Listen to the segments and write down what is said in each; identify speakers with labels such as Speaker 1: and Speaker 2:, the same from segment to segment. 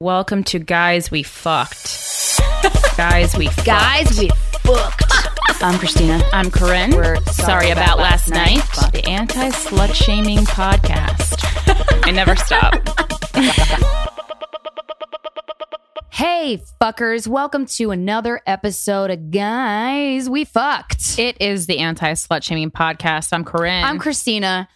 Speaker 1: Welcome to Guys We Fucked. Guys We Fucked.
Speaker 2: Guys, we booked. I'm Christina.
Speaker 1: I'm Corinne.
Speaker 2: We're
Speaker 1: sorry, about, last night.
Speaker 2: Fuck.
Speaker 1: The anti slut shaming podcast. I never stop.
Speaker 2: Hey, fuckers. Welcome to another episode of Guys, we fucked.
Speaker 1: It is the anti slut shaming podcast. I'm Corinne.
Speaker 2: I'm Christina,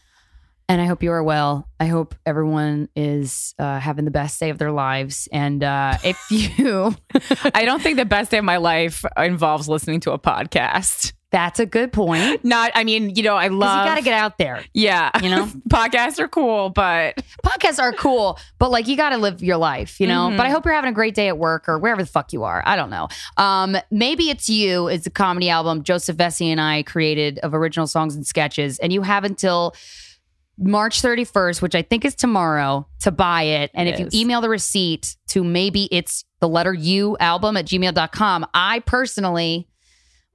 Speaker 2: and I hope you are well. I hope everyone is uh, having the best day of their lives. And uh, if you,
Speaker 1: I don't think the best day of my life involves listening to a podcast.
Speaker 2: that's a good point.
Speaker 1: Not, I mean, you know, I
Speaker 2: Because
Speaker 1: love.
Speaker 2: you got to get out there.
Speaker 1: yeah,
Speaker 2: you know?
Speaker 1: podcasts are cool, but
Speaker 2: Podcasts are cool, but like you got to live your life, you know? But I hope you're having a great day at work or wherever the fuck you are. I don't know. Um, maybe it's you is a comedy album Joseph Vesey and I created of original songs and sketches, and you have until March 31st, which I think is tomorrow, to buy it. And
Speaker 1: It
Speaker 2: if
Speaker 1: is.
Speaker 2: you email the receipt to maybe it's the letter U album at gmail.com, I personally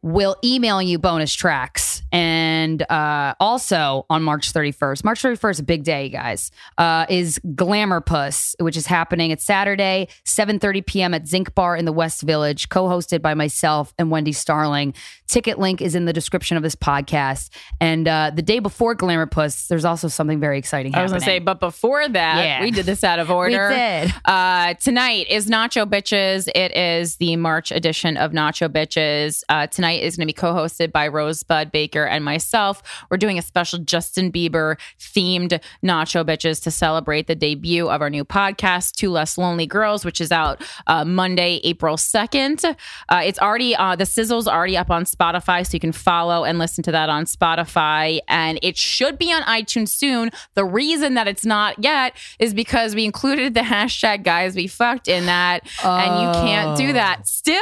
Speaker 2: will email you bonus tracks. And uh, also on March 31st, March 31st, a big day, guys, uh, is Glamour Puss, which is happening. It's Saturday, 7.30 p.m. at Zinc Bar in the West Village, co-hosted by myself and Wendy Starling. Ticket link is in the description of this podcast. And uh, the day before Glamour Puss, there's also something very exciting
Speaker 1: I was
Speaker 2: happening.
Speaker 1: going to say, but before that,
Speaker 2: Yeah.
Speaker 1: we did this out of order.
Speaker 2: We did.
Speaker 1: Uh, tonight is Nacho Bitches. It is the March edition of Nacho Bitches. Uh, tonight is going to be co hosted by Rosebud Baker and myself. We're doing a special Justin Bieber themed Nacho Bitches to celebrate the debut of our new podcast, Two Less Lonely Girls, which is out uh, Monday, April 2nd. Uh, it's already, uh, the sizzle's already up on Spotify, so you can follow and listen to that on Spotify. And it should be on iTunes soon. The reason that it's not yet is because we included the hashtag guys we fucked in that. And you can't do that still.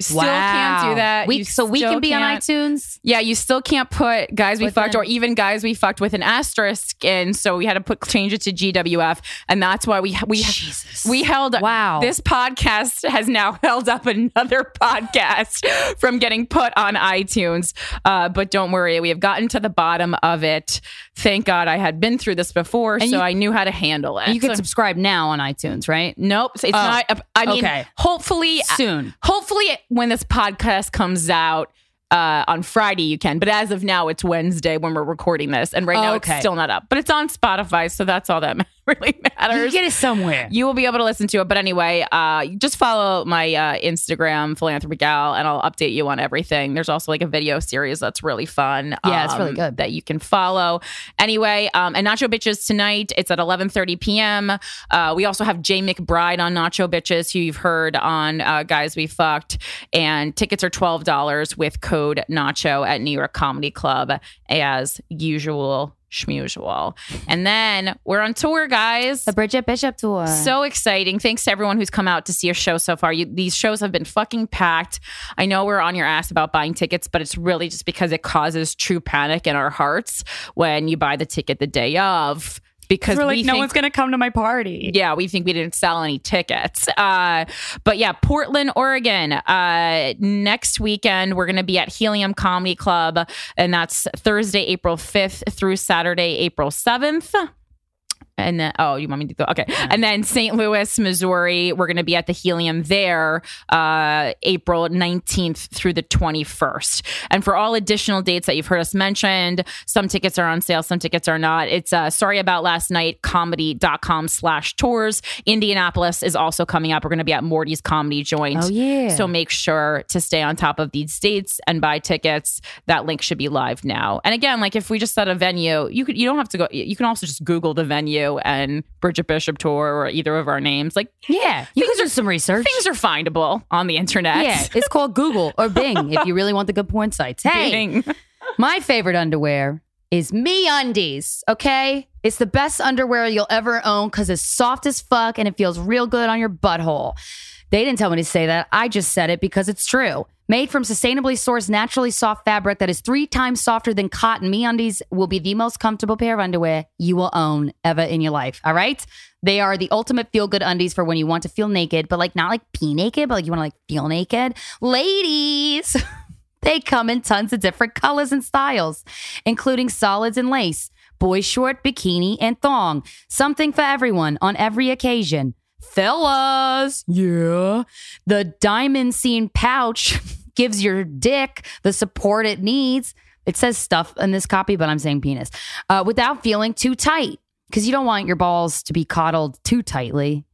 Speaker 1: Still can't
Speaker 2: Oh. Wow.
Speaker 1: do that.
Speaker 2: We,
Speaker 1: You
Speaker 2: so we
Speaker 1: still
Speaker 2: can be on
Speaker 1: can't-
Speaker 2: iTunes.
Speaker 1: Yeah, you still can't put guys we
Speaker 2: With
Speaker 1: fucked
Speaker 2: an-
Speaker 1: or even guys we fucked with an asterisk in. So we had to put change it to GWF, and that's why we we
Speaker 2: Jesus.
Speaker 1: we held
Speaker 2: Wow.
Speaker 1: This podcast has now held up another podcast from getting put on iTunes. Uh, but don't worry, we have gotten to the bottom of it. Thank God, I had been through this before, so
Speaker 2: you-
Speaker 1: I knew how to handle it.
Speaker 2: You can
Speaker 1: So-
Speaker 2: subscribe now on iTunes, right?
Speaker 1: Nope, it's not. I mean,
Speaker 2: Oh. okay.
Speaker 1: hopefully uh,
Speaker 2: Soon.
Speaker 1: Hopefully, when this podcast comes out uh, on Friday, you can. But as of now, it's Wednesday when we're recording this, and right now
Speaker 2: Okay.
Speaker 1: it's still not up. But it's on Spotify, so that's all that really matters.
Speaker 2: it somewhere.
Speaker 1: You will be able to listen to it. But anyway, uh, just follow my uh, Instagram, Philanthropy Gal, and I'll update you on everything. There's also like a video series that's really fun.
Speaker 2: Yeah, it's really
Speaker 1: um,
Speaker 2: good.
Speaker 1: That you can follow. Anyway, um, and Nacho Bitches tonight. It's at 11.30 p.m. Uh, we also have Jay McBride on Nacho Bitches, who you've heard on uh, Guys We Fucked. And tickets are $12 with code NACHO at New York Comedy Club as usual. Schmusual. And then we're on tour, guys.
Speaker 2: the Bridget Bishop tour.
Speaker 1: So exciting. Thanks to everyone who's come out to see our show so far. You, these shows have been fucking packed. I know we're on your ass about buying tickets, but it's really just because it causes true panic in our hearts when you buy the ticket the day of. Because
Speaker 3: We're like,
Speaker 1: we
Speaker 3: no
Speaker 1: think,
Speaker 3: one's going to come to my party.
Speaker 1: yeah, we think we didn't sell any tickets. Uh, but yeah, Portland, Oregon. Uh, next weekend, we're going to be at Helium Comedy Club, and that's Thursday, April 5th through Saturday, April 7th. And then, oh, you want me to go? Okay. And then St. Louis, Missouri, we're going to be at the Helium there, uh, April 19th through the 21st. And for all additional dates that you've heard us mentioned, some tickets are on sale, some tickets are not. It's uh, sorry about last night, comedy.com slash tours. Indianapolis is also coming up. We're going to be at Morty's Comedy Joint.
Speaker 2: Oh, yeah.
Speaker 1: So make sure to stay on top of these dates and buy tickets. That link should be live now. And again, like if we just set a venue, you could you don't have to go. You can also just Google the venue and Bridget Bishop tour or either of our names. Like
Speaker 2: yeah, you can do some research.
Speaker 1: things are findable on the internet.
Speaker 2: Yeah, it's called Google or Bing if you really want the good porn sites. Hey,
Speaker 1: Bing.
Speaker 2: my favorite underwear is me undies, okay? It's the best underwear you'll ever own because it's soft as fuck and it feels real good on your butthole. They didn't tell me to say that. I just said it because it's true. Made from sustainably sourced, naturally soft fabric that is three times softer than cotton, MeUndies will be the most comfortable pair of underwear you will own ever in your life. All right? They are the ultimate feel-good undies for when you want to feel naked, but like not like pee naked, but like you want to like feel naked. Ladies, they come in tons of different colors and styles, including solids and lace, boy short, bikini, and thong. Something for everyone on every occasion. Fellas, yeah. The diamond scene pouch gives your dick the support it needs. It says stuff in this copy, but I'm saying penis uh, without feeling too tight because you don't want your balls to be coddled too tightly.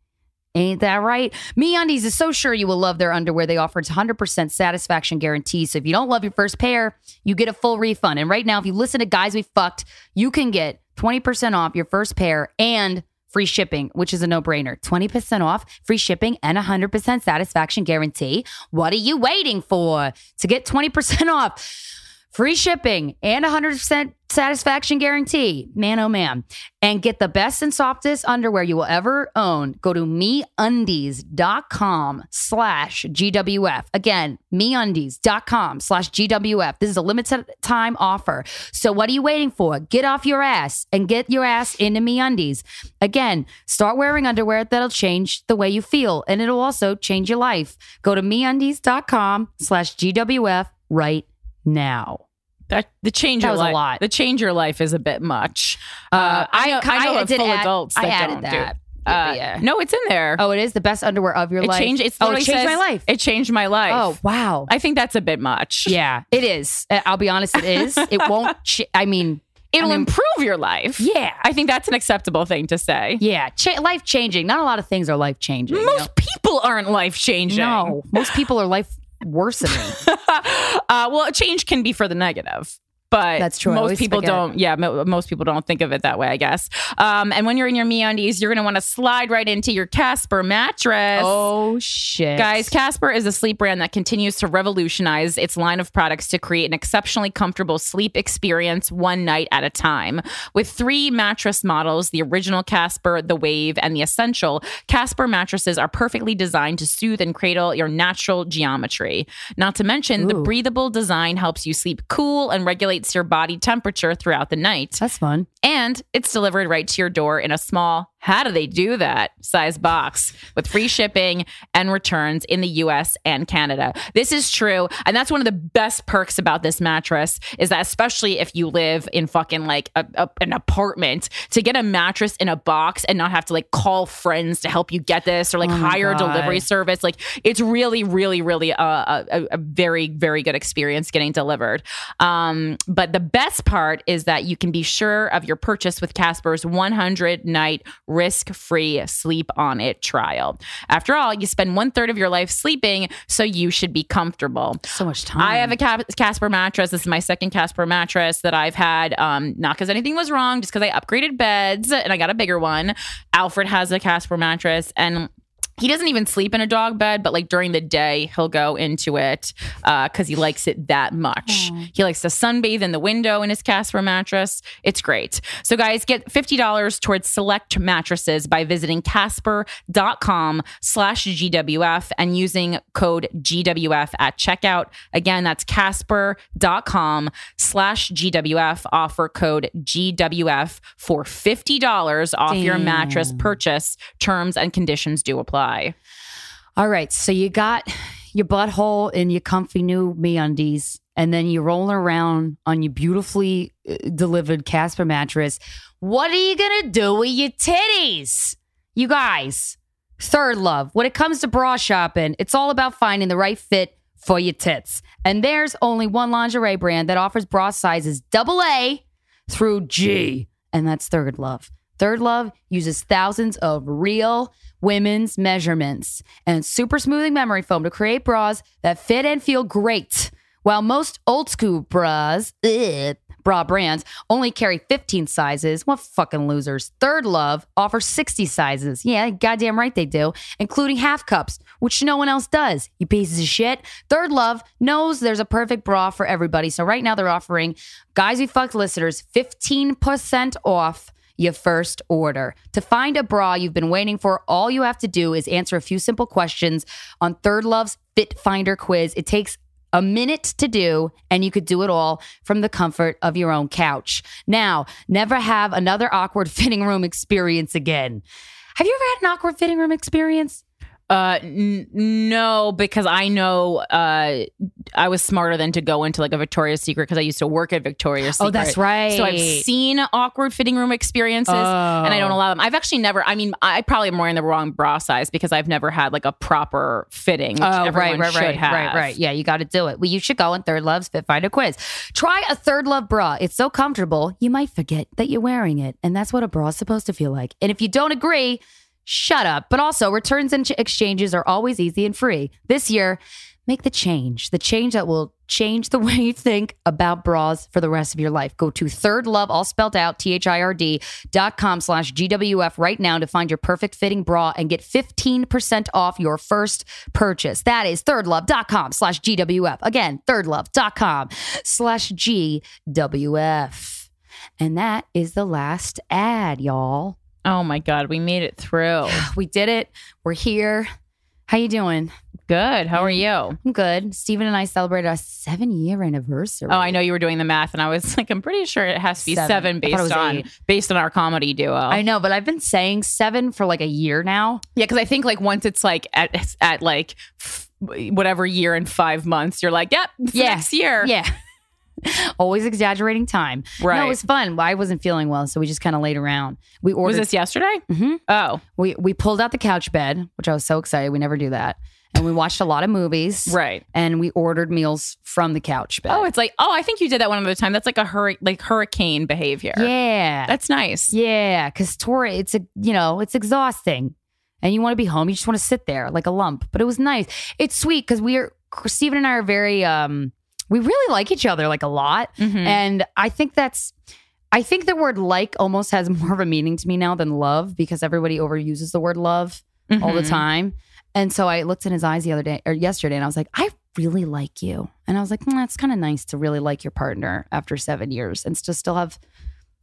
Speaker 2: Ain't that right? MeUndies is so sure you will love their underwear. They offer its 100% satisfaction guarantee. So if you don't love your first pair, you get a full refund. And right now, if you listen to Guys We Fucked, you can get 20% off your first pair and free shipping, which is a no-brainer. 20% off, free shipping, and 100% satisfaction guarantee. What are you waiting for? To get 20% off free shipping and 100% satisfaction guarantee man oh man and get the best and softest underwear you will ever own go to meundies.com slash gwf again meundies.com slash gwf this is a limited time offer so what are you waiting for get off your ass and get your ass into meundies again start wearing underwear that'll change the way you feel and it'll also change your life go to meundies.com slash gwf right now
Speaker 1: That the change
Speaker 2: That
Speaker 1: your
Speaker 2: was a
Speaker 1: life.
Speaker 2: lot.
Speaker 1: The change your life is a bit much. Uh,
Speaker 2: I
Speaker 1: know-
Speaker 2: kinda-
Speaker 1: I know
Speaker 2: I
Speaker 1: a
Speaker 2: did
Speaker 1: full
Speaker 2: add-
Speaker 1: adults.
Speaker 2: I
Speaker 1: that
Speaker 2: added
Speaker 1: don't
Speaker 2: that.
Speaker 1: Do, uh,
Speaker 2: Yeah.
Speaker 1: No, it's in there.
Speaker 2: Oh, it is the best underwear of your
Speaker 1: it
Speaker 2: life.
Speaker 1: changed. It's
Speaker 2: oh, it
Speaker 1: literally
Speaker 2: changed my
Speaker 1: says,
Speaker 2: life.
Speaker 1: It changed my life.
Speaker 2: oh, wow.
Speaker 1: I think that's a bit much.
Speaker 2: yeah, it is. Uh, I'll be honest, it is. It won't. Ch- I mean,
Speaker 1: it'll
Speaker 2: I mean-
Speaker 1: improve your life.
Speaker 2: yeah,
Speaker 1: I think that's an acceptable thing to say.
Speaker 2: yeah. Cha- life changing. Not a lot of things are life changing.
Speaker 1: Most people aren't life changing.
Speaker 2: no, most people are life worsening.
Speaker 1: uh, well, change can be for the negative. But
Speaker 2: That's true. I always
Speaker 1: Most people
Speaker 2: forget.
Speaker 1: don't. Yeah, mo- most people don't think of it that way. I guess. Um, and when you're in your MeUndies, you're going to want to slide right into your Casper mattress.
Speaker 2: oh shit,
Speaker 1: Guys, Casper is a sleep brand that continues to revolutionize its line of products to create an exceptionally comfortable sleep experience one night at a time. With three mattress models the original Casper, the Wave, and the Essential, Casper mattresses are perfectly designed to soothe and cradle your natural geometry. Not to mention, the breathable design helps you sleep cool and regulates your body temperature throughout the night.
Speaker 2: that's fun.
Speaker 1: And it's delivered right to your door in a small, how do they do that size box with free shipping and returns in the US and Canada. This is true. And that's one of the best perks about this mattress is that, especially if you live in fucking like a, a- an apartment, to get a mattress in a box and not have to like call friends to help you get this or like
Speaker 2: Oh my
Speaker 1: hire a
Speaker 2: God.
Speaker 1: delivery service. Like it's really, really, really a, a, a- a very, very good experience getting delivered. Um, but the best part is that you can be sure of your purchase with Casper's 100 night risk free sleep on it trial. After all, you spend one third of your life sleeping, so you should be comfortable.
Speaker 2: So much time.
Speaker 1: I have a Cap- Casper mattress. This is my second Casper mattress that I've had. Um, not because anything was wrong, just because I upgraded beds and I got a bigger one. Alfred has a Casper mattress and. He doesn't even sleep in a dog bed, but like during the day, he'll go into it because he likes it that much. He likes to sunbathe in the window in his Casper mattress. It's great. So, guys, get $50 towards select mattresses by visiting casper.com slash GWF and using code GWF at checkout. Again, that's casper.com slash GWF. Offer code GWF for $50 off your
Speaker 2: Damn.
Speaker 1: mattress purchase. Terms and conditions do apply.
Speaker 2: All right, so you got your butthole in your comfy new MeUndies, and then you roll around on your beautifully uh, delivered Casper mattress. What are you gonna do with your titties, you guys? Third love. When it comes to bra shopping, it's all about finding the right fit for your tits, and there's only one lingerie brand that offers bra sizes double A through G, and that's Third Love. Third Love uses thousands of real women's measurements and super smoothing memory foam to create bras that fit and feel great. While most old school bras, ugh, bra brands, only carry 15 sizes, what fucking losers. Third Love offers 60 sizes. Yeah, goddamn right they do, including half cups, which no one else does. You pieces of shit. Third Love knows there's a perfect bra for everybody. So right now they're offering Guys We Fucked listeners 15% off your first order. To find a bra you've been waiting for, all you have to do is answer a few simple questions on Third Love's Fit Finder quiz. It takes a minute to do, and you could do it all from the comfort of your own couch. Now, never have another awkward fitting room experience again. Have you ever had an awkward fitting room experience?
Speaker 1: Uh, n- no, because I know uh, I was smarter than to go into like a Victoria's Secret because I used to work at Victoria's Secret.
Speaker 2: Oh, that's right. Oh.
Speaker 1: So I've seen awkward fitting room experiences, and I don't allow them. I've actually never. I mean, I probably am wearing the wrong bra size because I've never had like a proper fitting. Which
Speaker 2: Oh, right,
Speaker 1: everyone
Speaker 2: right,
Speaker 1: should
Speaker 2: right,
Speaker 1: have.
Speaker 2: right, right. Yeah, you got to do it. Well, you should go on Third Love's Fit Finder quiz. Try a Third Love bra. It's so comfortable, you might forget that you're wearing it, and that's what a bra is supposed to feel like. And if you don't agree, shut up. But also, returns and ch- exchanges are always easy and free. This year, make the change, the change that will change the way you think about bras for the rest of your life. Go to Third Love, all spelled out, T H I R D dot com slash GWF right now to find your perfect fitting bra and get 15% off your first purchase. That is thirdlove.com slash GWF. Again, thirdlove.com slash GWF. And that is the last ad, y'all.
Speaker 1: Oh my god, we made it through.
Speaker 2: We did it. We're here. How you doing?
Speaker 1: Good. How are you?
Speaker 2: I'm good. Steven and I celebrated our seven year anniversary.
Speaker 1: Oh, I know you were doing the math, and I was like, I'm pretty sure it has to be
Speaker 2: Seven.
Speaker 1: seven,
Speaker 2: I thought it was
Speaker 1: based on
Speaker 2: eight.
Speaker 1: based on our comedy duo.
Speaker 2: I know, but I've been saying seven for like a year now.
Speaker 1: Yeah, because I think like once it's like at at like f- whatever year in five months, you're like, yep, it's
Speaker 2: Yeah.
Speaker 1: next year.
Speaker 2: Yeah. Always exaggerating time. No,
Speaker 1: Right.
Speaker 2: it was fun. I wasn't feeling well, so we just kind of laid around. We
Speaker 1: Was
Speaker 2: ordered.
Speaker 1: this yesterday?
Speaker 2: Mhm.
Speaker 1: Oh,
Speaker 2: we we pulled out the couch bed, which I was so excited. We never do that, and we watched a lot of movies.
Speaker 1: right.
Speaker 2: And we ordered meals from the couch bed.
Speaker 1: Oh, it's like oh, I think you did that one other time. That's like a hurri- like hurricane behavior.
Speaker 2: yeah,
Speaker 1: that's nice.
Speaker 2: yeah. Because Tori, it's a you know, it's exhausting, and you want to be home. You just want to sit there like a lump. But it was nice. It's sweet because we are Stephen and I are very um, we really like each other like a lot.
Speaker 1: Mhm.
Speaker 2: And I think that's I think the word like almost has more of a meaning to me now than love because everybody overuses the word love all the
Speaker 1: Mhm.
Speaker 2: time. And so I looked in his eyes the other day or yesterday and I was like, I really like you. And I was like, mm, that's kind of nice to really like your partner after seven years and to still have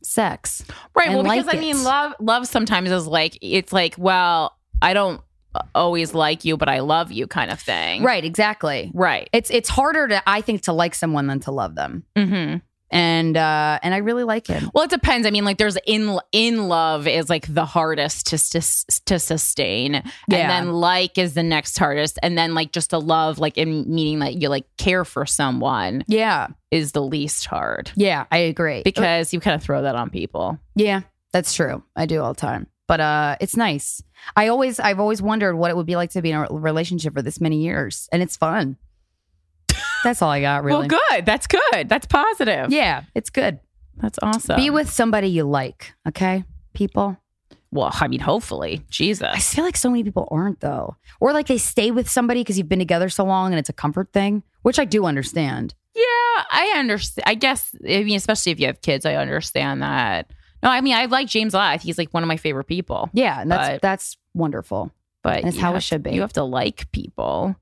Speaker 2: sex.
Speaker 1: Right.
Speaker 2: and
Speaker 1: Well, because
Speaker 2: like
Speaker 1: I
Speaker 2: it.
Speaker 1: mean, love love sometimes is like it's like well, I don't uh, always like you, but I love you kind of thing.
Speaker 2: Right, exactly.
Speaker 1: Right.
Speaker 2: It's it's harder to I think to like someone than to love them.
Speaker 1: Mm-hmm.
Speaker 2: And uh and I really like him.
Speaker 1: Well, it depends. I mean, like there's in in love is like the hardest to sus- to sustain,
Speaker 2: Yeah.
Speaker 1: and then like is the next hardest, and then like just a love, like in meaning that you like care for someone,
Speaker 2: Yeah.
Speaker 1: is the least hard
Speaker 2: Yeah, I agree.
Speaker 1: because you kind of throw that on people.
Speaker 2: Yeah, that's true. I do all the time. But uh it's nice. I always I've always wondered what it would be like to be in a relationship for this many years and it's fun. that's all I got really.
Speaker 1: Well, good. That's good. That's positive.
Speaker 2: Yeah, it's good.
Speaker 1: that's awesome.
Speaker 2: Be with somebody you like, okay? People.
Speaker 1: well, I mean, hopefully,
Speaker 2: I
Speaker 1: Jesus.
Speaker 2: feel like so many people aren't though. Or like they stay with somebody because you've been together so long and it's a comfort thing, which I do understand.
Speaker 1: Yeah, I understand. I guess I mean, especially if you have kids, I understand that. No, I mean, I like James a lot. He's like one of my favorite people.
Speaker 2: Yeah, and that's
Speaker 1: But-
Speaker 2: that's wonderful.
Speaker 1: But
Speaker 2: And it's
Speaker 1: you
Speaker 2: how it
Speaker 1: have to-
Speaker 2: should be.
Speaker 1: You have to like people.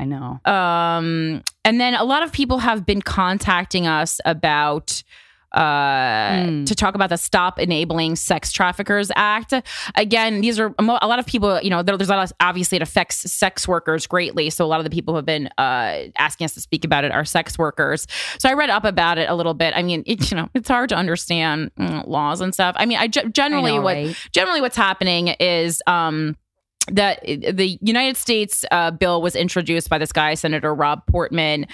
Speaker 2: I know.
Speaker 1: um and then a lot of people have been contacting us about uh
Speaker 2: Mm.
Speaker 1: to talk about the stop enabling sex traffickers act again these are a mo- a lot of people you know there, there's a lot of, obviously it affects sex workers greatly so a lot of the people who have been uh asking us to speak about it are sex workers so i read up about it a little bit i mean it, you know it's hard to understand mm, laws and stuff i mean i ge- generally
Speaker 2: I know,
Speaker 1: what
Speaker 2: right?
Speaker 1: generally what's happening is um that the United States uh, bill was introduced by this guy, Senator Rob Portman,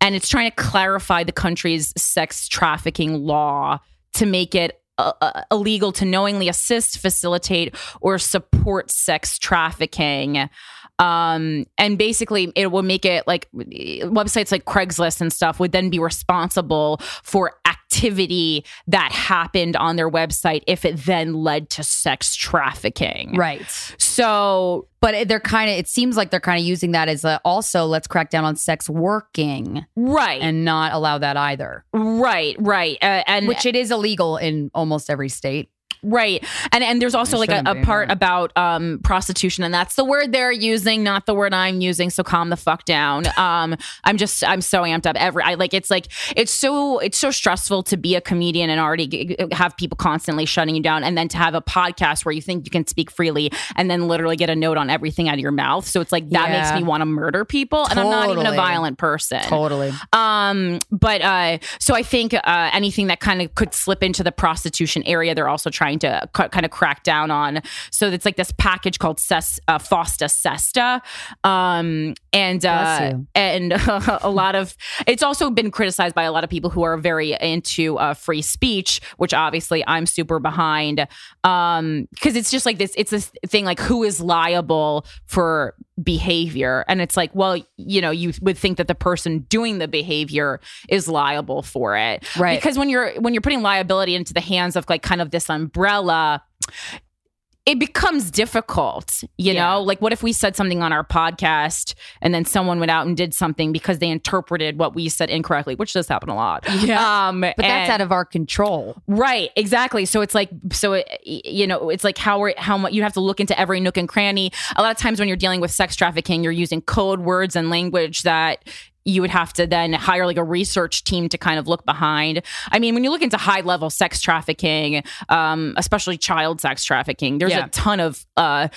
Speaker 1: and it's trying to clarify the country's sex trafficking law to make it uh, uh, illegal to knowingly assist, facilitate, or support sex trafficking. Um, and basically, it will make it like websites like Craigslist and stuff would then be responsible for activity that happened on their website if it then led to sex trafficking.
Speaker 2: Right.
Speaker 1: So
Speaker 2: but it- they're kind of it seems like they're kind of using that as a, also let's crack down on sex working
Speaker 1: right,
Speaker 2: and not allow that either
Speaker 1: right, right, uh, and
Speaker 2: which it is illegal in almost every state
Speaker 1: Right. And and there's also like a, a
Speaker 2: shouldn't be,
Speaker 1: part
Speaker 2: yeah.
Speaker 1: about um prostitution and that's the word they're using, not the word I'm using, so calm the fuck down. Um I'm just I'm so amped up every I like it's like it's so it's so stressful to be a comedian and already g- g- have people constantly shutting you down and then to have a podcast where you think you can speak freely and then literally get a note on everything out of your mouth. So it's like that
Speaker 2: Yeah.
Speaker 1: makes me want to murder people and I'm not even a
Speaker 2: Totally.
Speaker 1: violent person.
Speaker 2: Totally.
Speaker 1: Um, but uh, so I think uh, anything that kind of could slip into the prostitution area, they're also trying to c- kind of crack down on. So it's like this package called Ses- uh, Fosta Sesta, um, and
Speaker 2: Bless
Speaker 1: uh,
Speaker 2: you.
Speaker 1: and a lot of it's also been criticized by a lot of people who are very into uh, free speech, which obviously I'm super behind um because it's just like this it's this thing like who is liable for behavior and it's like well you know you would think that the person doing the behavior is liable for it
Speaker 2: Right.
Speaker 1: because when you're when you're putting liability into the hands of like kind of this umbrella it becomes difficult you
Speaker 2: Yeah.
Speaker 1: know like what if we said something on our podcast and then someone went out and did something because they interpreted what we said incorrectly which does happen a lot
Speaker 2: Yeah.
Speaker 1: um
Speaker 2: But that's
Speaker 1: and-
Speaker 2: out of our control.
Speaker 1: Right, exactly. So it's like, so it, you know, it's like how are- how much you have to look into every nook and cranny. A lot of times when you're dealing with sex trafficking, you're using code words and language that you would have to then hire like a research team to kind of look behind. I mean, when you look into high level sex trafficking, um, especially child sex trafficking, there's
Speaker 2: Yeah.
Speaker 1: a ton of uh,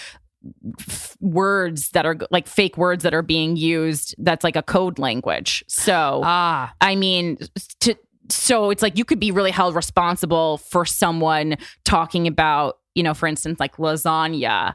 Speaker 1: f- words that are like fake words that are being used. That's like a code language. So
Speaker 2: Ah.
Speaker 1: I mean, to, so it's like you could be really held responsible for someone talking about, you know, for instance, like lasagna,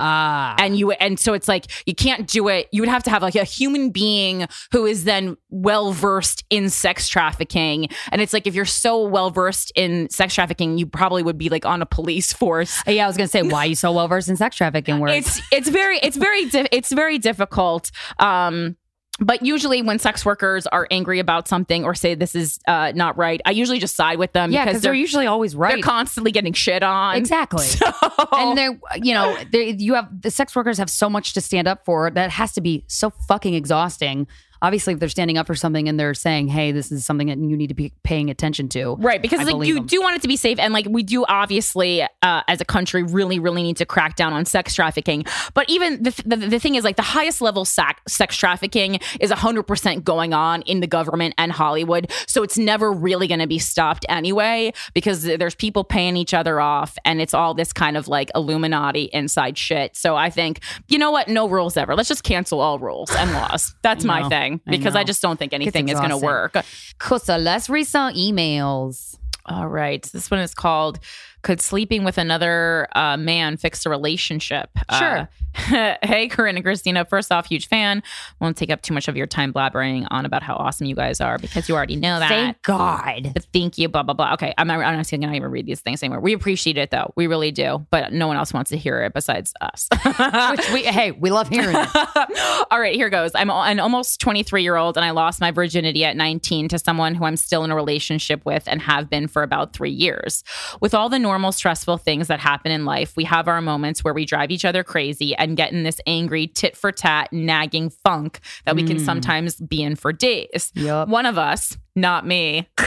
Speaker 2: Ah.
Speaker 1: and you, and so it's like you can't do it. You would have to have like a human being who is then well versed in sex trafficking, and it's like if you're so well versed in sex trafficking, you probably would be like on a police force.
Speaker 2: Yeah, I was gonna say, why are you so well versed in sex trafficking words?
Speaker 1: It's it's very it's very di- it's very difficult. Um, but usually when sex workers are angry about something or say this is uh, not right, I usually just side with them
Speaker 2: yeah,
Speaker 1: because
Speaker 2: because they're,
Speaker 1: they're
Speaker 2: usually always right.
Speaker 1: they're constantly getting shit on.
Speaker 2: exactly.
Speaker 1: and
Speaker 2: and they're, you know, they you have the sex workers have so much to stand up for that has to be so fucking exhausting. Obviously, if they're standing up for something and they're saying, "Hey, this is something that you need to be paying attention to,"
Speaker 1: Right, because
Speaker 2: I
Speaker 1: like
Speaker 2: believe
Speaker 1: you
Speaker 2: 'em.
Speaker 1: do want it to be safe, and like we do obviously uh, as a country really, really need to crack down on sex trafficking. But even the the, the thing is like the highest level sac- sex trafficking is hundred percent going on in the government and Hollywood, so it's never really going to be stopped anyway because there's people paying each other off, and it's all this kind of like Illuminati inside shit. So I think you know what, no rules ever. Let's just cancel all rules and laws. That's my
Speaker 2: know,
Speaker 1: thing
Speaker 2: I
Speaker 1: because I,
Speaker 2: know.
Speaker 1: just don't think anything is going to
Speaker 2: exhausting.
Speaker 1: work.
Speaker 2: Kusa, let's read some emails.
Speaker 1: All right. So this one is called Could Sleeping with Another uh, Man Fix a Relationship?
Speaker 2: Sure.
Speaker 1: Uh, hey, Corinne and Christina. First off, huge fan. Won't take up too much of your time blabbering on about how awesome you guys are because you already know that.
Speaker 2: Thank God.
Speaker 1: But thank you, blah, blah, blah. Okay. I'm not, I'm not going to even read these things anymore. We appreciate it, though. We really do. But no one else wants to hear it besides us. Ah.
Speaker 2: Which we, hey, we love hearing it.
Speaker 1: All right, here goes. I'm an almost 23 year old and I lost my virginity at 19 to someone who I'm still in a relationship with and have been for about three years. With all the normal stressful things that happen in life, we have our moments where we drive each other crazy and get in this angry tit for tat nagging funk that we can sometimes be in for days.
Speaker 2: Yup.
Speaker 1: One of us, not me,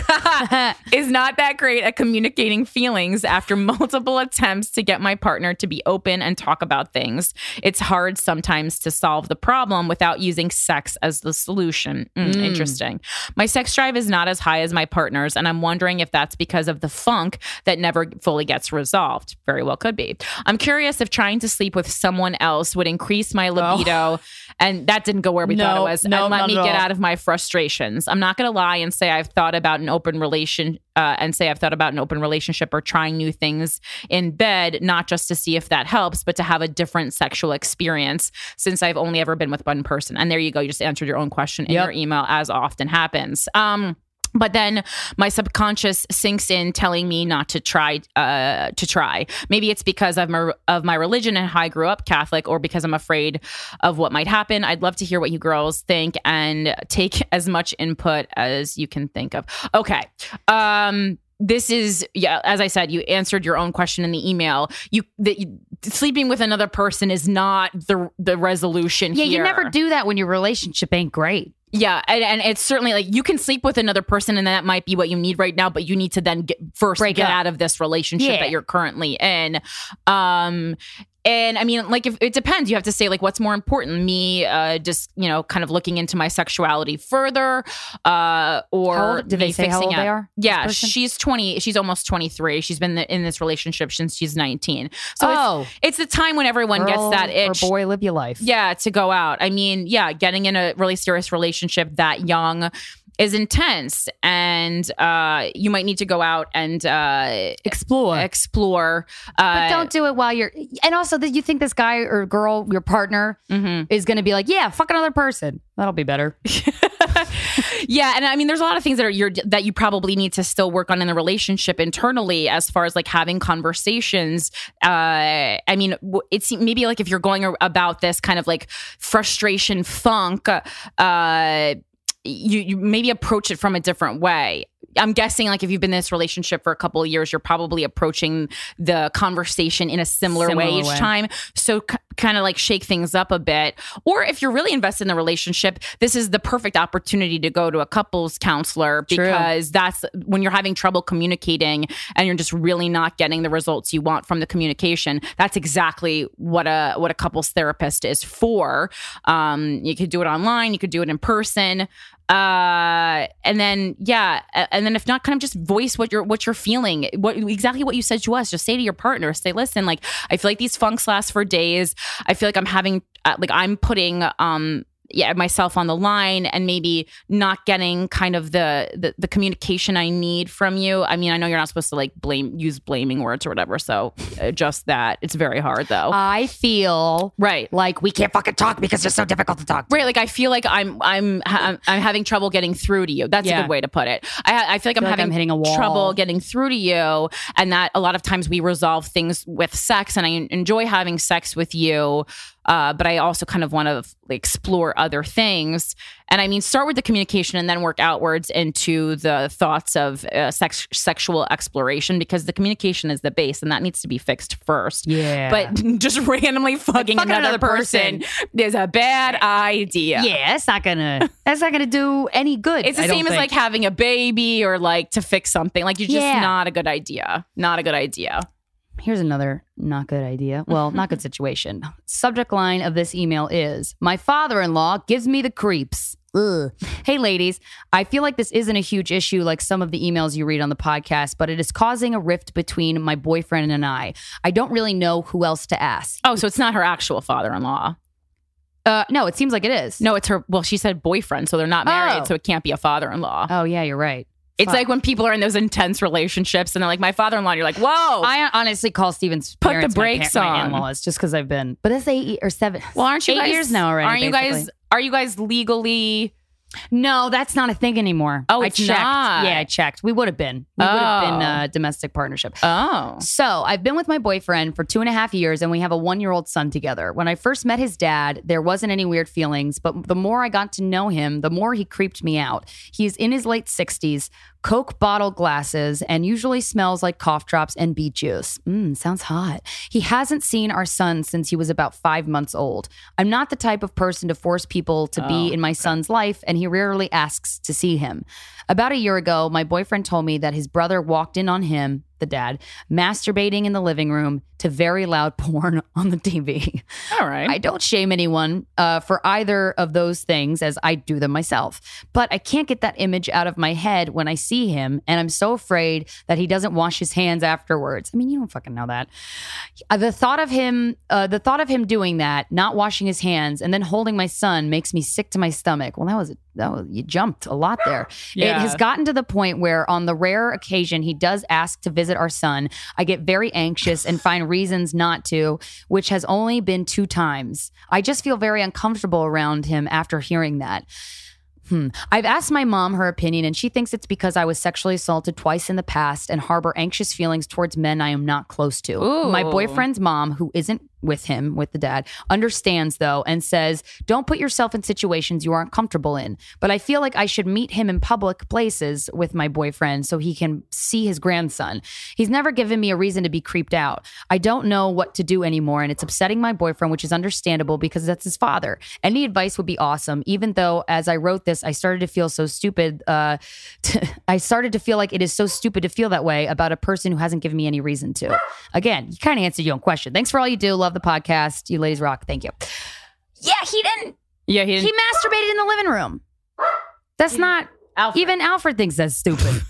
Speaker 1: is not that great at communicating feelings after multiple attempts to get my partner to be open and talk about things. It's hard sometimes to solve the problem without using sex as the solution. Mm, Interesting. My sex drive is not as high as my partner's, and I'm wondering if that's because of the funk that never fully gets resolved. Very well could be. I'm curious if trying to sleep with someone else would increase my libido. And that didn't go where we thought it
Speaker 2: Oh. No,
Speaker 1: was.
Speaker 2: no,
Speaker 1: and let
Speaker 2: not
Speaker 1: me
Speaker 2: at
Speaker 1: get
Speaker 2: all.
Speaker 1: out of my frustrations. I'm not going to lie and say I've thought about an open relation uh, and say I've thought about an open relationship or trying new things in bed, not just to see if that helps, but to have a different sexual experience since I've only ever been with one person. And there you go. You just answered your own question in
Speaker 2: Yep.
Speaker 1: your email, as often happens. Um, but then my subconscious sinks in telling me not to try uh, to try maybe it's because of my, of my religion and how i grew up catholic or because i'm afraid of what might happen i'd love to hear what you girls think and take as much input as you can think of okay um this is yeah as i said you answered your own question in the email you that you, sleeping with another person is not the the resolution
Speaker 2: Yeah, you
Speaker 1: here.
Speaker 2: never do that when your relationship ain't great.
Speaker 1: Yeah, and, and it's certainly like you can sleep with another person, and that might be what you need right now. But you need to then get, first
Speaker 2: Break
Speaker 1: get
Speaker 2: up.
Speaker 1: out of this relationship
Speaker 2: Yeah.
Speaker 1: that you're currently in. Um, and I mean, like, if it depends, you have to say like, what's more important, me uh, just you know, kind of looking into my sexuality further, uh, or
Speaker 2: How old- did they
Speaker 1: me
Speaker 2: say how
Speaker 1: fixing
Speaker 2: old they
Speaker 1: up-
Speaker 2: are, this
Speaker 1: Yeah,
Speaker 2: person?
Speaker 1: she's twenty. She's almost twenty three. She's been in this relationship since she's nineteen. So
Speaker 2: Oh.
Speaker 1: it's, it's the time when everyone
Speaker 2: Girl
Speaker 1: gets that
Speaker 2: or
Speaker 1: itch
Speaker 2: boy, live your life.
Speaker 1: yeah, to go out. I mean, yeah, getting in a really serious relationship that young is intense and uh you might need to go out and uh
Speaker 2: Explore.
Speaker 1: explore uh
Speaker 2: But don't do it while you're. And also, that you think this guy or girl, your partner, is going to be like, yeah, fuck another person. Mm-hmm. That'll be better.
Speaker 1: yeah and i mean there's a lot of things that are you're that you probably need to still work on in the relationship internally as far as like having conversations uh i mean w- it's maybe like if you're going ar- about this kind of like frustration funk uh you, you maybe approach it from a different way i'm guessing like if you've been in this relationship for a couple of years you're probably approaching the conversation in a similar,
Speaker 2: Similar
Speaker 1: way each
Speaker 2: way.
Speaker 1: time time. So k kind of like shake things up a bit. Or if you're really invested in the relationship, this is the perfect opportunity to go to a couples counselor because that's when you're having trouble communicating and you're just really not getting the results you want from the communication. That's exactly what a what a couples therapist is for. Um, you could do it online, you could do it in person. Uh, and then yeah, a- and then if not, kind of just voice what you're what you're feeling, what exactly what you said to us. Just say to your partner, say, listen, like I feel like these funks last for days. I feel like I'm having uh, like I'm putting um yeah myself on the line and maybe not getting kind of the, the the communication I need from you. I mean, I know you're not supposed to like blame use blaming words or whatever, so adjust that. It's very hard though.
Speaker 2: I feel
Speaker 1: right.
Speaker 2: like we can't fucking talk because it's so difficult to talk.
Speaker 1: Right, like I feel like I'm I'm I'm, I'm having trouble getting through to you. That's
Speaker 2: Yeah.
Speaker 1: a good way to put it. I, I feel like I'm
Speaker 2: like
Speaker 1: having
Speaker 2: I'm hitting a wall.
Speaker 1: trouble getting through to you, and that a lot of times we resolve things with sex, and I enjoy having sex with you, uh, but I also kind of want to like, explore other things. And I mean, start with the communication, and then work outwards into the thoughts of uh, sex sexual exploration because the communication is the base, and that needs to be fixed first.
Speaker 2: Yeah.
Speaker 1: But just randomly fucking,
Speaker 2: fucking
Speaker 1: another,
Speaker 2: another
Speaker 1: person, is a bad idea.
Speaker 2: Yeah, it's not gonna. That's not gonna do any good.
Speaker 1: It's the
Speaker 2: I don't
Speaker 1: same as
Speaker 2: think.
Speaker 1: like having a baby or like to fix something. Like you're just
Speaker 2: Yeah.
Speaker 1: not a good idea. Not a good idea.
Speaker 2: Here's another not good idea. Well, not good situation. Subject line of this email is My father in law gives me the creeps. Ugh. Hey, ladies, I feel like this isn't a huge issue like some of the emails you read on the podcast, but it is causing a rift between my boyfriend and I. I don't really know who else to ask.
Speaker 1: Oh, so it's not her actual father-in-law.
Speaker 2: Uh, no, it seems like it is.
Speaker 1: No, it's her. Well, she said boyfriend, so they're not married,
Speaker 2: Oh.
Speaker 1: so it can't be a father-in-law.
Speaker 2: Oh, yeah, you're right.
Speaker 1: it's
Speaker 2: fuck.
Speaker 1: like when people are in those intense relationships and they're like, "My father-in-law," and you're like, "Whoa."
Speaker 2: I honestly call Steven's
Speaker 1: Put the
Speaker 2: parents my
Speaker 1: brakes
Speaker 2: pa- my
Speaker 1: on.
Speaker 2: in-laws, just because I've been, but that's eight or seven.
Speaker 1: well, aren't you
Speaker 2: eight
Speaker 1: guys
Speaker 2: years now already?
Speaker 1: Aren't you
Speaker 2: basically.
Speaker 1: guys? Are you guys legally?
Speaker 2: No, that's not a thing anymore.
Speaker 1: Oh,
Speaker 2: I
Speaker 1: it's
Speaker 2: checked.
Speaker 1: not.
Speaker 2: Yeah, I checked. We would have been. We would have been
Speaker 1: Oh.
Speaker 2: a domestic partnership.
Speaker 1: Oh,
Speaker 2: So I've been with my boyfriend for two and a half years, and we have a one year old son together. When I first met his dad, there wasn't any weird feelings, but the more I got to know him, the more he creeped me out. He's in his late 60s, Coke bottle glasses, and usually smells like cough drops and beet juice. Mmm, sounds hot. He hasn't seen our son since he was about five months old. I'm not the type of person to force people to be in my son's life, and he rarely asks to see him. About a year ago, my boyfriend told me that his brother walked in on him the dad, masturbating in the living room to very loud porn on the TV.
Speaker 1: all right.
Speaker 2: I don't shame anyone uh, for either of those things as I do them myself, but I can't get that image out of my head when I see him, and I'm so afraid that he doesn't wash his hands afterwards. I mean, you don't fucking know that. Uh, the thought of him, uh, the thought of him doing that, not washing his hands, and then holding my son makes me sick to my stomach. Well, that was that was you jumped a lot there. It
Speaker 1: Yeah.
Speaker 2: has gotten to the point where, on the rare occasion he does ask to visit our son, I get very anxious and find reasons not to, which has only been two times. I just feel very uncomfortable around him after hearing that. Hmm. I've asked my mom her opinion, and she thinks it's because I was sexually assaulted twice in the past and harbor anxious feelings towards men I am not close to. My boyfriend's mom, who isn't with him, with the dad, understands though and says, Don't put yourself in situations you aren't comfortable in. But I feel like I should meet him in public places with my boyfriend so he can see his grandson. He's never given me a reason to be creeped out. I don't know what to do anymore, and it's upsetting my boyfriend, which is understandable because that's his father. Any advice would be awesome, even though as I wrote this, I started to feel so stupid. Uh, I started to feel like it is so stupid to feel that way about a person who hasn't given me any reason to. Again, you kind of answered your own question. Thanks for all you do. Love the podcast. You ladies rock. Thank you. Yeah, he didn't.
Speaker 1: Yeah, he
Speaker 2: He
Speaker 1: didn't.
Speaker 2: masturbated in the living room. That's not.
Speaker 1: Alfred.
Speaker 2: Even Alfred thinks that's stupid.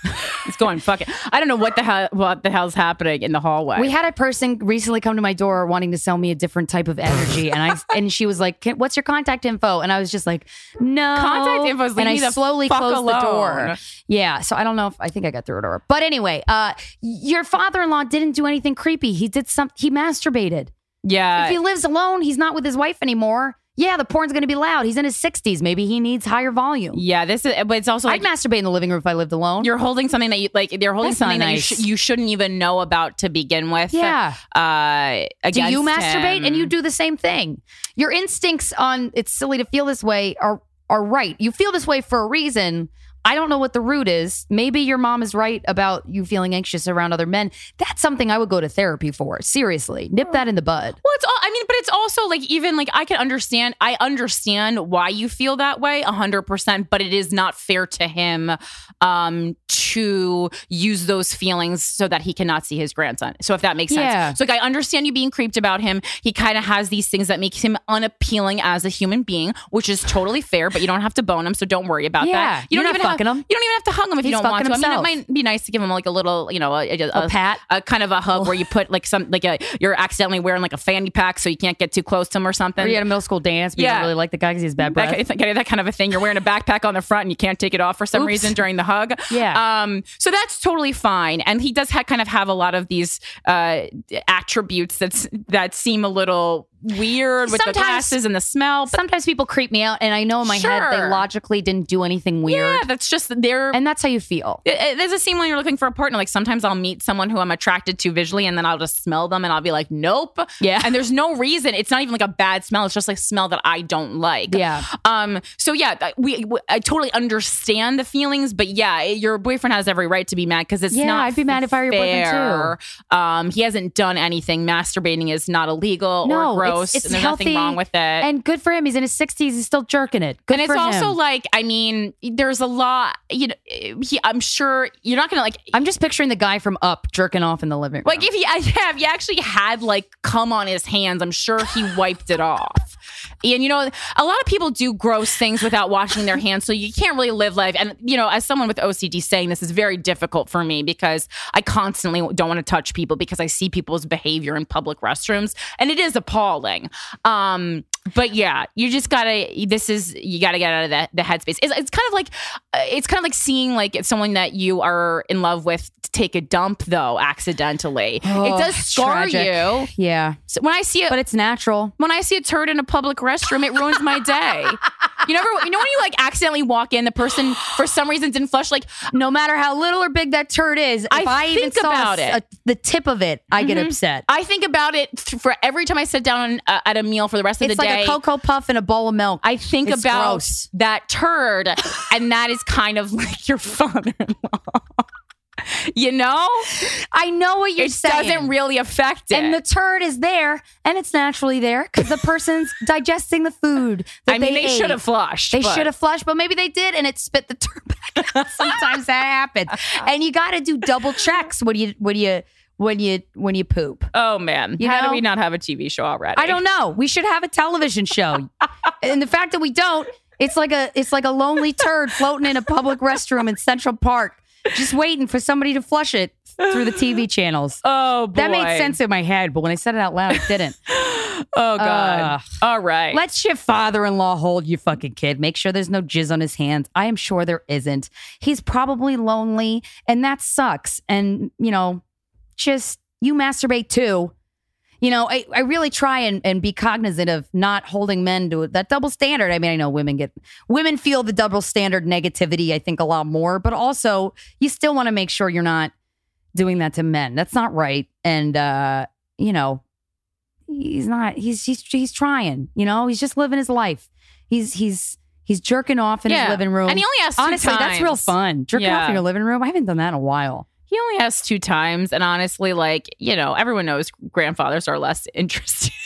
Speaker 1: He's going fuck it. I don't know what the hell what the hell's happening in the hallway.
Speaker 2: We had a person recently come to my door wanting to sell me a different type of energy, and I and she was like, "Can- "What's your contact info?" And I was just like, "No."
Speaker 1: Contact info is
Speaker 2: And I
Speaker 1: leave me the
Speaker 2: slowly
Speaker 1: fuck
Speaker 2: closed the door.
Speaker 1: alone.
Speaker 2: Yeah, so I don't know if I think I got through it or. But anyway, uh, your father-in-law didn't do anything creepy. He did some. He masturbated.
Speaker 1: yeah.
Speaker 2: if he lives alone, he's not with his wife anymore. Yeah, the porn's going to be loud. He's in his sixties. Maybe he needs higher volume.
Speaker 1: yeah, this is but it's also like
Speaker 2: I'd masturbate in the living room if I lived alone.
Speaker 1: you're holding something that you like they're holding
Speaker 2: That's not
Speaker 1: something that you,
Speaker 2: nice.
Speaker 1: sh- you shouldn't even know about to begin with.
Speaker 2: Yeah.
Speaker 1: Uh
Speaker 2: do you
Speaker 1: against
Speaker 2: masturbate
Speaker 1: him.
Speaker 2: and you do the same thing your instincts on it's silly to feel this way are are right you feel this way for a reason i don't know what the root is maybe your mom is right about you feeling anxious around other men that's something i would go to therapy for seriously nip that in the bud
Speaker 1: Well, it's all. I mean, but it's also like even like I can understand. I understand why you feel that way, hundred percent. But it is not fair to him um, to use those feelings so that he cannot see his grandson. So if that makes sense,
Speaker 2: Yeah.
Speaker 1: so like I understand you being creeped about him. He kind of has these things that makes him unappealing as a human being, which is totally fair. But you don't have to bone him, so don't worry about
Speaker 2: Yeah,
Speaker 1: that. You
Speaker 2: you're
Speaker 1: don't
Speaker 2: not
Speaker 1: even have-
Speaker 2: fucking him.
Speaker 1: You don't even have to hug him if
Speaker 2: He's
Speaker 1: you don't want
Speaker 2: fucking
Speaker 1: to. I
Speaker 2: himself.
Speaker 1: mean, it might be nice to give him like a little, you know, a, a,
Speaker 2: A pat?
Speaker 1: a kind of a hug where you put like some like a you're accidentally wearing like a fanny pack so you can't get too close to him or something.
Speaker 2: or you had a middle school dance but you
Speaker 1: Yeah.
Speaker 2: don't really like the guy because he has bad
Speaker 1: that,
Speaker 2: breath
Speaker 1: kind of, that kind of a thing. You're wearing a backpack on the front and you can't take it off for some
Speaker 2: Oops.
Speaker 1: reason during the hug.
Speaker 2: Yeah.
Speaker 1: Um. So that's totally fine. And he does ha- kind of have a lot of these uh attributes that's that seem a little weird with the
Speaker 2: Sometimes-
Speaker 1: glasses and the smell. But
Speaker 2: sometimes people creep me out and i know in my head they
Speaker 1: Sure.
Speaker 2: logically didn't do anything weird
Speaker 1: yeah, that's just they're
Speaker 2: and that's how you feel
Speaker 1: It- it- there's a scene when you're looking for a partner. Like sometimes I'll meet someone who I'm attracted to visually, and then I'll just smell them, and I'll be like, "Nope."
Speaker 2: Yeah.
Speaker 1: And there's no reason. It's not even like a bad smell. It's just like smell that I don't like.
Speaker 2: Yeah.
Speaker 1: Um. So yeah, th- we, we I totally understand the feelings, but yeah, it- your boyfriend has every right to be mad because it's
Speaker 2: Yeah,
Speaker 1: not.
Speaker 2: I'd be mad if I were your boyfriend,
Speaker 1: fair. Um. He hasn't done anything. Masturbating is not illegal
Speaker 2: no
Speaker 1: or gross.
Speaker 2: it's, it's
Speaker 1: and there's
Speaker 2: healthy
Speaker 1: nothing wrong with it.
Speaker 2: and good for him he's in his 60s he's still jerking it good
Speaker 1: and it's
Speaker 2: for
Speaker 1: also
Speaker 2: him.
Speaker 1: like, I mean, there's a lot, you know, he, I'm sure you're not gonna like,
Speaker 2: I'm just picturing the guy from Up jerking off in the living room.
Speaker 1: Like if he, I have, he actually had like cum on his hands. I'm sure he wiped it off. And you know, a lot of people do gross things without washing their hands, so you can't really live life. And you know, as someone with OCD, saying this is very difficult for me because I constantly don't want to touch people because I see people's behavior in public restrooms, and it is appalling. Um, but yeah, you just gotta. This is you gotta get out of the, the headspace. It's, it's kind of like uh, it's kind of like seeing like if someone that you are in love with take a dump though accidentally.
Speaker 2: Oh,
Speaker 1: it does scar you.
Speaker 2: Yeah.
Speaker 1: So when I see a,
Speaker 2: But it's natural.
Speaker 1: when I see a turd in a public restroom, it ruins my day. You never, you know, when you like accidentally walk in, the person for some reason didn't flush. Like
Speaker 2: No matter how little or big that turd is, if I,
Speaker 1: I
Speaker 2: even
Speaker 1: think
Speaker 2: saw
Speaker 1: about
Speaker 2: a-
Speaker 1: it. Mm-hmm.
Speaker 2: a- the tip of it, I get upset.
Speaker 1: I think about it th- for every time I sit down uh, at a meal for the rest of
Speaker 2: it's
Speaker 1: the
Speaker 2: like
Speaker 1: day.
Speaker 2: a cocoa puff and a bowl of milk.
Speaker 1: I think
Speaker 2: It's
Speaker 1: about
Speaker 2: gross.
Speaker 1: that turd, and that is kind of like your father-in-law. you know,
Speaker 2: I know what you're
Speaker 1: it
Speaker 2: saying.
Speaker 1: doesn't really affect it.
Speaker 2: And the turd is there, and it's naturally there because the person's digesting the food. That
Speaker 1: I mean, they,
Speaker 2: ate.
Speaker 1: should have flushed.
Speaker 2: They
Speaker 1: but-
Speaker 2: should have flushed, but maybe they did, and it spit the turd back. out. Sometimes that happens, and you got to do double checks when you when you when you when you poop.
Speaker 1: Oh man,
Speaker 2: You
Speaker 1: how
Speaker 2: know?
Speaker 1: do we not have a TV show already?
Speaker 2: I don't know. We should have a television show. and the fact that we don't, it's like a it's like a lonely turd floating in a public restroom in Central Park, just waiting for somebody to flush it through the TV channels.
Speaker 1: Oh boy,
Speaker 2: that made sense in my head, but when I said it out loud, it didn't.
Speaker 1: Oh god.
Speaker 2: Ugh.
Speaker 1: All right.
Speaker 2: Let your father-in-law hold your fucking kid. Make sure there's no jizz on his hands. I am sure there isn't. He's probably lonely, and that sucks. And you know, just you masturbate too. You know, I, I really try and, and be cognizant of not holding men to that double standard. I mean, I know women get women feel the double standard negativity, I think, a lot more, but also you still want to make sure you're not doing that to men. That's not right. And uh, you know, he's not he's he's he's trying, you know? He's just living his life. He's he's he's jerking off in
Speaker 1: Yeah.
Speaker 2: his living room.
Speaker 1: And he only has two
Speaker 2: Honestly, that's real
Speaker 1: times.
Speaker 2: fun. Jerking off
Speaker 1: Yeah.
Speaker 2: in your living room. I haven't done that in a while.
Speaker 1: He only has two times. And honestly, like, you know, everyone knows grandfathers are less interested. so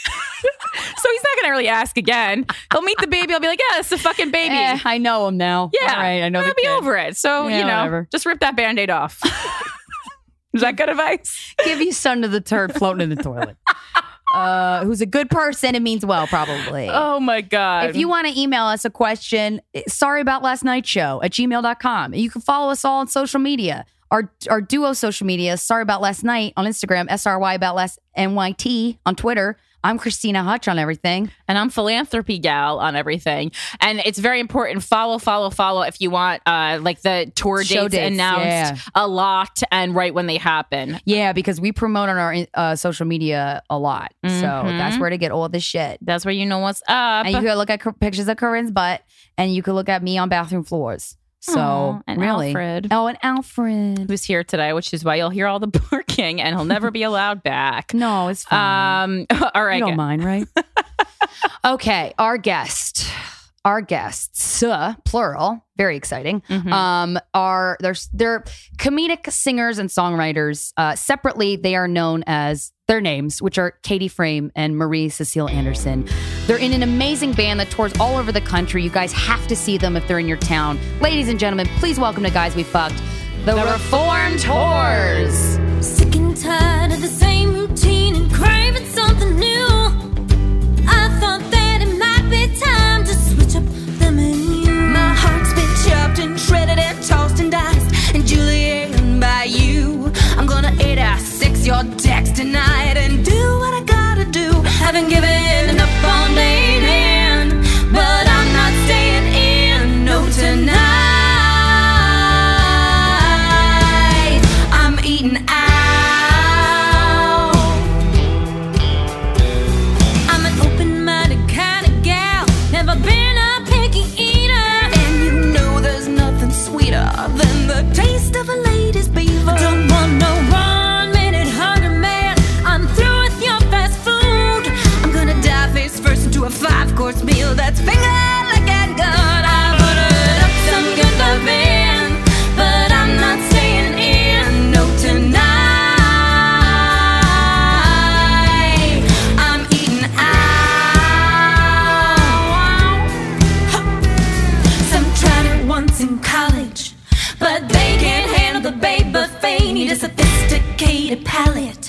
Speaker 1: he's not going to really ask again. He'll meet the baby. I'll be like, yeah, it's a fucking baby.
Speaker 2: Eh, I know him now.
Speaker 1: yeah.
Speaker 2: All right, I know
Speaker 1: I'll
Speaker 2: the
Speaker 1: be
Speaker 2: kid.
Speaker 1: over it. So,
Speaker 2: Yeah,
Speaker 1: you know,
Speaker 2: whatever.
Speaker 1: just rip that band aid off. Is that good advice?
Speaker 2: Give your son to the turd floating in the toilet. Uh, who's a good person and means well, probably.
Speaker 1: Oh my God.
Speaker 2: If you want to email us a question, eh, sorry about last night's show at gmail.com. You can follow us all on social media. Our, our duo social media, sorry about last night on Instagram, SRY about last NYT on Twitter. I'm Christina Hutch on everything.
Speaker 1: and I'm philanthropy gal on everything. And it's very important. Follow, follow, follow if you want uh like the tour
Speaker 2: Show
Speaker 1: dates,
Speaker 2: dates,
Speaker 1: announced
Speaker 2: yeah.
Speaker 1: a lot and right when they happen.
Speaker 2: Yeah, because we promote on our uh, social media a lot. So
Speaker 1: Mhm.
Speaker 2: that's where to get all this shit.
Speaker 1: That's where you know what's up.
Speaker 2: And you can look at cur- pictures of Corinne's butt and you can look at me on bathroom floors. So
Speaker 1: Aw, and
Speaker 2: really.
Speaker 1: Alfred.
Speaker 2: Oh, and Alfred.
Speaker 1: who's here today, which is why you'll hear all the barking and he'll never be allowed back.
Speaker 2: No, it's fine.
Speaker 1: Um all right.
Speaker 2: You don't mind, right? okay, our guest, our guests, uh, plural, very exciting.
Speaker 1: Mhm.
Speaker 2: Um, are they're they're comedic singers and songwriters. Uh, separately, they are known as their names, which are Katie Frame and Marie Cecile Anderson. They're in an amazing band that tours all over the country. You guys have to see them if they're in your town. Ladies and gentlemen, please welcome to Guys We Fucked, the, Reformed Whores.
Speaker 4: Sick and tired of the same routine and craving something new. I thought that it might be time to switch up the menu. My heart's been chopped and shredded and tossed and diced and julienne by you. I'm gonna eat our six your decks tonight and do what I gotta do. Haven't given up on dating, but I'm not staying in. No tonight. I'm eating out. I'm an open-minded kind of gal. Never been a picky eater, and you know there's nothing sweeter than the taste of a lady's beaver. Don't want no one-minute hunger man. I'm through with your fast food. I'm gonna dive face first into a five-course meal that's fingered like Edgar. I buttered up some good loving, but I'm not staying in. No tonight. I'm eating out. Some tried it once in college, but they can't handle the babe buffet. Need a sophisticated palate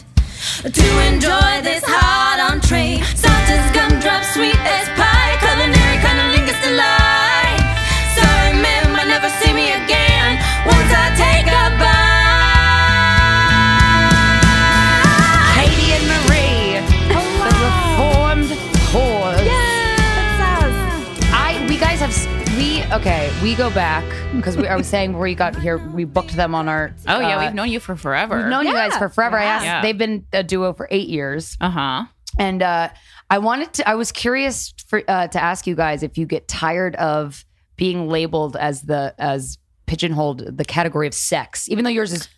Speaker 4: to enjoy this hard entree. Soft as gumdrops, sweet as pie, culinary cunnilingus delight. Sorry, ma'am, I never see me again. Once I take a bite, Katie and Marie,
Speaker 2: The reformed whores. I we guys have s- we okay. We go back because I was saying where you got here. We booked them on our.
Speaker 1: Oh yeah,
Speaker 2: uh,
Speaker 1: we've known you for forever.
Speaker 2: I've known you guys for forever. I asked.
Speaker 1: Yeah.
Speaker 2: They've been a duo for eight years,
Speaker 1: uh-huh.
Speaker 2: and uh, I wanted to. I was curious for, uh, to ask you guys if you get tired of being labeled as the as pigeonholed the category of sex, even though yours is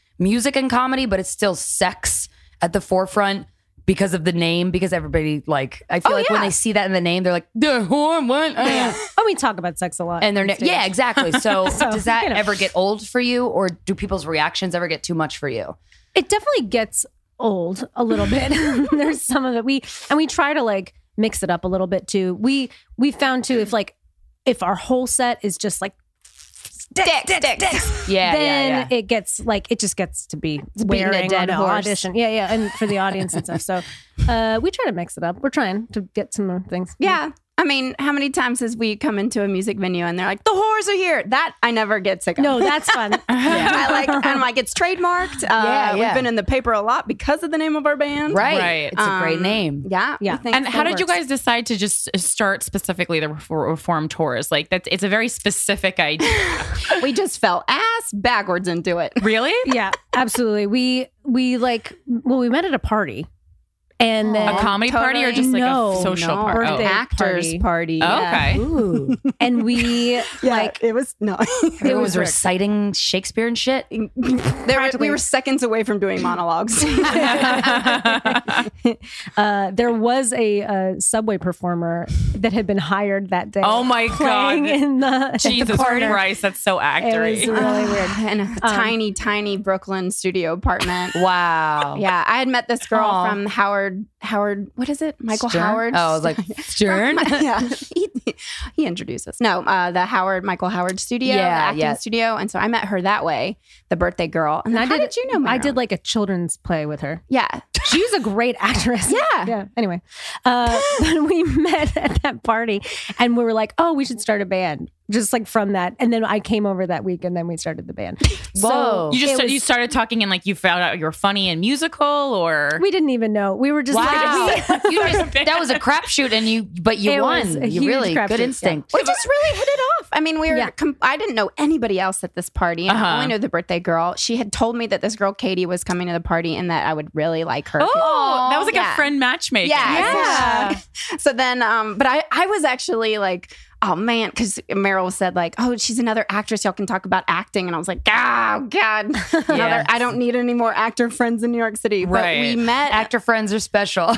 Speaker 2: music and comedy, but it's still sex at the forefront because of the name. Because everybody like, I
Speaker 1: Oh,
Speaker 2: feel like when they see that in the name, they're like, "The horn what?" Uh,
Speaker 5: But we talk about sex a lot.
Speaker 2: and they're ne-
Speaker 5: It's
Speaker 2: yeah, exactly. So,
Speaker 5: So,
Speaker 2: does that
Speaker 5: you know.
Speaker 2: ever get old for you, or do people's reactions ever get too much for you?
Speaker 5: it definitely gets old a little bit. There's some of it we and we try to like mix it up a little bit too. We we found too if like if our whole set is just like
Speaker 2: Yeah,
Speaker 5: then
Speaker 2: yeah, yeah.
Speaker 5: it gets like it just gets to be
Speaker 2: beating a
Speaker 5: wearing
Speaker 2: dead
Speaker 5: on the
Speaker 2: horse.
Speaker 5: audition. Yeah, yeah, and for the audience and stuff. So uh, we try to mix it up. We're trying to get some more things.
Speaker 6: Yeah. I mean, how many times has we come into a music venue and they're like, the whores are here? That I never get sick of.
Speaker 5: No, that's fun.
Speaker 6: I like, I'm like, it's trademarked. Uh,
Speaker 2: Yeah, yeah.
Speaker 6: We've been in the paper a lot because of the name of our band.
Speaker 2: right.
Speaker 1: Right.
Speaker 2: It's a great
Speaker 6: Um,
Speaker 2: name.
Speaker 6: Yeah. we
Speaker 5: Yeah.
Speaker 6: think
Speaker 1: And
Speaker 6: so.
Speaker 1: how did you guys decide to just start specifically the Refor- reform tours? Like that's it's a very specific idea.
Speaker 6: we just fell ass backwards into it.
Speaker 1: really?
Speaker 5: yeah, absolutely. We we like well, we met at a party and then
Speaker 1: A comedy party or
Speaker 4: Totally.
Speaker 1: just like
Speaker 5: No,
Speaker 1: a social
Speaker 4: no.
Speaker 1: party?
Speaker 5: Birthday
Speaker 4: actors
Speaker 5: party.
Speaker 4: party.
Speaker 1: Oh,
Speaker 4: yeah.
Speaker 1: okay.
Speaker 5: Ooh. and we like
Speaker 4: it was no.
Speaker 2: Everyone was
Speaker 5: Rick.
Speaker 2: reciting Shakespeare and shit.
Speaker 4: there were, we were seconds away from doing monologues.
Speaker 5: uh, there was a uh, subway performer that had been hired that day.
Speaker 1: Oh my
Speaker 5: playing
Speaker 1: God.
Speaker 5: in the at the
Speaker 1: Jesus
Speaker 5: corner.
Speaker 1: Christ, that's so
Speaker 5: It was
Speaker 1: actory.
Speaker 5: really weird. Um,
Speaker 4: in Ah, a tiny, tiny Brooklyn studio apartment.
Speaker 2: Wow.
Speaker 4: Yeah, I had met this girl
Speaker 2: Aw.
Speaker 4: from Howard. Howard, what is it? Michael
Speaker 2: Stern?
Speaker 4: Howard.
Speaker 2: Oh, I was like Stern.
Speaker 4: yeah, he, he introduced us. No, uh, the Howard Michael Howard studio,
Speaker 2: Yeah,
Speaker 4: the acting
Speaker 2: yeah.
Speaker 4: studio, and so I met her that way, the birthday girl. And,
Speaker 5: And
Speaker 4: I
Speaker 5: I
Speaker 4: how did,
Speaker 5: did-
Speaker 4: you know?
Speaker 5: I
Speaker 4: Myra?
Speaker 5: did like a children's play with her.
Speaker 4: Yeah,
Speaker 5: She was a great actress.
Speaker 4: Yeah.
Speaker 5: Yeah. Anyway, uh, but we met at that party and we were like, oh, we should start a band. Just like from that. And then I came over that week and then we started the band.
Speaker 2: Whoa.
Speaker 1: You just
Speaker 5: it
Speaker 1: you started talking and like you found out you were funny and musical or
Speaker 5: We didn't even know. We were just
Speaker 2: Wow.
Speaker 5: like, we-
Speaker 2: You just, that was a crapshoot, and you but you
Speaker 5: It was
Speaker 2: won.
Speaker 5: a
Speaker 2: You
Speaker 5: huge
Speaker 2: really
Speaker 5: crapshoot,
Speaker 2: good
Speaker 5: yeah.
Speaker 2: instinct.
Speaker 4: we just really hit it off. I mean, we were.
Speaker 5: Yeah.
Speaker 4: Com- I didn't know anybody else at this party. and
Speaker 1: Uh-huh.
Speaker 4: I only knew the birthday girl. She had told me that this girl Katie was coming to the party and that I would really like her.
Speaker 1: Oh, that was like
Speaker 4: Yeah.
Speaker 1: a friend matchmaking.
Speaker 4: Yeah. So- So then, um, but I, I was actually like, oh man, because Meryl said like, oh, she's another actress. Y'all can talk about acting, and I was like, oh god, another,
Speaker 2: Yes.
Speaker 4: I don't need any more actor friends in New York City. But we
Speaker 1: Right.
Speaker 4: met.
Speaker 2: Actor friends are special.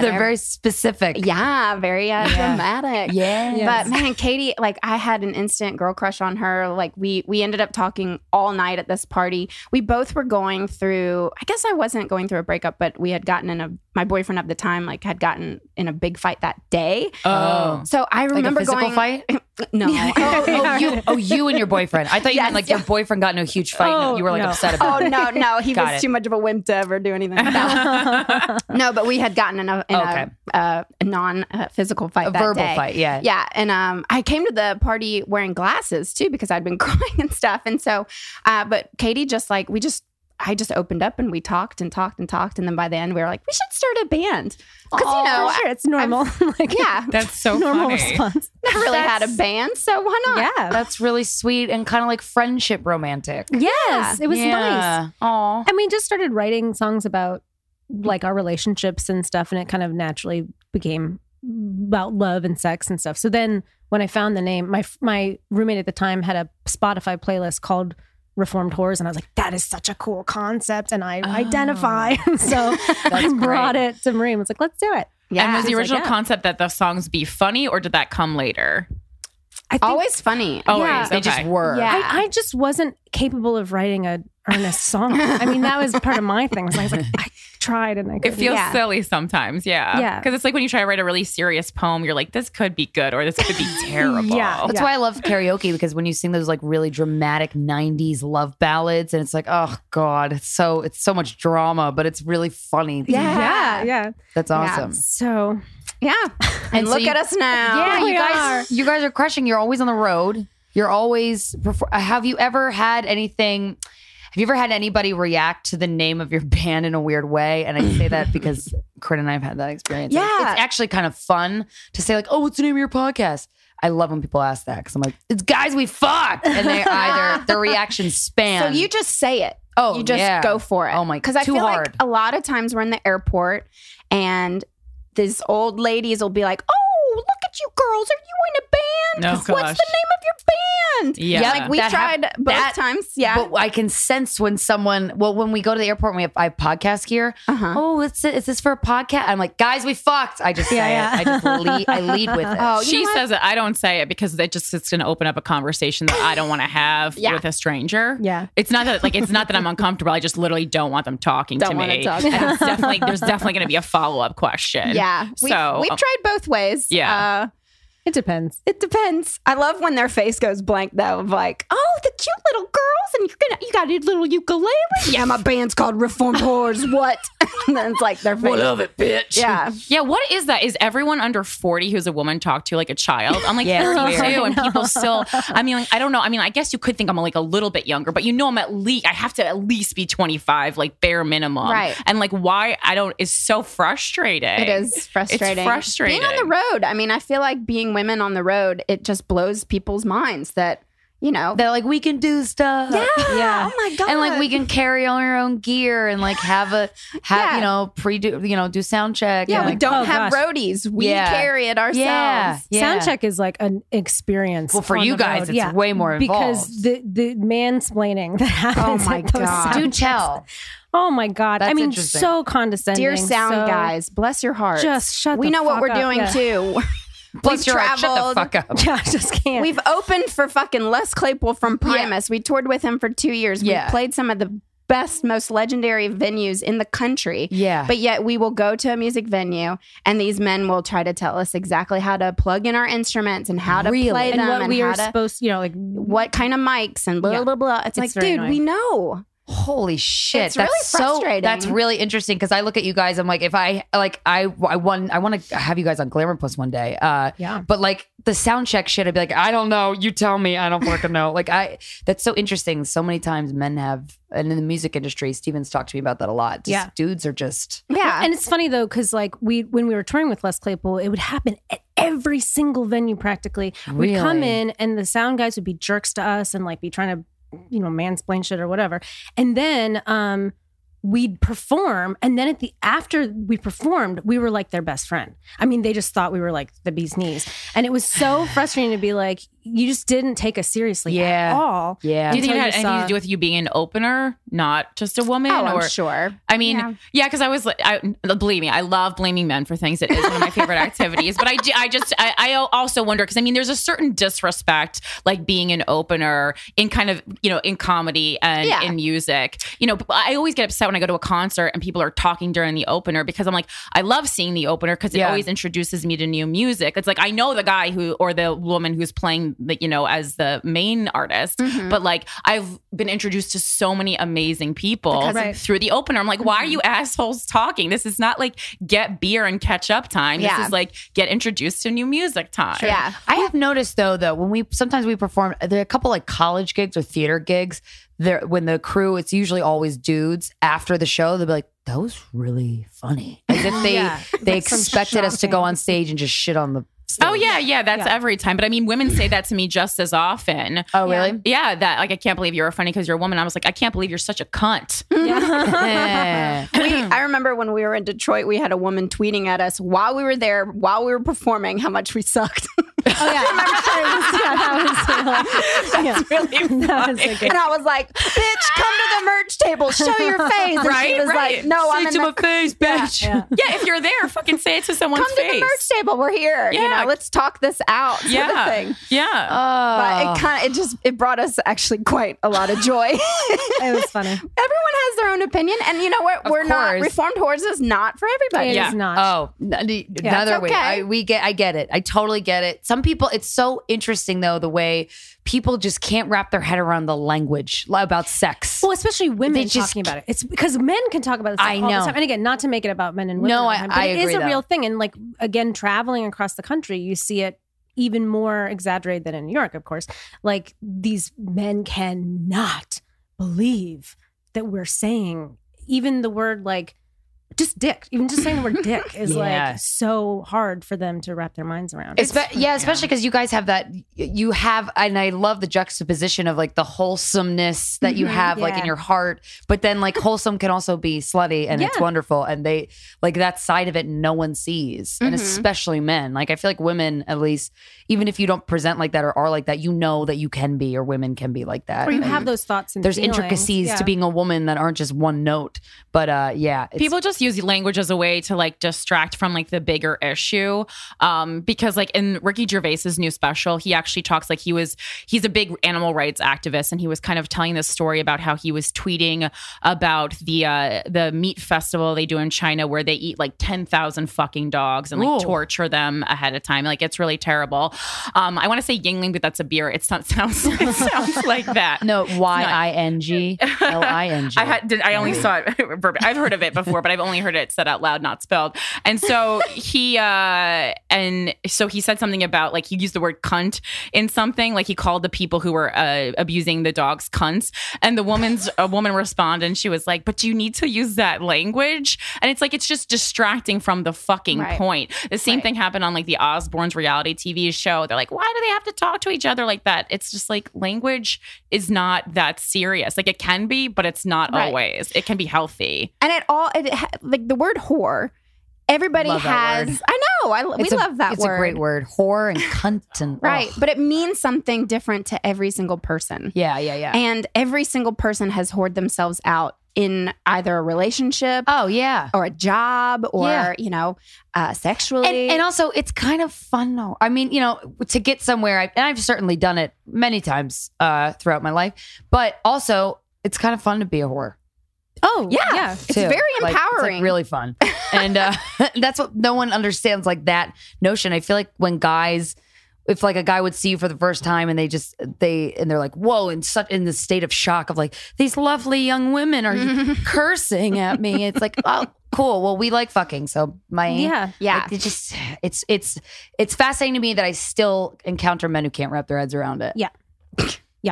Speaker 2: they're very specific.
Speaker 4: yeah, very uh, dramatic.
Speaker 2: Yeah.
Speaker 4: But man, Katie, like I had an instant girl crush on her. Like we we ended up talking all night at this party. We both were going through. I guess I wasn't going through a breakup, but we had gotten in a. My boyfriend at the time like had gotten in a big fight that day.
Speaker 1: Oh.
Speaker 4: So I
Speaker 2: Like a
Speaker 4: remember
Speaker 2: physical
Speaker 4: going.
Speaker 2: fight.
Speaker 4: No.
Speaker 2: Oh, oh, you, oh, you and your boyfriend. I thought you
Speaker 4: Yes,
Speaker 2: meant like your
Speaker 4: yeah.
Speaker 2: boyfriend got in a huge fight.
Speaker 5: Oh,
Speaker 2: and you were like
Speaker 5: no.
Speaker 2: upset
Speaker 4: Oh
Speaker 2: about. it.
Speaker 4: no, no, he
Speaker 2: Got
Speaker 4: was
Speaker 2: it.
Speaker 4: too much of a wimp to ever do anything. Like that. no, but we had gotten in a, in
Speaker 2: Okay.
Speaker 4: a, uh, a non-physical fight,
Speaker 2: A
Speaker 4: that
Speaker 2: verbal
Speaker 4: day.
Speaker 2: fight, yeah.
Speaker 4: yeah. And um, I came to the party wearing glasses too because I'd been crying and stuff. And so, uh, but Katie just like we just. I just opened up and we talked and talked and talked. And then by the end, we were like, we should start a band. Because, you know,
Speaker 5: for sure, it's normal. like,
Speaker 4: yeah,
Speaker 1: That's so
Speaker 5: normal
Speaker 1: funny.
Speaker 5: response.
Speaker 4: I never really had a band. So why not?
Speaker 5: Yeah.
Speaker 2: That's really sweet and kind of like friendship romantic.
Speaker 5: Yes. It was nice.
Speaker 2: Aw.
Speaker 5: And we just started writing songs about like our relationships and stuff, and it kind of naturally became about love and sex and stuff. So then when I found the name, my my roommate at the time had a Spotify playlist called Reformed Whores, and I was like, that is such a cool concept, and I identify. so I brought it to Marie and was like, let's do it.
Speaker 4: Yeah.
Speaker 1: And was
Speaker 5: It's
Speaker 1: the
Speaker 5: like,
Speaker 1: original
Speaker 5: yeah.
Speaker 1: concept that the songs be funny or did that come later?
Speaker 5: I think
Speaker 4: Always funny.
Speaker 1: Always.
Speaker 5: Yeah.
Speaker 1: Okay.
Speaker 2: They just were.
Speaker 4: Yeah.
Speaker 5: I, I just wasn't capable of writing a earnest song. I mean, that was part of my thing. Was I was like, I tried and I
Speaker 1: It
Speaker 5: couldn't.
Speaker 1: feels
Speaker 4: Yeah.
Speaker 1: silly sometimes, yeah.
Speaker 5: Yeah.
Speaker 1: Because it's like when you try to write a really serious poem, you're like, this could be good or this could be terrible.
Speaker 5: Yeah.
Speaker 2: That's why I love karaoke because when you sing those like really dramatic 90s love ballads and it's like, oh God, it's so it's so much drama, but it's really funny.
Speaker 5: yeah,
Speaker 4: Yeah.
Speaker 5: yeah.
Speaker 2: That's awesome.
Speaker 5: So
Speaker 4: Yeah. And,
Speaker 2: so
Speaker 4: look
Speaker 2: you-
Speaker 4: at us now.
Speaker 2: Yeah,
Speaker 5: we
Speaker 2: you guys you guys are crushing. You're always on the road. You're always perfor- have you ever had anything have you ever had anybody react to the name of your band in a weird way? And I say that because Corinne and I have had that experience. Like,
Speaker 4: Yeah.
Speaker 2: it's actually kind of fun to say like, "Oh, what's the name of your podcast?" I love when people ask that because I'm like, "It's guys we fucked," and they either their reaction
Speaker 4: So
Speaker 2: span.
Speaker 4: you just say it.
Speaker 2: Oh,
Speaker 4: you just
Speaker 2: yeah.
Speaker 4: go for it.
Speaker 2: Oh my-
Speaker 4: Because I
Speaker 2: too
Speaker 4: feel
Speaker 2: hard.
Speaker 4: like a lot of times we're in the airport and these old ladies will be like, "Oh, look at you girls! Are you in a band?
Speaker 1: No, gosh.
Speaker 4: What's the name of your band?"
Speaker 1: Yeah. Yeah,
Speaker 4: like we
Speaker 2: that hap-
Speaker 4: tried both
Speaker 2: that-
Speaker 4: times. Yeah,
Speaker 2: But I can sense when someone, well, when we go to the airport and we have, I have podcast gear.
Speaker 4: Uh-huh.
Speaker 2: Oh, it's, is this for a podcast? I'm like, guys, we fucked. I just say it. I just lead, I lead with it.
Speaker 4: Oh, you
Speaker 1: she
Speaker 4: know what?
Speaker 1: says it. I don't say it because it just it's going to open up a conversation that I don't want to have
Speaker 4: Yeah.
Speaker 1: with a stranger.
Speaker 5: Yeah.
Speaker 1: it's not that like it's not that I'm uncomfortable. I just literally don't want them talking
Speaker 4: Don't
Speaker 1: to
Speaker 4: wanna
Speaker 1: me.
Speaker 4: talk.
Speaker 1: And it's definitely there's definitely going to be a follow up question.
Speaker 4: yeah. We've,
Speaker 5: Oh,
Speaker 1: so
Speaker 4: we've
Speaker 1: um,
Speaker 4: tried both ways.
Speaker 1: Yeah.
Speaker 4: Uh,
Speaker 5: it depends.
Speaker 4: it depends. I love when their face goes blank though, of like, "Oh, the cute little girls, and you're gonna you got a little ukulele." yeah, my band's called Reformed Whores. What? and then it's like their face. love it, bitch. Yeah.
Speaker 1: yeah. What is that? Is everyone under forty who's a woman talked to like a child? I'm like
Speaker 2: Yeah, it's
Speaker 1: 32, and people still. I mean, like I don't know. I mean, I guess you could think I'm like a little bit younger, but you know, I'm at least I have to at least be 25, like bare minimum.
Speaker 4: Right.
Speaker 1: And like why I don't is so frustrating.
Speaker 4: It is frustrating.
Speaker 1: It's frustrating.
Speaker 4: Being on the road. I mean, I feel like being women on the road, it just blows people's minds that you know.
Speaker 2: They're like, we can do stuff.
Speaker 4: Oh my god.
Speaker 2: And like we can carry on our own gear and like have a have
Speaker 4: Yeah.
Speaker 2: you know pre do you know do sound check.
Speaker 4: Yeah,
Speaker 2: and,
Speaker 4: we
Speaker 2: like,
Speaker 4: don't
Speaker 5: Oh,
Speaker 4: have
Speaker 5: gosh.
Speaker 4: roadies. We
Speaker 2: Yeah.
Speaker 4: carry it ourselves.
Speaker 2: yeah, yeah.
Speaker 5: Sound check is like an experience.
Speaker 2: Well, for
Speaker 5: on
Speaker 2: you
Speaker 5: the
Speaker 2: guys,
Speaker 5: road.
Speaker 2: it's
Speaker 5: yeah,
Speaker 2: way more
Speaker 5: because the the mansplaining that happens.
Speaker 4: my
Speaker 5: at those
Speaker 4: God.
Speaker 5: sound
Speaker 2: Oh Do
Speaker 5: checks-
Speaker 2: tell.
Speaker 5: Oh my god! I
Speaker 2: That's
Speaker 5: mean,
Speaker 2: interesting.
Speaker 5: so condescending.
Speaker 4: Dear sound
Speaker 5: so-
Speaker 4: guys, bless your hearts.
Speaker 5: Just shut
Speaker 4: We
Speaker 5: the
Speaker 4: know what
Speaker 5: fuck
Speaker 4: we're
Speaker 5: up.
Speaker 4: doing
Speaker 5: Yeah.
Speaker 4: too.
Speaker 2: Plus,
Speaker 4: We've
Speaker 2: you're like, shut the
Speaker 4: traveled.
Speaker 2: fuck up.
Speaker 5: Yeah, I just can't.
Speaker 4: We've opened for fucking Les Claypool from Primus. We toured with him for two years.
Speaker 2: Yeah.
Speaker 4: We played some of the best, most legendary venues in the country.
Speaker 2: Yeah.
Speaker 4: But yet we will go to a music venue and these men will try to tell us exactly how to plug in our instruments and how to
Speaker 2: Really?
Speaker 4: play
Speaker 5: and
Speaker 4: them
Speaker 5: what
Speaker 4: and
Speaker 5: we
Speaker 4: how
Speaker 5: are
Speaker 4: to,
Speaker 5: supposed, you know, like
Speaker 4: what kind of mics and blah
Speaker 5: Yeah.
Speaker 4: blah blah. It's,
Speaker 5: It's
Speaker 4: like,
Speaker 5: very
Speaker 4: dude, we
Speaker 5: annoying.
Speaker 4: know.
Speaker 2: Holy shit!
Speaker 4: It's
Speaker 2: that's
Speaker 4: really
Speaker 2: so.
Speaker 4: frustrating.
Speaker 2: That's really interesting because I look at you guys. I'm like, if I like, I I want I want to have you guys on Glamour Plus one day. Uh,
Speaker 5: Yeah.
Speaker 2: But like the sound check shit, I'd be like, I don't know. You tell me. I don't fucking know. Like I. That's so interesting. So many times men have, and in the music industry, Stevens talked to me about that a lot. Just
Speaker 5: Yeah.
Speaker 2: Dudes are just.
Speaker 4: Yeah.
Speaker 5: And it's funny though, because like we when we were touring with Les Claypool, it would happen at every single venue practically. We'd come
Speaker 2: Really?
Speaker 5: in and the sound guys would be jerks to us and like be trying to, you know, mansplain shit or whatever. And then um we'd perform and then at the after we performed we were like their best friend i mean they just thought we were like the bee's knees and it was so frustrating to be like you just didn't take us seriously
Speaker 2: Yeah.
Speaker 5: at all
Speaker 2: Yeah.
Speaker 1: Do you think it had
Speaker 5: Until you
Speaker 1: anything
Speaker 5: saw-
Speaker 1: to do with you being an opener, not just a woman?
Speaker 4: oh,
Speaker 1: or
Speaker 4: I'm sure.
Speaker 1: I mean,
Speaker 4: Yeah.
Speaker 1: yeah, because I was like, I, believe me, I love blaming men for things. It is one of my favorite activities. But I, do- I just, I, I also wonder because I mean, there's a certain disrespect like being an opener in kind of, you know, in comedy and
Speaker 4: Yeah.
Speaker 1: in music. You know, I always get upset when I go to a concert and people are talking during the opener because I'm like, I love seeing the opener because it
Speaker 2: Yeah.
Speaker 1: always introduces me to new music. It's like I know the guy who or the woman who's playing, the, you know, as the main artist,
Speaker 4: Mm-hmm.
Speaker 1: but like I've been introduced to so many amazing people
Speaker 4: Because
Speaker 5: Right.
Speaker 1: through the opener. I'm like, why are you assholes talking? This is not like get beer and catch up time.
Speaker 4: Yeah.
Speaker 1: This is like get introduced to new music time. Oh,
Speaker 4: Yeah.
Speaker 2: I have noticed though that when we sometimes we perform there are a couple like college gigs or theater gigs there when the crew it's usually always dudes after the show they'll be like that was really funny as if they
Speaker 5: Yeah.
Speaker 2: they
Speaker 5: Like some
Speaker 2: expected us to go
Speaker 5: shocking-
Speaker 2: on stage and just shit on the stage.
Speaker 1: Oh yeah, yeah, that's
Speaker 5: Yeah.
Speaker 1: every time. But I mean, women say that to me just as often.
Speaker 2: oh really
Speaker 1: Yeah, that like I can't believe you're funny because you're a woman. I was like, I can't believe you're such a cunt.
Speaker 5: Oh,
Speaker 2: Eh.
Speaker 4: We,
Speaker 1: Hmm.
Speaker 4: I remember when we were in Detroit, we had a woman tweeting at us while we were there, while we were performing, how much we sucked.
Speaker 5: oh yeah, yeah that was, yeah,
Speaker 1: Really
Speaker 5: That was
Speaker 1: funny.
Speaker 5: like a-
Speaker 4: and I was like, "Bitch, come to the merch table, show your face." And
Speaker 1: Right,
Speaker 4: she was
Speaker 1: right.
Speaker 4: like, "No, I'm in the,
Speaker 2: face bitch
Speaker 5: yeah.
Speaker 1: yeah, if you're there, fucking say it to someone's
Speaker 4: come to
Speaker 1: face.
Speaker 4: the merch table. We're here. You
Speaker 1: Yeah.
Speaker 4: know, let's talk this out." Sort
Speaker 1: yeah,
Speaker 4: of thing.
Speaker 1: yeah.
Speaker 4: But it kind of it just it brought us actually quite a lot of joy.
Speaker 5: it was funny
Speaker 4: Everyone has their own opinion, and you know what?
Speaker 2: Of
Speaker 4: we're not
Speaker 2: course.
Speaker 4: reformed whores is not for everybody.
Speaker 5: It is
Speaker 1: Yeah.
Speaker 5: not
Speaker 2: Oh, n- n- another
Speaker 4: it's
Speaker 2: way.
Speaker 4: okay.
Speaker 2: I, we get. I get it. I totally get it. Some people. It's so interesting though the way people just can't wrap their head around the language li- about sex.
Speaker 5: Well, especially women
Speaker 2: They just
Speaker 5: talking about it. It's because men can talk about this
Speaker 2: I
Speaker 5: I all
Speaker 2: know.
Speaker 5: the time. And again, not to make it about men and women.
Speaker 2: No,
Speaker 5: all the
Speaker 2: I-
Speaker 5: time, but
Speaker 2: I
Speaker 5: it is
Speaker 2: agree,
Speaker 5: a
Speaker 2: though.
Speaker 5: real thing. And like again, traveling across the country, you see it even more exaggerated than in New York, of course. Like these men cannot believe that we're saying even the word like just dick. Even just saying the word dick is
Speaker 2: Yeah.
Speaker 5: like so hard for them to wrap their minds around.
Speaker 2: Espe- yeah, especially because you guys have that. You have, and I love the juxtaposition of like the wholesomeness that you have, like in
Speaker 5: Mm-hmm. yeah.
Speaker 2: your heart, but then like wholesome can also be slutty, and it's
Speaker 5: Yeah.
Speaker 2: wonderful. And they like that side of it no one sees,
Speaker 5: Mm-hmm.
Speaker 2: and
Speaker 4: Mhm.
Speaker 2: especially men. Like I feel like women, at least, even if you don't present like that or are like that, you know that you can be or women can be like that.
Speaker 5: or you
Speaker 2: And
Speaker 5: have those thoughts and
Speaker 2: Mm. there's
Speaker 5: feelings.
Speaker 2: intricacies
Speaker 5: Yeah.
Speaker 2: to being a woman that aren't just one note. But uh, yeah, it's-
Speaker 1: people just use language as a way to like distract from like the bigger issue um because like in ricky gervais's new special he actually talks like he was he's a big animal rights activist and he was kind of telling this story about how he was tweeting about the uh the meat festival they do in china where they eat like 10,000 fucking dogs and like
Speaker 2: Ooh.
Speaker 1: torture them ahead of time like it's really terrible um i want to say yingling but that's a beer it sounds sounds it sounds like that
Speaker 2: no y i n g l i n g.
Speaker 1: I had. Did, I only saw it. verbatim. I've heard of it before, but I've only heard it said out loud, not spelled. And so he uh and so he said something about like he used the word cunt in something, like he called the people who were uh, abusing the dogs cunts. And the woman's a woman responded and she was like, "But you need to use that language." And it's like it's just distracting from the fucking
Speaker 4: Right.
Speaker 1: point. The same
Speaker 4: Right.
Speaker 1: thing happened on like the Osbournes reality TV show. They're like, "Why do they have to talk to each other like that?" It's just like language is not that serious. Like it can be, but it's not
Speaker 4: Right.
Speaker 1: always. It can be healthy.
Speaker 4: and it all it ha- like the word whore. Everybody
Speaker 2: Love that
Speaker 4: has. I know. I
Speaker 2: It's
Speaker 4: we
Speaker 2: a-
Speaker 4: love that
Speaker 2: it's
Speaker 4: word.
Speaker 2: a great word. Whore and cunt and
Speaker 4: Right,
Speaker 2: ugh.
Speaker 4: but it means something different to every single person.
Speaker 2: yeah, yeah, yeah.
Speaker 4: And every single person has hoard themselves out in either a relationship
Speaker 2: oh yeah.
Speaker 4: or a job or,
Speaker 2: Yeah.
Speaker 4: you know, uh,
Speaker 2: And,
Speaker 4: sexually.
Speaker 2: and also, it's kind of fun though. I mean, you know, to get somewhere, I, and I've certainly done it many times uh, throughout my life. But also, it's kind of fun to be a whore.
Speaker 5: Oh,
Speaker 4: yeah,
Speaker 5: yeah.
Speaker 4: it's
Speaker 2: too.
Speaker 4: very
Speaker 2: Like, it's, like,
Speaker 4: empowering.
Speaker 2: really fun. And uh, that's what no one understands, like that notion. I feel like when guys, if like a guy would see you for the first time and they just they and they're like, whoa, in such in the state of shock of like these lovely young women are cursing at me. It's like, oh, cool. Well, we like fucking, so my
Speaker 5: Yeah.
Speaker 4: yeah.
Speaker 2: Like, it just it's it's it's fascinating to me that I still encounter men who can't wrap their heads around it.
Speaker 5: Yeah.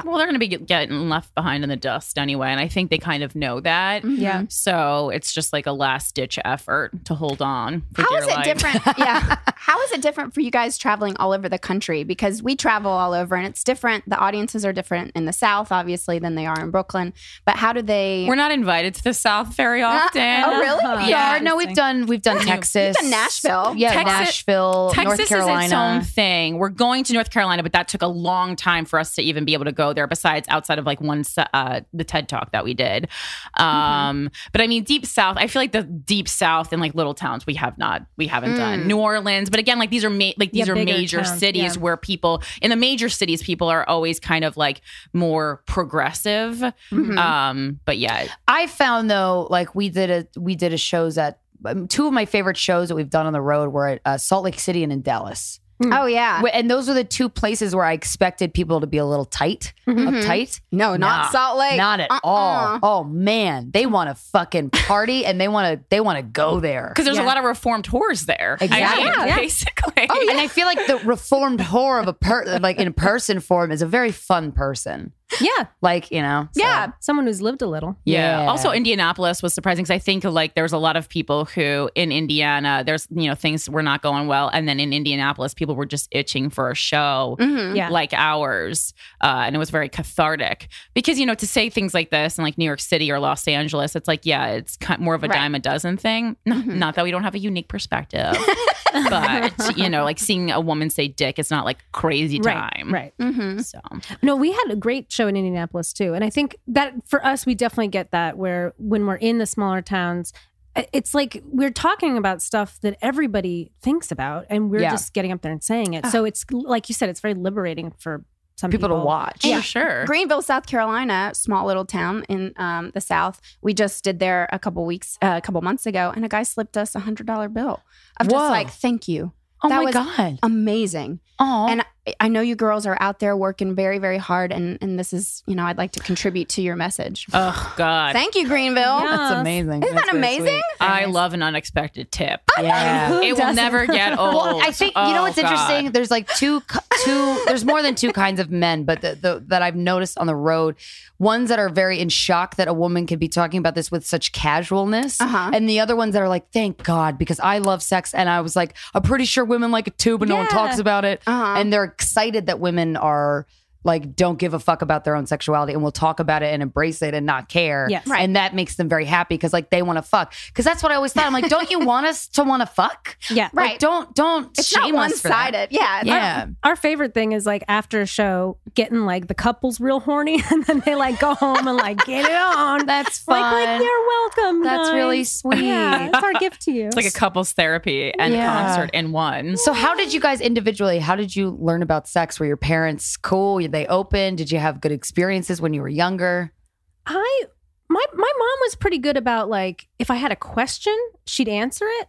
Speaker 1: Well, they're going to be get- getting left behind in the dust anyway, and I think they kind of know that.
Speaker 4: Mhm.
Speaker 5: Yeah.
Speaker 1: So it's just like a last ditch effort to hold on. For
Speaker 4: How
Speaker 1: dear
Speaker 4: is it
Speaker 1: life.
Speaker 4: different? Yeah. How is it different for you guys traveling all over the country? Because we travel all over and it's different. The audiences are different in the South, obviously, than they are in Brooklyn. But how do they?
Speaker 1: We're not invited to the South very often.
Speaker 4: Oh, really?
Speaker 5: Uh-huh.
Speaker 2: We
Speaker 1: Yeah.
Speaker 2: are. No, we've done we've done Texas,
Speaker 4: done Nashville.
Speaker 2: yeah,
Speaker 1: Texas-
Speaker 2: Nashville, North
Speaker 1: Texas
Speaker 2: Carolina.
Speaker 1: is its own thing. We're going to North Carolina, but that took a long time for us to even be able to go there. Besides, outside of like one se- uh, the TED Talk that we did,
Speaker 5: Mm-hmm.
Speaker 1: um, but I mean, deep South. I feel like the deep South and like little towns we have not we haven't done New Orleans, but again, like these are ma- like these
Speaker 5: Mm. Yeah,
Speaker 1: are
Speaker 5: bigger
Speaker 1: major
Speaker 5: towns,
Speaker 1: cities
Speaker 5: yeah.
Speaker 1: where people in the major cities people are always kind of like more progressive.
Speaker 5: Mm-hmm.
Speaker 4: Mhm.
Speaker 1: Um, but yeah,
Speaker 2: I found though, like we did a we did a shows at um, two of my favorite shows that we've done on the road were at uh, Salt Lake City and in Dallas,
Speaker 4: oh, yeah.
Speaker 2: Wh- and those were the two places where I expected people to be a little tight,
Speaker 4: Mhm.
Speaker 2: uptight.
Speaker 4: No, not
Speaker 2: Nah,
Speaker 4: Salt Lake.
Speaker 2: Not at
Speaker 4: Uh-uh.
Speaker 2: all. Oh man, they want to fucking party and they want to they want to go there.
Speaker 1: because there's
Speaker 5: Yeah.
Speaker 1: a lot of reformed whores there. I mean,
Speaker 2: Exactly.
Speaker 5: Yeah. Oh,
Speaker 1: basically.
Speaker 4: oh,
Speaker 2: And I feel like the reformed whore of a per like in person form is a very fun person.
Speaker 5: Yeah.
Speaker 2: Like you know, so-
Speaker 4: Yeah.
Speaker 5: Someone who's lived a little.
Speaker 1: Yeah.
Speaker 2: Yeah.
Speaker 1: Also, Indianapolis was surprising because I think like there's a lot of people who in Indiana, there's you know things were not going well, and then in Indianapolis, people were just itching for a show
Speaker 4: Mhm.
Speaker 5: Mm-hmm. Yeah.
Speaker 1: like ours, uh, and it was very cathartic because you know to say things like this in like New York City or Los Angeles, it's like yeah, it's kind more of a
Speaker 4: Right.
Speaker 1: dime a dozen thing. N-
Speaker 5: Mm-hmm.
Speaker 4: Mhm.
Speaker 1: Not that we don't have a unique perspective, but you know, like seeing a woman say "dick" is not like crazy
Speaker 5: Right,
Speaker 1: time,
Speaker 5: right. Mm-hmm.
Speaker 4: Mhm.
Speaker 1: So
Speaker 5: No, we had a great show in Indianapolis too. And I think that for us, we definitely get that where when we're in the smaller towns, i- it's like we're talking about stuff that everybody thinks about and we're
Speaker 2: Yeah.
Speaker 5: just getting up there and saying
Speaker 4: Ah.
Speaker 5: it. So it's like you said, it's very liberating for some people,
Speaker 2: people to watch.
Speaker 1: for sure.
Speaker 4: Greenville, South Carolina, small little town in um, the South. We just did there a couple weeks, uh, a couple months ago, and a guy slipped us a hundred dollar bill. I'm
Speaker 2: Whoa.
Speaker 4: just like, thank you,
Speaker 2: Oh
Speaker 4: That
Speaker 2: my
Speaker 4: was-
Speaker 2: god.
Speaker 4: amazing.
Speaker 2: Oh.
Speaker 4: And I- I know you girls are out there working very, very hard, and and this is, you know, I'd like to contribute to your message.
Speaker 1: Oh God,
Speaker 4: thank you, Greenville.
Speaker 5: Yes.
Speaker 2: Oh, That's amazing.
Speaker 4: Isn't
Speaker 2: That's
Speaker 4: that
Speaker 2: very
Speaker 4: amazing?
Speaker 2: sweet.
Speaker 1: I love an unexpected tip.
Speaker 2: Yeah.
Speaker 1: it will
Speaker 5: doesn't?
Speaker 1: never get old.
Speaker 2: Well, I think you know
Speaker 1: Oh,
Speaker 2: what's
Speaker 1: God.
Speaker 2: interesting. There's like two, two. There's more than two kinds of men, but the, the, that I've noticed on the road, ones that are very in shock that a woman could be talking about this with such casualness,
Speaker 4: Uh-huh.
Speaker 2: and the other ones that are like, "Thank God," because I love sex, and I was like, "I'm pretty sure women like it too, but no one
Speaker 5: Yeah.
Speaker 2: talks about it,"
Speaker 4: Uh-huh.
Speaker 2: and they're excited that women are. Like, don't give a fuck about their own sexuality and will talk about it and embrace it and not care.
Speaker 5: Yes.
Speaker 2: And that makes them very happy because, like, they want to fuck. Because that's what I always thought. I'm like, don't you want us to want to fuck?
Speaker 5: Yeah.
Speaker 4: Right.
Speaker 2: Like, don't don't
Speaker 4: It's
Speaker 2: shame
Speaker 4: not one
Speaker 2: us for that.
Speaker 4: sided. Yeah. it's-
Speaker 2: Yeah.
Speaker 5: Our favorite thing is like after a show, getting like the couple's real horny and then they like go home and like get it on.
Speaker 2: That's
Speaker 5: like, like
Speaker 2: fun.
Speaker 5: you're welcome.
Speaker 2: That's
Speaker 5: guys."
Speaker 2: really sweet.
Speaker 5: Yeah, it's our gift to you.
Speaker 1: It's like a couples therapy and
Speaker 2: Yeah.
Speaker 1: concert in one.
Speaker 2: So how did you guys individually, how did you learn about sex? Were your parents cool? Were they open? Did you have good experiences when you were younger?
Speaker 5: I my my mom was pretty good about like if I had a question, she'd answer it.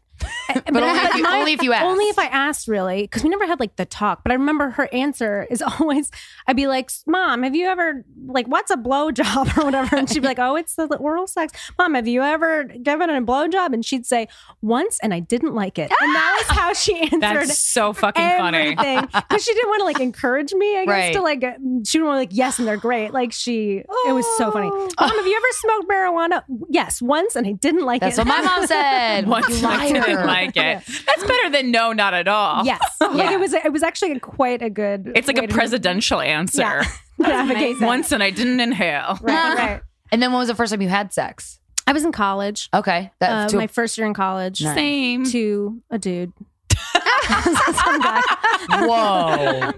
Speaker 5: but,
Speaker 2: only if you- only if you asked.
Speaker 5: Only if I asked, really, because we never had like the talk. But I remember her answer is always, I'd be like, "Mom, have you ever like what's a blowjob or whatever?" And she'd be like, "Oh, it's the oral sex." Mom, have you ever given a blowjob? And she'd say, "Once, and I didn't like it." And that was how she answered.
Speaker 1: That's so fucking funny.
Speaker 5: Everything, because she didn't want to like encourage me. I guess
Speaker 2: Right.
Speaker 5: to like she didn't want to like yes, and they're great. Like she, it was so funny. Mom, have you ever smoked marijuana? Yes, once, and I didn't like
Speaker 2: That's
Speaker 5: it.
Speaker 2: what my mom said.
Speaker 1: Once I didn't like it. That's better than no, not at all.
Speaker 5: Yes, like it was. It was actually quite a good.
Speaker 1: It's like
Speaker 5: way
Speaker 1: a
Speaker 5: to
Speaker 1: presidential answer.
Speaker 5: navigate that.
Speaker 1: Once and I didn't inhale.
Speaker 5: Right, right.
Speaker 2: And then when was the first time you had sex?
Speaker 5: I was in college.
Speaker 2: Okay,
Speaker 5: Uh,
Speaker 2: that's Oh, too
Speaker 5: my first year in college
Speaker 1: Same.
Speaker 5: to a dude.
Speaker 2: Whoa,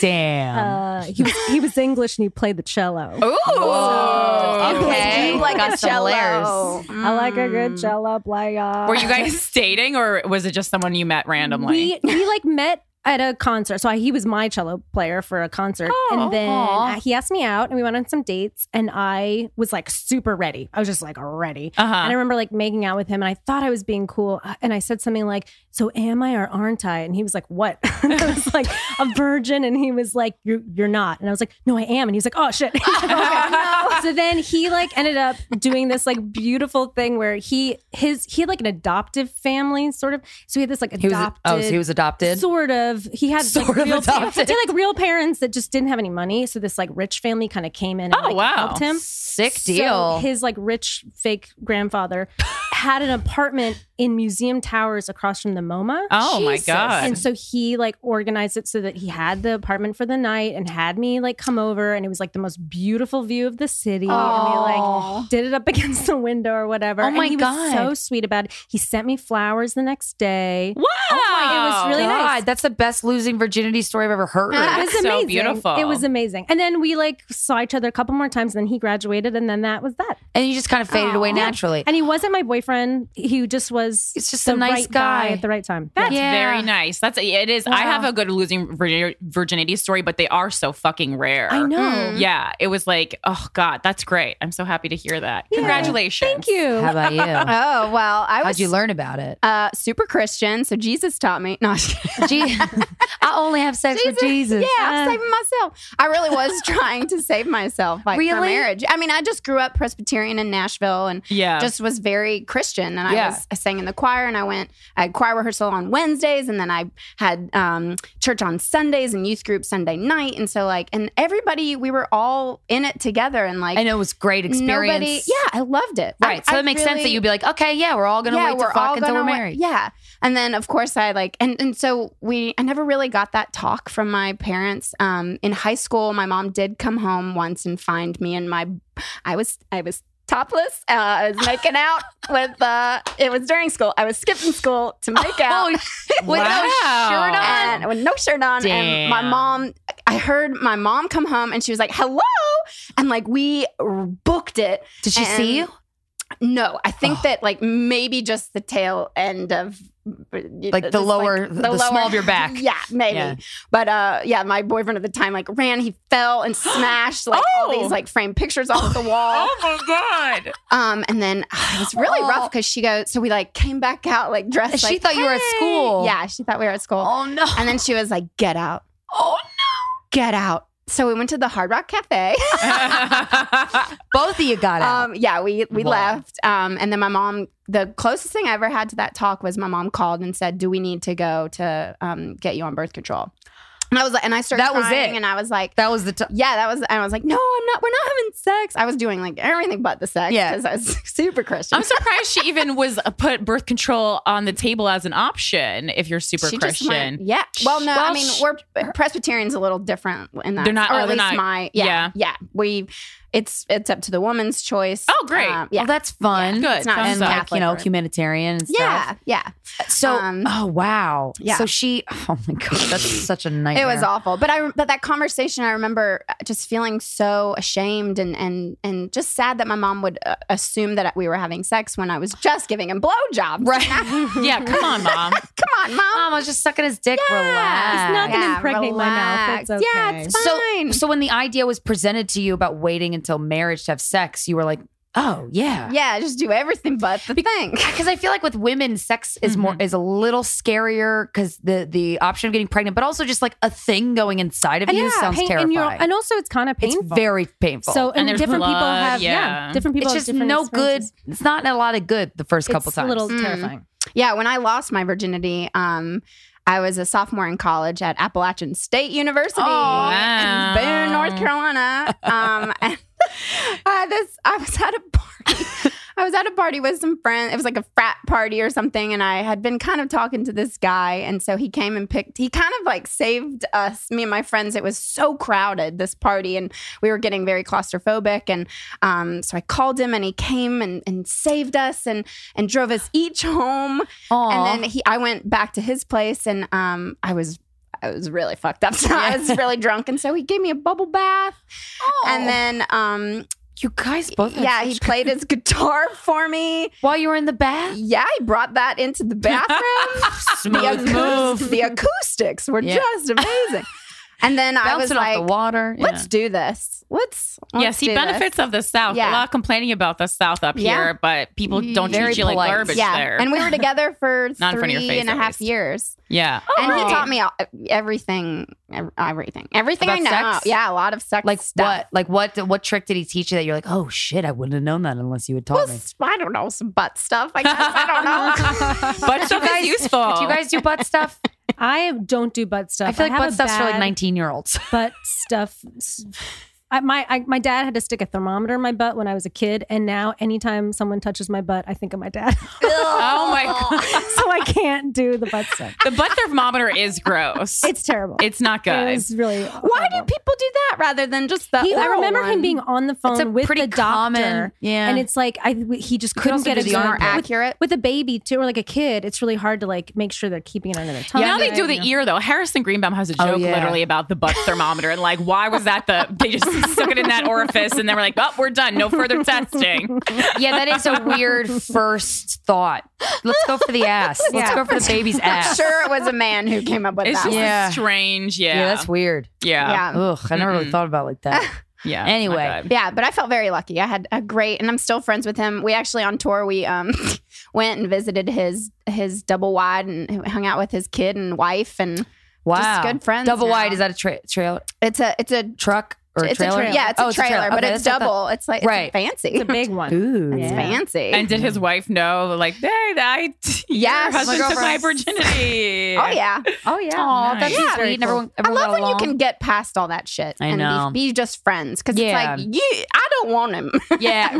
Speaker 2: damn.
Speaker 5: Uh, he was he was English and he played the cello.
Speaker 1: Ooh.
Speaker 2: Uh, Oh, okay.
Speaker 4: You like
Speaker 2: Got
Speaker 4: a
Speaker 2: some layers.
Speaker 4: cello.
Speaker 5: I like a good cello player.
Speaker 1: Were you guys dating or was it just someone you met randomly?
Speaker 5: We we like met at a concert. So I, he was my cello player for a concert, and then
Speaker 2: aw.
Speaker 5: uh, he asked me out, and we went on some dates, and I was like super ready. I was just like ready,
Speaker 1: Uh-huh.
Speaker 5: and I remember like making out with him, and I thought I was being cool, uh, and I said something like, "So am I or aren't I?" And he was like, "What?" And I was like a virgin, and he was like, "You're you're not," and I was like, "No, I am," and he was like, "Oh shit." So then he like ended up doing this like beautiful thing where he his he had like an adoptive family sort of. So he had this like
Speaker 2: he was
Speaker 5: adopted.
Speaker 2: oh, so he was adopted.
Speaker 5: Sort of. He had
Speaker 2: Sort
Speaker 5: like,
Speaker 2: of
Speaker 5: real pa-
Speaker 2: adopted.
Speaker 5: he had, like real parents that just didn't have any money. So this like rich family kind of came in and
Speaker 1: Oh,
Speaker 5: like,
Speaker 1: wow.
Speaker 5: helped him.
Speaker 2: Sick
Speaker 5: So
Speaker 2: deal.
Speaker 5: his like rich fake grandfather had an apartment in Museum Towers across from the MoMA.
Speaker 1: Oh my
Speaker 2: Jesus.
Speaker 1: God.
Speaker 5: And so he like organized it so that he had the apartment for the night and had me like come over and it was like the most beautiful view of the city. And we like did it up against the window or whatever.
Speaker 2: Oh, my
Speaker 5: and he
Speaker 2: God.
Speaker 5: was so sweet about it. He sent me flowers the next day. Oh
Speaker 1: wow.
Speaker 2: Oh
Speaker 5: It was really
Speaker 2: God,
Speaker 5: nice.
Speaker 2: that's the best losing virginity story I've ever heard.
Speaker 5: It
Speaker 1: That's
Speaker 5: was
Speaker 1: so
Speaker 5: amazing.
Speaker 1: beautiful.
Speaker 5: It was amazing. And then we like saw each other a couple more times. And then he graduated, and then that was that.
Speaker 2: and you just kind of faded away naturally.
Speaker 5: And he wasn't my boyfriend. He just was.
Speaker 2: It's just
Speaker 5: the
Speaker 2: a nice
Speaker 5: right
Speaker 2: guy.
Speaker 5: at the right time.
Speaker 1: That's
Speaker 5: Yeah.
Speaker 2: Yeah.
Speaker 1: very nice. That's it is. I have a good losing virgi- virginity story, but they are so fucking rare.
Speaker 5: I know.
Speaker 2: Mm.
Speaker 1: Yeah, it was like, oh god, that's great. I'm so happy to hear that. Congratulations.
Speaker 5: Thank you.
Speaker 2: How about you?
Speaker 4: Oh well, I
Speaker 2: How'd
Speaker 4: was
Speaker 2: you learn about it?
Speaker 4: uh, super Christian, so Jesus taught me. No, I'm just kidding.
Speaker 2: Gee, I only have sex with Jesus. Uh,
Speaker 4: Yeah,
Speaker 1: Ah.
Speaker 4: I'm saving myself. I really was trying to save myself, like for
Speaker 2: Really?
Speaker 4: marriage. I mean, I just grew up Presbyterian in Nashville, and
Speaker 1: Yeah.
Speaker 4: just was very Christian. And
Speaker 2: Yeah.
Speaker 4: I was I sang in the choir, and I went I had choir rehearsal on Wednesdays, and then I had um, church on Sundays and youth group Sunday night. And so like, and everybody, we were all in it together, and like
Speaker 2: I know it was great experience.
Speaker 4: nobody, yeah, I loved it. I-
Speaker 2: Right. so
Speaker 4: I
Speaker 2: it makes sense that
Speaker 4: really-
Speaker 2: you'd be like, okay, yeah, we're all gonna wait to fuck until
Speaker 4: gonna
Speaker 2: we're
Speaker 4: wait-
Speaker 2: married.
Speaker 4: Yeah. And then of course I like and and so we I never really got that talk from my parents. Um in high school my mom did come home once and find me and my I was I was topless. Uh, I was making out with uh it was during school. I was skipping school to make out.
Speaker 2: Oh, With no shirt on.
Speaker 4: And with no shirt on. And my
Speaker 1: Damn.
Speaker 4: mom, I heard my mom come home and she was like, hello. And like, we r- booked it.
Speaker 2: Did she
Speaker 4: And-
Speaker 2: see you? Oh.
Speaker 4: No, I think that like maybe just the tail end of
Speaker 2: Like the lower- the small of your back.
Speaker 4: Yeah, maybe.
Speaker 2: Yeah.
Speaker 4: But uh, yeah, my boyfriend at the time like ran, he fell and smashed like all
Speaker 1: Oh!
Speaker 4: these like framed pictures off the wall.
Speaker 1: Oh my god. Oh.
Speaker 4: Um, and then it was really rough because she goes, so we like came back out like dressed.
Speaker 2: She
Speaker 4: like,
Speaker 2: thought you were at
Speaker 4: "Hey."
Speaker 2: school.
Speaker 4: Yeah, she thought we were at school.
Speaker 2: Oh no.
Speaker 4: And then she was like, "Get out,
Speaker 2: Oh
Speaker 4: get out." So we went to the Hard Rock Cafe.
Speaker 2: Both of you got out.
Speaker 4: Um, yeah, we we
Speaker 2: Wow.
Speaker 4: left. Um, and then my mom, the closest thing I ever had to that talk was my mom called and said, "Do we need to go to um, get you on birth control?" And I was like, and I started
Speaker 2: That was
Speaker 4: crying,
Speaker 2: it.
Speaker 4: and I was like.
Speaker 2: that was the t-
Speaker 4: yeah, that was. And I was like, no, I'm not. We're not having sex. I was doing like everything but the sex.
Speaker 2: Yeah.
Speaker 4: 'cause I was super Christian.
Speaker 1: I'm surprised she even was uh, put birth control on the table as an option if you're super
Speaker 4: She just
Speaker 1: Christian.
Speaker 4: went- yeah. Well, no, I
Speaker 1: Well,
Speaker 4: mean,
Speaker 1: sh-
Speaker 4: we're Presbyterians a little different in that.
Speaker 1: They're not-
Speaker 4: or
Speaker 1: oh,
Speaker 4: at
Speaker 1: they're
Speaker 4: least
Speaker 1: not-
Speaker 4: my.
Speaker 1: yeah.
Speaker 4: Yeah, yeah. We, it's it's up to the woman's choice. Um,
Speaker 1: Oh, great.
Speaker 4: yeah.
Speaker 2: Well, that's fun.
Speaker 1: Good.
Speaker 4: it's not
Speaker 1: Thumbs
Speaker 2: And
Speaker 1: up.
Speaker 2: like,
Speaker 4: Catholic
Speaker 2: you know,
Speaker 4: or-
Speaker 2: humanitarian and
Speaker 4: yeah,
Speaker 2: stuff.
Speaker 4: yeah.
Speaker 2: So
Speaker 4: Um,
Speaker 2: oh wow.
Speaker 4: yeah.
Speaker 2: So she oh my god, that's such a nightmare.
Speaker 4: It was awful. But I but that conversation I remember uh, just feeling so ashamed and and and just sad that my mom would uh, assume that we were having sex when I was just giving him blowjobs.
Speaker 2: Right.
Speaker 1: yeah, come on, mom.
Speaker 4: Come on, mom.
Speaker 2: Mom I was just sucking his dick.
Speaker 4: Yeah.
Speaker 2: Relax.
Speaker 5: It's not gonna impregnate my mouth. It's
Speaker 4: relax. Yeah,
Speaker 5: okay.
Speaker 4: it's
Speaker 2: so,
Speaker 4: fine.
Speaker 2: so when the idea was presented to you about waiting until marriage to have sex, you were like, oh yeah,
Speaker 4: Yeah, just do everything but the thing.
Speaker 2: because I feel like with women, sex is
Speaker 5: Mm-hmm.
Speaker 2: more is a little scarier because the the option of getting pregnant, but also just like a thing going inside of you sounds
Speaker 5: pain-
Speaker 2: terrifying.
Speaker 5: And, you're- and also, it's kind of
Speaker 2: it's
Speaker 5: painful.
Speaker 2: very painful.
Speaker 5: So, and,
Speaker 1: there's
Speaker 5: different people
Speaker 1: blood,
Speaker 5: have, yeah.
Speaker 1: yeah.
Speaker 5: different people
Speaker 2: it's just
Speaker 5: have different
Speaker 2: no good.
Speaker 5: experiences.
Speaker 2: It's not a lot of good the first couple
Speaker 5: it's
Speaker 2: times.
Speaker 5: a little
Speaker 4: Mm.
Speaker 5: terrifying.
Speaker 4: Yeah, when I lost my virginity, um, I was a sophomore in college at Appalachian State University
Speaker 1: Oh,
Speaker 4: in
Speaker 1: wow.
Speaker 4: Boone, North Carolina. Um, and uh, this, I was at a party. I was at a party with some friends. It was like a frat party or something, and I had been kind of talking to this guy, and so he came and picked. He kind of like saved us, me and my friends. It was so crowded this party, and we were getting very claustrophobic. And um, so I called him, and he came and, and saved us, and and drove us each home. And then he, I went back to his place, and um, I was, I was really fucked up. So I was really drunk, and so he gave me a bubble bath, Oh. and then, um,
Speaker 2: you guys both. had
Speaker 4: yeah,
Speaker 2: sex
Speaker 4: he played his guitar for me.
Speaker 2: while you were in the bath.
Speaker 4: Yeah, he brought that into the bathroom. the,
Speaker 1: Smooth move.
Speaker 4: the acoustics were
Speaker 2: Yeah.
Speaker 4: just amazing. And then I was
Speaker 2: Bouncing off
Speaker 4: like,
Speaker 2: the water.
Speaker 4: "Let's do this. Let's, let's
Speaker 1: yeah, see,
Speaker 4: do this."
Speaker 1: benefits of the South.
Speaker 4: Yeah.
Speaker 1: A lot of complaining about the South up
Speaker 4: Yeah. Mm-hmm.
Speaker 1: here, but people don't
Speaker 2: Very
Speaker 1: treat you
Speaker 2: polite.
Speaker 1: like garbage
Speaker 4: yeah,
Speaker 1: there.
Speaker 4: and we were together for
Speaker 1: Not in front of your
Speaker 4: three
Speaker 1: face,
Speaker 4: and a
Speaker 1: at least.
Speaker 4: half years.
Speaker 1: yeah.
Speaker 4: And he taught me everything, ev- everything, everything I
Speaker 2: About
Speaker 4: know.
Speaker 2: sex?
Speaker 4: Yeah, a lot of sex.
Speaker 2: Like
Speaker 4: stuff.
Speaker 2: what? Like what? What trick did he teach you that you're like, oh shit, I wouldn't have known that unless you had
Speaker 4: Well,
Speaker 2: told me.
Speaker 4: s- I don't know some butt stuff. I guess I don't know.
Speaker 1: But stuff is useful.
Speaker 2: Do you guys do butt stuff?
Speaker 5: I don't do butt stuff.
Speaker 2: I feel like
Speaker 5: have
Speaker 2: butt
Speaker 5: a
Speaker 2: stuff's for like
Speaker 5: bad
Speaker 2: 19 year olds.
Speaker 5: butt stuff. s- I, my I, my dad had to stick a thermometer in my butt when I was a kid, and now anytime someone touches my butt, I think of my dad.
Speaker 1: oh my god,
Speaker 5: so I can't do the butt stuff.
Speaker 1: the butt thermometer is gross. It's,
Speaker 5: It's terrible.
Speaker 1: not good.
Speaker 5: It was really.
Speaker 4: Why do people do that rather than just the?
Speaker 5: He,
Speaker 4: Uh,
Speaker 5: I
Speaker 4: oral
Speaker 5: remember
Speaker 4: one?
Speaker 5: him being on the
Speaker 2: a
Speaker 5: phone with
Speaker 2: pretty
Speaker 5: the doctor,
Speaker 2: common- yeah.
Speaker 5: and it's like I he just couldn't
Speaker 2: also
Speaker 5: get
Speaker 2: do
Speaker 5: a
Speaker 2: the
Speaker 5: good-
Speaker 4: more
Speaker 2: arm
Speaker 5: with,
Speaker 4: accurate.
Speaker 5: with a baby too, or like a kid. It's really hard to like make sure they're keeping it under their tongue.
Speaker 1: now they do
Speaker 2: e,
Speaker 1: the ear though. Harrison Greenbaum has a joke
Speaker 2: Oh, yeah.
Speaker 1: literally about the butt thermometer and like why was that the they just stuck it in that orifice and then we're like, oh, we're done, no further testing.
Speaker 2: Yeah, that is a weird first thought. Let's go for the ass. Let's
Speaker 5: Yeah.
Speaker 2: go for the baby's
Speaker 4: I'm
Speaker 2: ass.
Speaker 4: sure it was a man who came up with
Speaker 1: It's
Speaker 4: that.
Speaker 1: just
Speaker 4: one.
Speaker 2: Yeah.
Speaker 1: strange. Yeah,
Speaker 2: Yeah. that's weird.
Speaker 1: yeah, yeah.
Speaker 4: yeah.
Speaker 2: Ugh, I never really thought about it like that.
Speaker 1: yeah.
Speaker 2: Anyway.
Speaker 1: Not good.
Speaker 4: Yeah, but I felt very lucky. I had a great, and I'm still friends with him. We actually on tour we um went and visited his his double wide and hung out with his kid and wife and
Speaker 2: Wow.
Speaker 4: good friends
Speaker 2: Double
Speaker 4: now.
Speaker 2: wide, is that a tra- trailer
Speaker 4: it's a it's a
Speaker 2: truck or
Speaker 4: it's
Speaker 2: a trailer?
Speaker 4: yeah it's
Speaker 2: Oh,
Speaker 4: a trailer, but
Speaker 2: Okay,
Speaker 4: it's
Speaker 2: that's what I
Speaker 4: double. It's like it's
Speaker 2: Right.
Speaker 4: fancy.
Speaker 5: It's a big
Speaker 2: thought.
Speaker 5: one.
Speaker 2: Ooh.
Speaker 5: Yeah.
Speaker 4: fancy.
Speaker 1: And did his wife know? Like, hey, I
Speaker 4: Yes,
Speaker 1: your husband
Speaker 4: my
Speaker 1: took my
Speaker 4: girlfriend's-
Speaker 1: virginity.
Speaker 4: oh yeah,
Speaker 2: Oh yeah.
Speaker 1: Aw,
Speaker 2: that's
Speaker 1: that's
Speaker 4: nice.
Speaker 2: sweet. Everyone,
Speaker 4: I
Speaker 2: everyone
Speaker 4: love
Speaker 2: got
Speaker 4: when you
Speaker 2: along.
Speaker 4: can get past all that shit
Speaker 2: I
Speaker 4: and be-
Speaker 2: know.
Speaker 4: be, just friends because
Speaker 2: Yeah.
Speaker 4: it's like you. I don't want him.
Speaker 2: Yeah.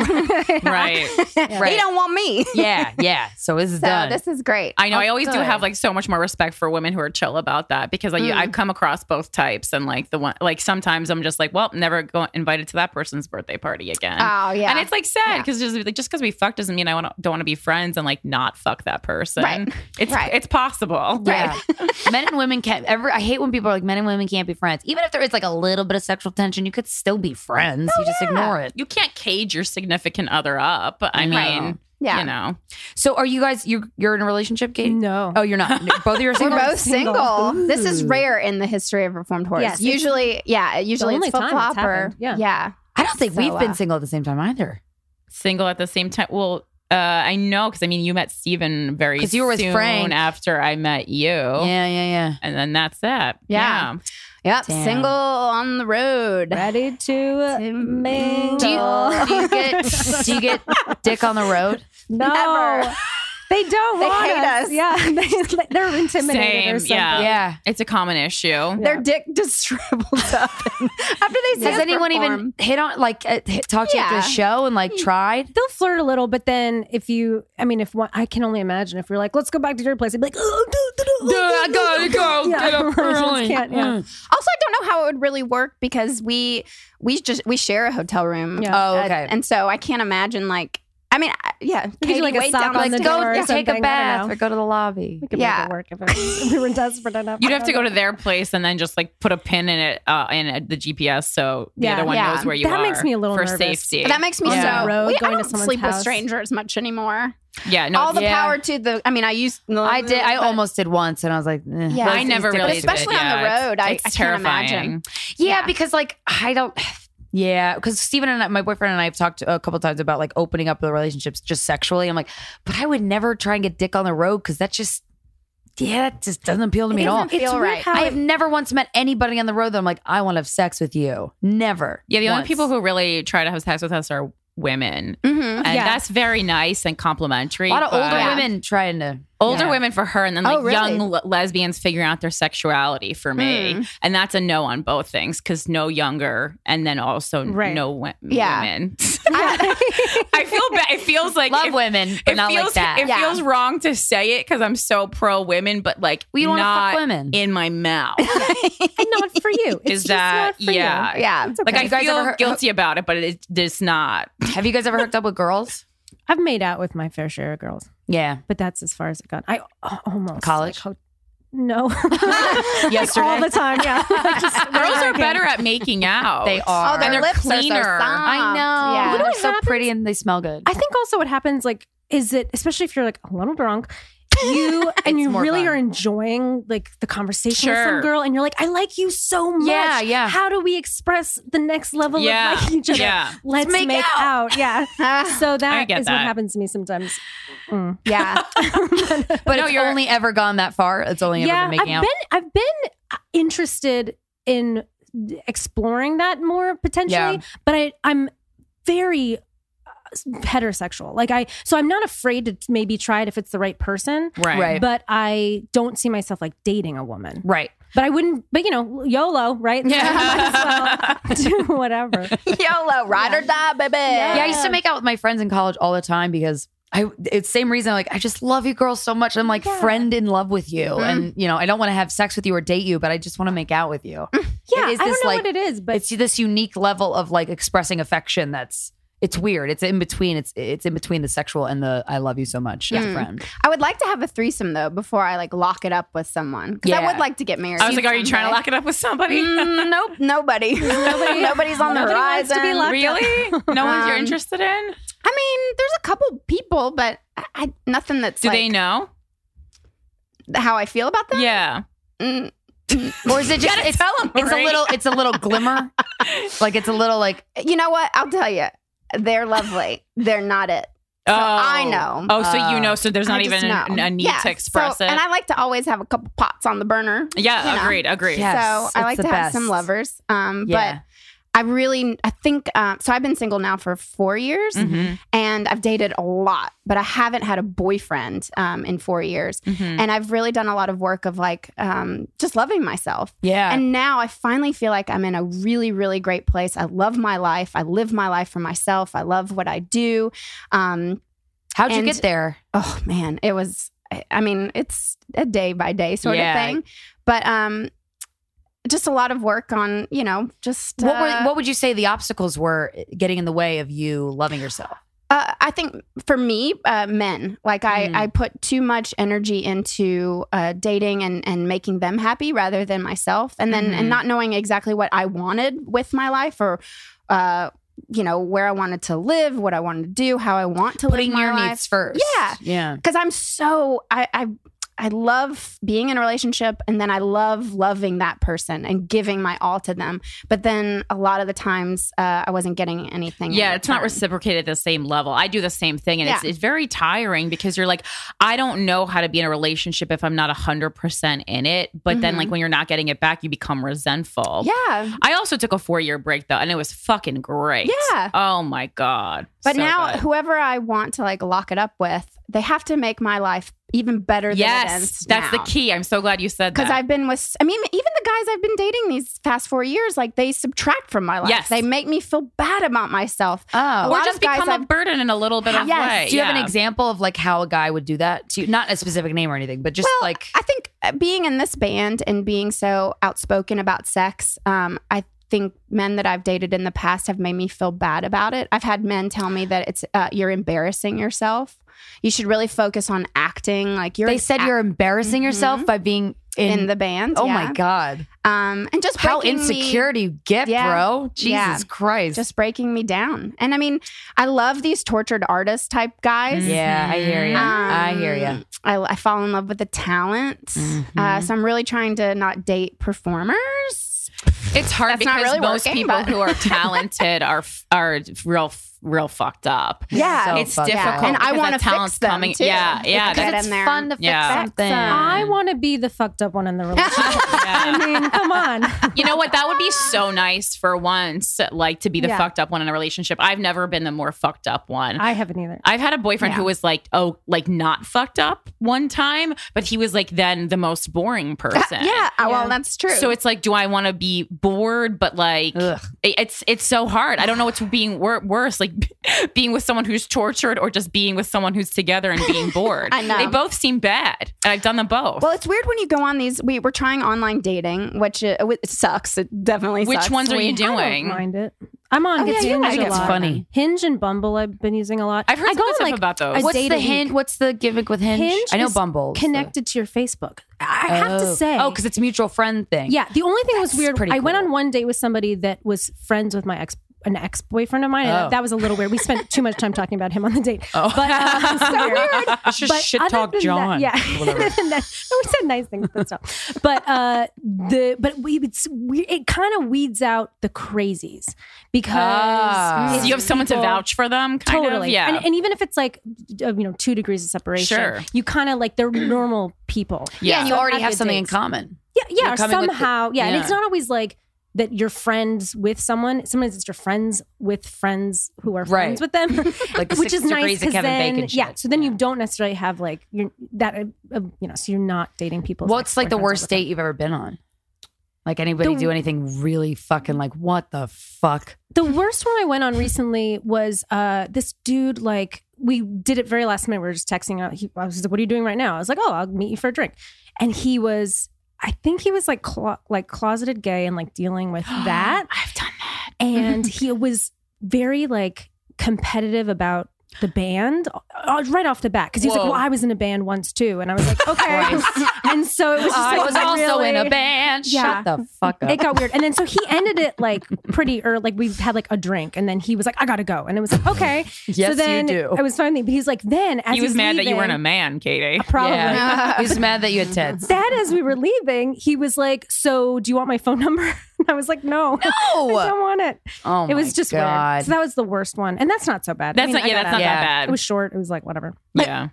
Speaker 1: right.
Speaker 4: He
Speaker 2: Right.
Speaker 4: don't want me.
Speaker 2: yeah. Yeah. So this is
Speaker 4: So
Speaker 2: done.
Speaker 4: this is great.
Speaker 1: I know. I always do
Speaker 2: good.
Speaker 1: have like so much more respect for women who are chill about that because like,
Speaker 4: Hmm.
Speaker 1: I've come across both types and like the one like sometimes I'm just like, well, never go invited to that person's birthday party again.
Speaker 4: Oh, yeah.
Speaker 1: and it's like sad because just like just because we fuck doesn't mean I want don't want to be friends and like not fuck that person.
Speaker 4: Right.
Speaker 1: It's
Speaker 4: Right.
Speaker 1: it's possible.
Speaker 2: Yeah. men and women can't ever I hate when people are like men and women can't be friends. Even if there is like a little bit of sexual tension, you could still be friends.
Speaker 4: Oh,
Speaker 2: you just ignore it.
Speaker 1: You can't cage your significant other up. I
Speaker 2: Right.
Speaker 1: mean,
Speaker 4: Yeah.
Speaker 1: you know,
Speaker 2: So are you guys you you're in a relationship, Kate?
Speaker 5: No.
Speaker 2: Oh, you're not. Both of you are
Speaker 4: We're
Speaker 2: single.
Speaker 4: both
Speaker 5: single.
Speaker 4: single. This is rare in the history of reformed horse.
Speaker 5: Yes, it's-
Speaker 4: usually, yeah, usually
Speaker 5: only
Speaker 4: it's flip
Speaker 5: time it's
Speaker 4: flop or
Speaker 5: happened, yeah.
Speaker 4: yeah.
Speaker 2: I don't think
Speaker 4: So,
Speaker 2: we've been
Speaker 4: uh,
Speaker 2: single at the same time either.
Speaker 1: single at the same time. Well, uh, I know because I mean, you met Steven very
Speaker 2: 'Cause you were with
Speaker 1: soon
Speaker 2: Frank.
Speaker 1: after I met you.
Speaker 2: Yeah, yeah, yeah.
Speaker 1: And then that's that.
Speaker 4: Yeah. Yep,
Speaker 2: Damn.
Speaker 4: single on the road.
Speaker 5: Ready to mingle?
Speaker 2: Do you, do you get do you get dick on the road?
Speaker 5: no.
Speaker 4: Never.
Speaker 5: They don't
Speaker 4: They
Speaker 5: want
Speaker 4: hate us.
Speaker 5: Yeah, they, they're intimidated or
Speaker 1: Same,
Speaker 5: something.
Speaker 1: yeah.
Speaker 2: Yeah.
Speaker 1: It's a common issue.
Speaker 4: Their dick just shriveled up and- after they see
Speaker 2: Has
Speaker 4: us
Speaker 2: anyone even
Speaker 4: perform.
Speaker 2: hit on like uh, hit, talked to you after
Speaker 4: Yeah.
Speaker 2: the show and like tried?
Speaker 5: They'll flirt a little, but then if you, I mean, if one, I can only imagine if you're like, let's go back to your place, I'd be like, oh, do, do, do,
Speaker 2: Yeah, I gotta go.
Speaker 5: Yeah,
Speaker 2: Get up
Speaker 5: I just
Speaker 2: early. Mm.
Speaker 5: can't, yeah.
Speaker 4: Also, I don't know how it would really work because we we just we share a hotel room.
Speaker 5: Yeah.
Speaker 2: Oh,
Speaker 4: Uh,
Speaker 2: okay.
Speaker 4: and so I can't imagine like I mean I, yeah.
Speaker 5: do,
Speaker 4: Katie,
Speaker 5: like, a
Speaker 4: wait
Speaker 5: sock
Speaker 4: down
Speaker 5: on
Speaker 4: the
Speaker 5: the
Speaker 4: stairs.
Speaker 5: door.
Speaker 2: go
Speaker 5: or
Speaker 2: take
Speaker 5: something, I
Speaker 2: a
Speaker 5: don't
Speaker 2: bath
Speaker 5: know.
Speaker 2: or go to the lobby.
Speaker 5: We could
Speaker 4: Yeah.
Speaker 5: make it work if it was- we were desperate enough.
Speaker 1: You'd have to go to their place and then just like put a pin in it uh, in uh, the GPS so the
Speaker 5: Yeah.
Speaker 1: other one
Speaker 4: Yeah.
Speaker 1: knows where you
Speaker 5: That
Speaker 1: are.
Speaker 5: makes me a little
Speaker 1: for
Speaker 5: nervous.
Speaker 1: safety.
Speaker 4: But that makes me
Speaker 5: On
Speaker 4: so.
Speaker 5: the road,
Speaker 4: we,
Speaker 5: going
Speaker 4: I
Speaker 5: to
Speaker 4: don't
Speaker 5: someone's
Speaker 4: sleep with
Speaker 5: house.
Speaker 4: strangers much anymore.
Speaker 1: yeah, no,
Speaker 4: All the
Speaker 2: yeah.
Speaker 4: power to the. I mean, I used.
Speaker 2: I did. I almost did once, and I was like, eh.
Speaker 4: Yeah.
Speaker 1: I never
Speaker 4: But
Speaker 1: really,
Speaker 4: especially
Speaker 1: did,
Speaker 4: on the
Speaker 1: yeah, it's-
Speaker 4: road, I-
Speaker 1: it's
Speaker 4: I can't
Speaker 1: terrifying.
Speaker 4: imagine.
Speaker 2: Yeah,
Speaker 4: Yeah.
Speaker 2: because like I don't Yeah, because Stephen and I, my boyfriend and I have talked a couple times about like opening up the relationships just sexually. I'm like, but I would never try and get dick on the road because that just, yeah, that just doesn't appeal to me at all.
Speaker 4: feel
Speaker 5: weird
Speaker 4: right.
Speaker 5: how
Speaker 2: I
Speaker 5: it-
Speaker 2: have never once met anybody on the road that I'm like, I want to have sex with you. Never.
Speaker 1: Yeah, the only
Speaker 2: Once.
Speaker 1: people who really try to have sex with us are women.
Speaker 4: Mm-hmm.
Speaker 1: And
Speaker 5: Yeah.
Speaker 1: that's very nice and complimentary.
Speaker 2: A lot of older
Speaker 1: but-
Speaker 2: women trying to
Speaker 1: Older
Speaker 2: Yeah.
Speaker 1: women for her, and then like
Speaker 4: Oh, really?
Speaker 1: young le- lesbians figuring out their sexuality for me, and that's a no on both things because no younger, and then also
Speaker 5: Right.
Speaker 1: no wo-
Speaker 4: Yeah.
Speaker 1: women. I feel bad. It feels like
Speaker 2: love
Speaker 1: if-
Speaker 2: women, but
Speaker 1: it
Speaker 2: not
Speaker 1: feels
Speaker 2: like that.
Speaker 1: it
Speaker 4: Yeah.
Speaker 1: feels wrong to say it because I'm so pro women, but like
Speaker 2: We don't want to
Speaker 1: not
Speaker 2: fuck women.
Speaker 1: in my mouth.
Speaker 5: not for you. It's
Speaker 1: Is
Speaker 5: just
Speaker 1: that
Speaker 5: not for you.
Speaker 1: yeah?
Speaker 4: Yeah.
Speaker 1: Like I
Speaker 2: You guys
Speaker 1: feel
Speaker 2: ever heard-
Speaker 1: guilty about it, but it, it's not.
Speaker 2: have you guys ever hooked up with girls?
Speaker 5: I've made out with my fair share of girls,
Speaker 2: Yeah.
Speaker 5: but that's as far as it got. I a- almost
Speaker 2: College?
Speaker 5: like, ho- no, Like, all the time. Yeah, Like, just
Speaker 1: Girls
Speaker 5: whenever I
Speaker 1: are
Speaker 5: can.
Speaker 1: better at making out.
Speaker 2: They are.
Speaker 4: Oh, their
Speaker 1: And they're
Speaker 4: lips
Speaker 1: cleaner.
Speaker 4: are so soft.
Speaker 2: I know.
Speaker 4: Yeah.
Speaker 5: You know
Speaker 2: They're
Speaker 5: what
Speaker 2: so pretty and they smell good.
Speaker 5: I think also what happens like is that especially if you're like a little drunk, you and
Speaker 2: It's
Speaker 5: you
Speaker 2: more
Speaker 5: really
Speaker 2: fun.
Speaker 5: are enjoying like the conversation with
Speaker 1: Sure.
Speaker 5: some girl, and you're like, I like you so much.
Speaker 2: Yeah, yeah.
Speaker 5: How do we express the next level
Speaker 1: Yeah,
Speaker 5: of liking each other?
Speaker 1: yeah.
Speaker 5: Let's make, out. Yeah. So that
Speaker 1: get
Speaker 5: is
Speaker 1: that.
Speaker 5: what happens to me sometimes. Mm.
Speaker 4: yeah.
Speaker 2: but it's only ever gone that far. It's only
Speaker 5: Yeah,
Speaker 2: ever been
Speaker 5: I've
Speaker 2: making
Speaker 5: been
Speaker 2: out.
Speaker 5: I've been uh, interested in exploring that more potentially,
Speaker 2: Yeah.
Speaker 5: but I I'm very uh, heterosexual. Like I so I'm not afraid to maybe try it if it's the right person.
Speaker 1: Right.
Speaker 2: Right.
Speaker 5: But I don't see myself like dating a woman.
Speaker 2: right.
Speaker 5: But I wouldn't. But you know, YOLO, right?
Speaker 1: Yeah.
Speaker 5: Might as well do whatever.
Speaker 4: YOLO, ride or die, baby.
Speaker 2: Yeah, I used to make out with my friends in college all the time because I it's same reason like I just love you girls so much. I'm like friend in love with you.
Speaker 5: Mm.
Speaker 2: And you know, I don't want to have sex with you or date you, but I just want to make out with you.
Speaker 5: Mm, Yeah,
Speaker 2: It is
Speaker 5: I don't
Speaker 2: this,
Speaker 5: know
Speaker 2: like-
Speaker 5: what it is, but
Speaker 2: It's this unique level of like expressing affection that's it's weird. It's in between. It's it's in between the sexual and the I love you so much as a
Speaker 5: Mm.
Speaker 2: friend.
Speaker 4: I would like to have a threesome though before I like lock it up with someone. Because I
Speaker 2: Yeah.
Speaker 4: would like to get married.
Speaker 1: I was like, are you trying to lock it up with somebody?
Speaker 4: Mm, nope, nobody. Nobody's on the
Speaker 5: Nobody wants
Speaker 4: horizon.
Speaker 5: to be locked up.
Speaker 1: Really? No one's you're
Speaker 4: Um,
Speaker 1: interested in?
Speaker 4: I mean, there's a couple people, but I, I, nothing that's
Speaker 1: Do
Speaker 4: like,
Speaker 1: they know?
Speaker 4: how I feel about them.
Speaker 1: Yeah.
Speaker 4: Mm,
Speaker 2: Or is it just it's, it's a
Speaker 1: Marie.
Speaker 2: little it's a little glimmer. like it's a little like
Speaker 4: you know what? I'll tell you, they're lovely. they're not it.
Speaker 1: Oh,
Speaker 4: I know.
Speaker 1: Oh, so
Speaker 2: Uh,
Speaker 1: you know, so there's not
Speaker 4: I
Speaker 1: even
Speaker 4: just
Speaker 1: an-
Speaker 4: know.
Speaker 1: a need
Speaker 4: Yeah,
Speaker 1: to express
Speaker 4: so-
Speaker 1: it.
Speaker 4: And I like to always have a couple pots on the burner.
Speaker 1: yeah,
Speaker 4: you know.
Speaker 1: agreed, agreed.
Speaker 2: Yeah. Yes,
Speaker 4: so I
Speaker 2: it's
Speaker 4: like
Speaker 2: the
Speaker 4: to have some
Speaker 2: best.
Speaker 4: lovers. Um,
Speaker 2: yeah.
Speaker 4: but I really, I think, um, so I've been single now for four years
Speaker 2: Mm-hmm.
Speaker 1: Mhm,
Speaker 4: and I've dated a lot, but I haven't had a boyfriend um, in four years.
Speaker 2: Mm-hmm.
Speaker 1: mhm.
Speaker 4: And I've really done a lot of work of like um, just loving myself.
Speaker 2: yeah.
Speaker 4: And now I finally feel like I'm in a really, really great place. I love my life. I live my life for myself. I love what I do. Um,
Speaker 2: How'd you
Speaker 4: and-
Speaker 2: get there?
Speaker 4: oh man, it was. I- I mean, it's a day by day sort
Speaker 2: Yeah.
Speaker 4: of thing, but um, just a lot of work on you know just
Speaker 2: What
Speaker 4: uh,
Speaker 2: were what would you say the obstacles were getting in the way of you loving yourself?
Speaker 4: Uh, I think for me, uh, men. Like I,
Speaker 2: Mm.
Speaker 4: I put too much energy into uh, dating and and making them happy rather than myself, and then and
Speaker 2: Mm-hmm.
Speaker 1: Mhm.
Speaker 4: not knowing exactly what I wanted with my life or. Uh, you know where I wanted to live, what I wanted to do, how I want to
Speaker 2: Putting
Speaker 4: live my
Speaker 2: your
Speaker 4: life.
Speaker 2: needs first.
Speaker 4: Yeah.
Speaker 2: Yeah.
Speaker 4: because I'm so I, I I love being in a relationship and then I love loving that person and giving my all to them. But then a lot of the times uh, I wasn't getting anything. in
Speaker 1: Yeah, it's not
Speaker 4: return.
Speaker 1: reciprocated at the same level. I do the same thing, and it's,
Speaker 4: Yeah.
Speaker 1: it's very tiring because you're like, I don't know how to be in a relationship if I'm not 100% in it. But then,
Speaker 4: Mhm.
Speaker 2: Mm-hmm.
Speaker 1: like, when you're not getting it back, you become resentful.
Speaker 4: Yeah.
Speaker 1: I also took a four year break, though, and it was fucking great.
Speaker 4: Yeah.
Speaker 1: Oh my God.
Speaker 4: But
Speaker 1: So
Speaker 4: now
Speaker 1: good.
Speaker 4: whoever I want to like lock it up with, they have to make my life even better than it
Speaker 1: Yes,
Speaker 4: is.
Speaker 1: that's the key. I'm so glad you said that.
Speaker 4: Because I've been with, I mean, even the guys I've been dating these past four years, like they subtract from my life.
Speaker 1: Yes.
Speaker 4: They make me feel bad about myself.
Speaker 2: Oh.
Speaker 4: a
Speaker 1: or
Speaker 4: lot
Speaker 1: just
Speaker 4: of guys
Speaker 1: become a
Speaker 4: I've-
Speaker 1: burden in a little bit of
Speaker 4: Yes.
Speaker 1: way.
Speaker 2: Do you have an
Speaker 1: Yeah.
Speaker 2: example of like how a guy would do that to you? Not a specific name or anything, but just
Speaker 4: Well,
Speaker 2: like
Speaker 4: I think uh, being in this band and being so outspoken about sex, um, I think men that I've dated in the past have made me feel bad about it. I've had men tell me that it's uh, you're embarrassing yourself. You should really focus on acting. Like you're
Speaker 2: they said you're embarrassing
Speaker 1: Mm-hmm.
Speaker 2: yourself by being in,
Speaker 4: in, the band.
Speaker 2: Oh
Speaker 4: yeah.
Speaker 2: my god.
Speaker 4: Um, and just
Speaker 2: How
Speaker 4: breaking me-
Speaker 2: insecure do you get,
Speaker 4: Yeah.
Speaker 2: bro? Jesus
Speaker 4: Yeah.
Speaker 2: Christ. Mm.
Speaker 4: just breaking me down. And I mean, I love these tortured artist type guys.
Speaker 2: yeah, I hear you. I hear you.
Speaker 4: Um, I, I fall in love with the talent. Uh, so I'm really trying to not date performers.
Speaker 1: It's hard
Speaker 4: That's not
Speaker 1: because
Speaker 4: really
Speaker 1: most
Speaker 4: working,
Speaker 1: people
Speaker 4: but-
Speaker 1: who are talented are f- are real f- real fucked up.
Speaker 4: Yeah.
Speaker 2: So
Speaker 1: it's
Speaker 2: fucked up.
Speaker 1: difficult,
Speaker 4: And I
Speaker 1: because
Speaker 4: wanna
Speaker 1: that talent's
Speaker 4: fix them,
Speaker 1: coming.
Speaker 4: too.
Speaker 1: Yeah, yeah,
Speaker 4: Because
Speaker 1: that's
Speaker 2: it's
Speaker 4: in there.
Speaker 2: fun to fix
Speaker 1: Yeah.
Speaker 2: something.
Speaker 4: Uh,
Speaker 5: I want to be the fucked up one in the relationship.
Speaker 1: yeah.
Speaker 5: I mean, come on.
Speaker 1: You know what? That would be so nice for once, like to be the
Speaker 4: Yeah.
Speaker 1: fucked up one in a relationship. I've never been the more fucked up one.
Speaker 5: I haven't either.
Speaker 1: I've had a boyfriend who was like, oh, like not fucked up one time, but he was like then the most boring person.
Speaker 4: yeah. uh, Well, that's true.
Speaker 1: So it's like, do I want to be bored? But like,
Speaker 2: Ugh.
Speaker 1: it- it's it's so hard. I don't know what's being wor- worse, like being with someone who's tortured, or just being with someone who's together and being bored.
Speaker 4: I know.
Speaker 1: They both seem bad, and I've done them both.
Speaker 4: well, it's weird when you go on these. We were trying online dating, which uh, it sucks. It definitely
Speaker 1: Which
Speaker 4: sucks.
Speaker 1: ones are
Speaker 4: We-
Speaker 1: you
Speaker 5: I
Speaker 1: doing?
Speaker 5: don't mind it. I'm on
Speaker 4: Oh, yeah, you
Speaker 5: Hinge
Speaker 4: like
Speaker 5: a
Speaker 4: it.
Speaker 5: lot.
Speaker 4: It's
Speaker 2: funny.
Speaker 5: Hinge and Bumble I've been using a lot.
Speaker 1: I've heard
Speaker 5: I
Speaker 1: some
Speaker 5: go
Speaker 1: good
Speaker 5: on,
Speaker 1: stuff
Speaker 5: like,
Speaker 1: about those.
Speaker 5: a
Speaker 2: What's
Speaker 5: date
Speaker 2: the
Speaker 5: a week.
Speaker 2: hint? What's the gimmick with Hinge?
Speaker 5: Hinge
Speaker 2: I know
Speaker 5: is
Speaker 2: Bumble is the-
Speaker 5: connected to your Facebook. I I have
Speaker 2: Oh.
Speaker 5: to say.
Speaker 2: Oh, because it's mutual friend thing.
Speaker 5: Yeah, the only thing was
Speaker 2: That's
Speaker 5: weird.
Speaker 2: pretty
Speaker 5: I went
Speaker 2: cool.
Speaker 5: on one date with somebody that was friends with my ex, an ex boyfriend of mine, and
Speaker 2: Oh.
Speaker 5: that was a little weird. We spent too much time talking about him on the date. But um, so weird.
Speaker 1: Let's Oh. just
Speaker 5: But
Speaker 1: shit
Speaker 5: other
Speaker 1: talk
Speaker 5: than
Speaker 1: John.
Speaker 5: That, yeah, other than that, no, we said nice things, but stuff. But uh, the but we it's we, it kind of weeds out the crazies because
Speaker 2: Ah.
Speaker 1: So
Speaker 5: it's
Speaker 1: you have someone to
Speaker 5: people-
Speaker 1: vouch for them, kind
Speaker 5: totally.
Speaker 1: of. Yeah.
Speaker 5: and, and even if it's like uh, you know two degrees of separation,
Speaker 1: Sure.
Speaker 5: you kind of like they're normal people.
Speaker 2: Yeah, and you
Speaker 5: So
Speaker 2: already
Speaker 5: have
Speaker 2: have
Speaker 5: good
Speaker 2: something in
Speaker 5: dates.
Speaker 2: common.
Speaker 5: Yeah, yeah,
Speaker 2: You're
Speaker 5: or
Speaker 2: coming with the-
Speaker 5: somehow. yeah, and it's
Speaker 2: yeah.
Speaker 5: not always like that you're friends with someone. Sometimes it's your friends with friends who are
Speaker 2: Right.
Speaker 5: friends with them,
Speaker 2: Like the
Speaker 5: which
Speaker 2: six
Speaker 5: is nice
Speaker 2: degrees of
Speaker 5: because
Speaker 2: Kevin
Speaker 5: then
Speaker 2: Bacon
Speaker 5: yeah,
Speaker 2: shit.
Speaker 5: so then you don't necessarily have like you're that uh, uh, you know, so you're not dating people.
Speaker 2: What's like the worst date you've ever been on? Like anybody do anything really fucking like what the fuck?
Speaker 5: The worst one I went on recently was uh this dude like we did it very last minute. We were just texting out. He, I was like, "What are you doing right now?" I was like, "Oh, I'll meet you for a drink." And he was, I think he was like clo- like closeted gay and like dealing with that.
Speaker 1: I've done that.
Speaker 5: and he was very like competitive about the band uh, right off the bat because he was like,
Speaker 1: Whoa.
Speaker 5: "Well, I was in a band once too," and I was like, "Okay," and so it was just
Speaker 2: I
Speaker 5: like,
Speaker 2: was also in a
Speaker 5: really-
Speaker 2: band.
Speaker 5: Yeah.
Speaker 2: Shut the fuck up.
Speaker 5: It got weird, and then so he ended it like pretty early. Like we had like a drink, and then he was like, "I gotta go," and it was like, "Okay."
Speaker 2: Yes,
Speaker 5: so
Speaker 2: you
Speaker 5: then
Speaker 2: do.
Speaker 5: I was finally, but he's like, then as
Speaker 1: He was
Speaker 5: he's
Speaker 1: mad that you
Speaker 5: leaving-
Speaker 1: weren't a man, Katie.
Speaker 5: Probably.
Speaker 2: Yeah. He's mad that you had tits.
Speaker 5: Then as we were leaving, he was like, "So do you want my phone number?" And I was like, "No, I
Speaker 2: Oh,
Speaker 5: don't want it."
Speaker 2: oh
Speaker 5: it was just
Speaker 2: God.
Speaker 5: weird. So that was the worst one, and that's not so bad. I
Speaker 1: That's
Speaker 5: mean,
Speaker 1: not.
Speaker 5: I
Speaker 1: Yeah,
Speaker 5: got
Speaker 1: that's not
Speaker 5: out.
Speaker 2: Yeah.
Speaker 1: that
Speaker 5: It
Speaker 1: bad.
Speaker 5: was short. It was like whatever.
Speaker 1: Yeah.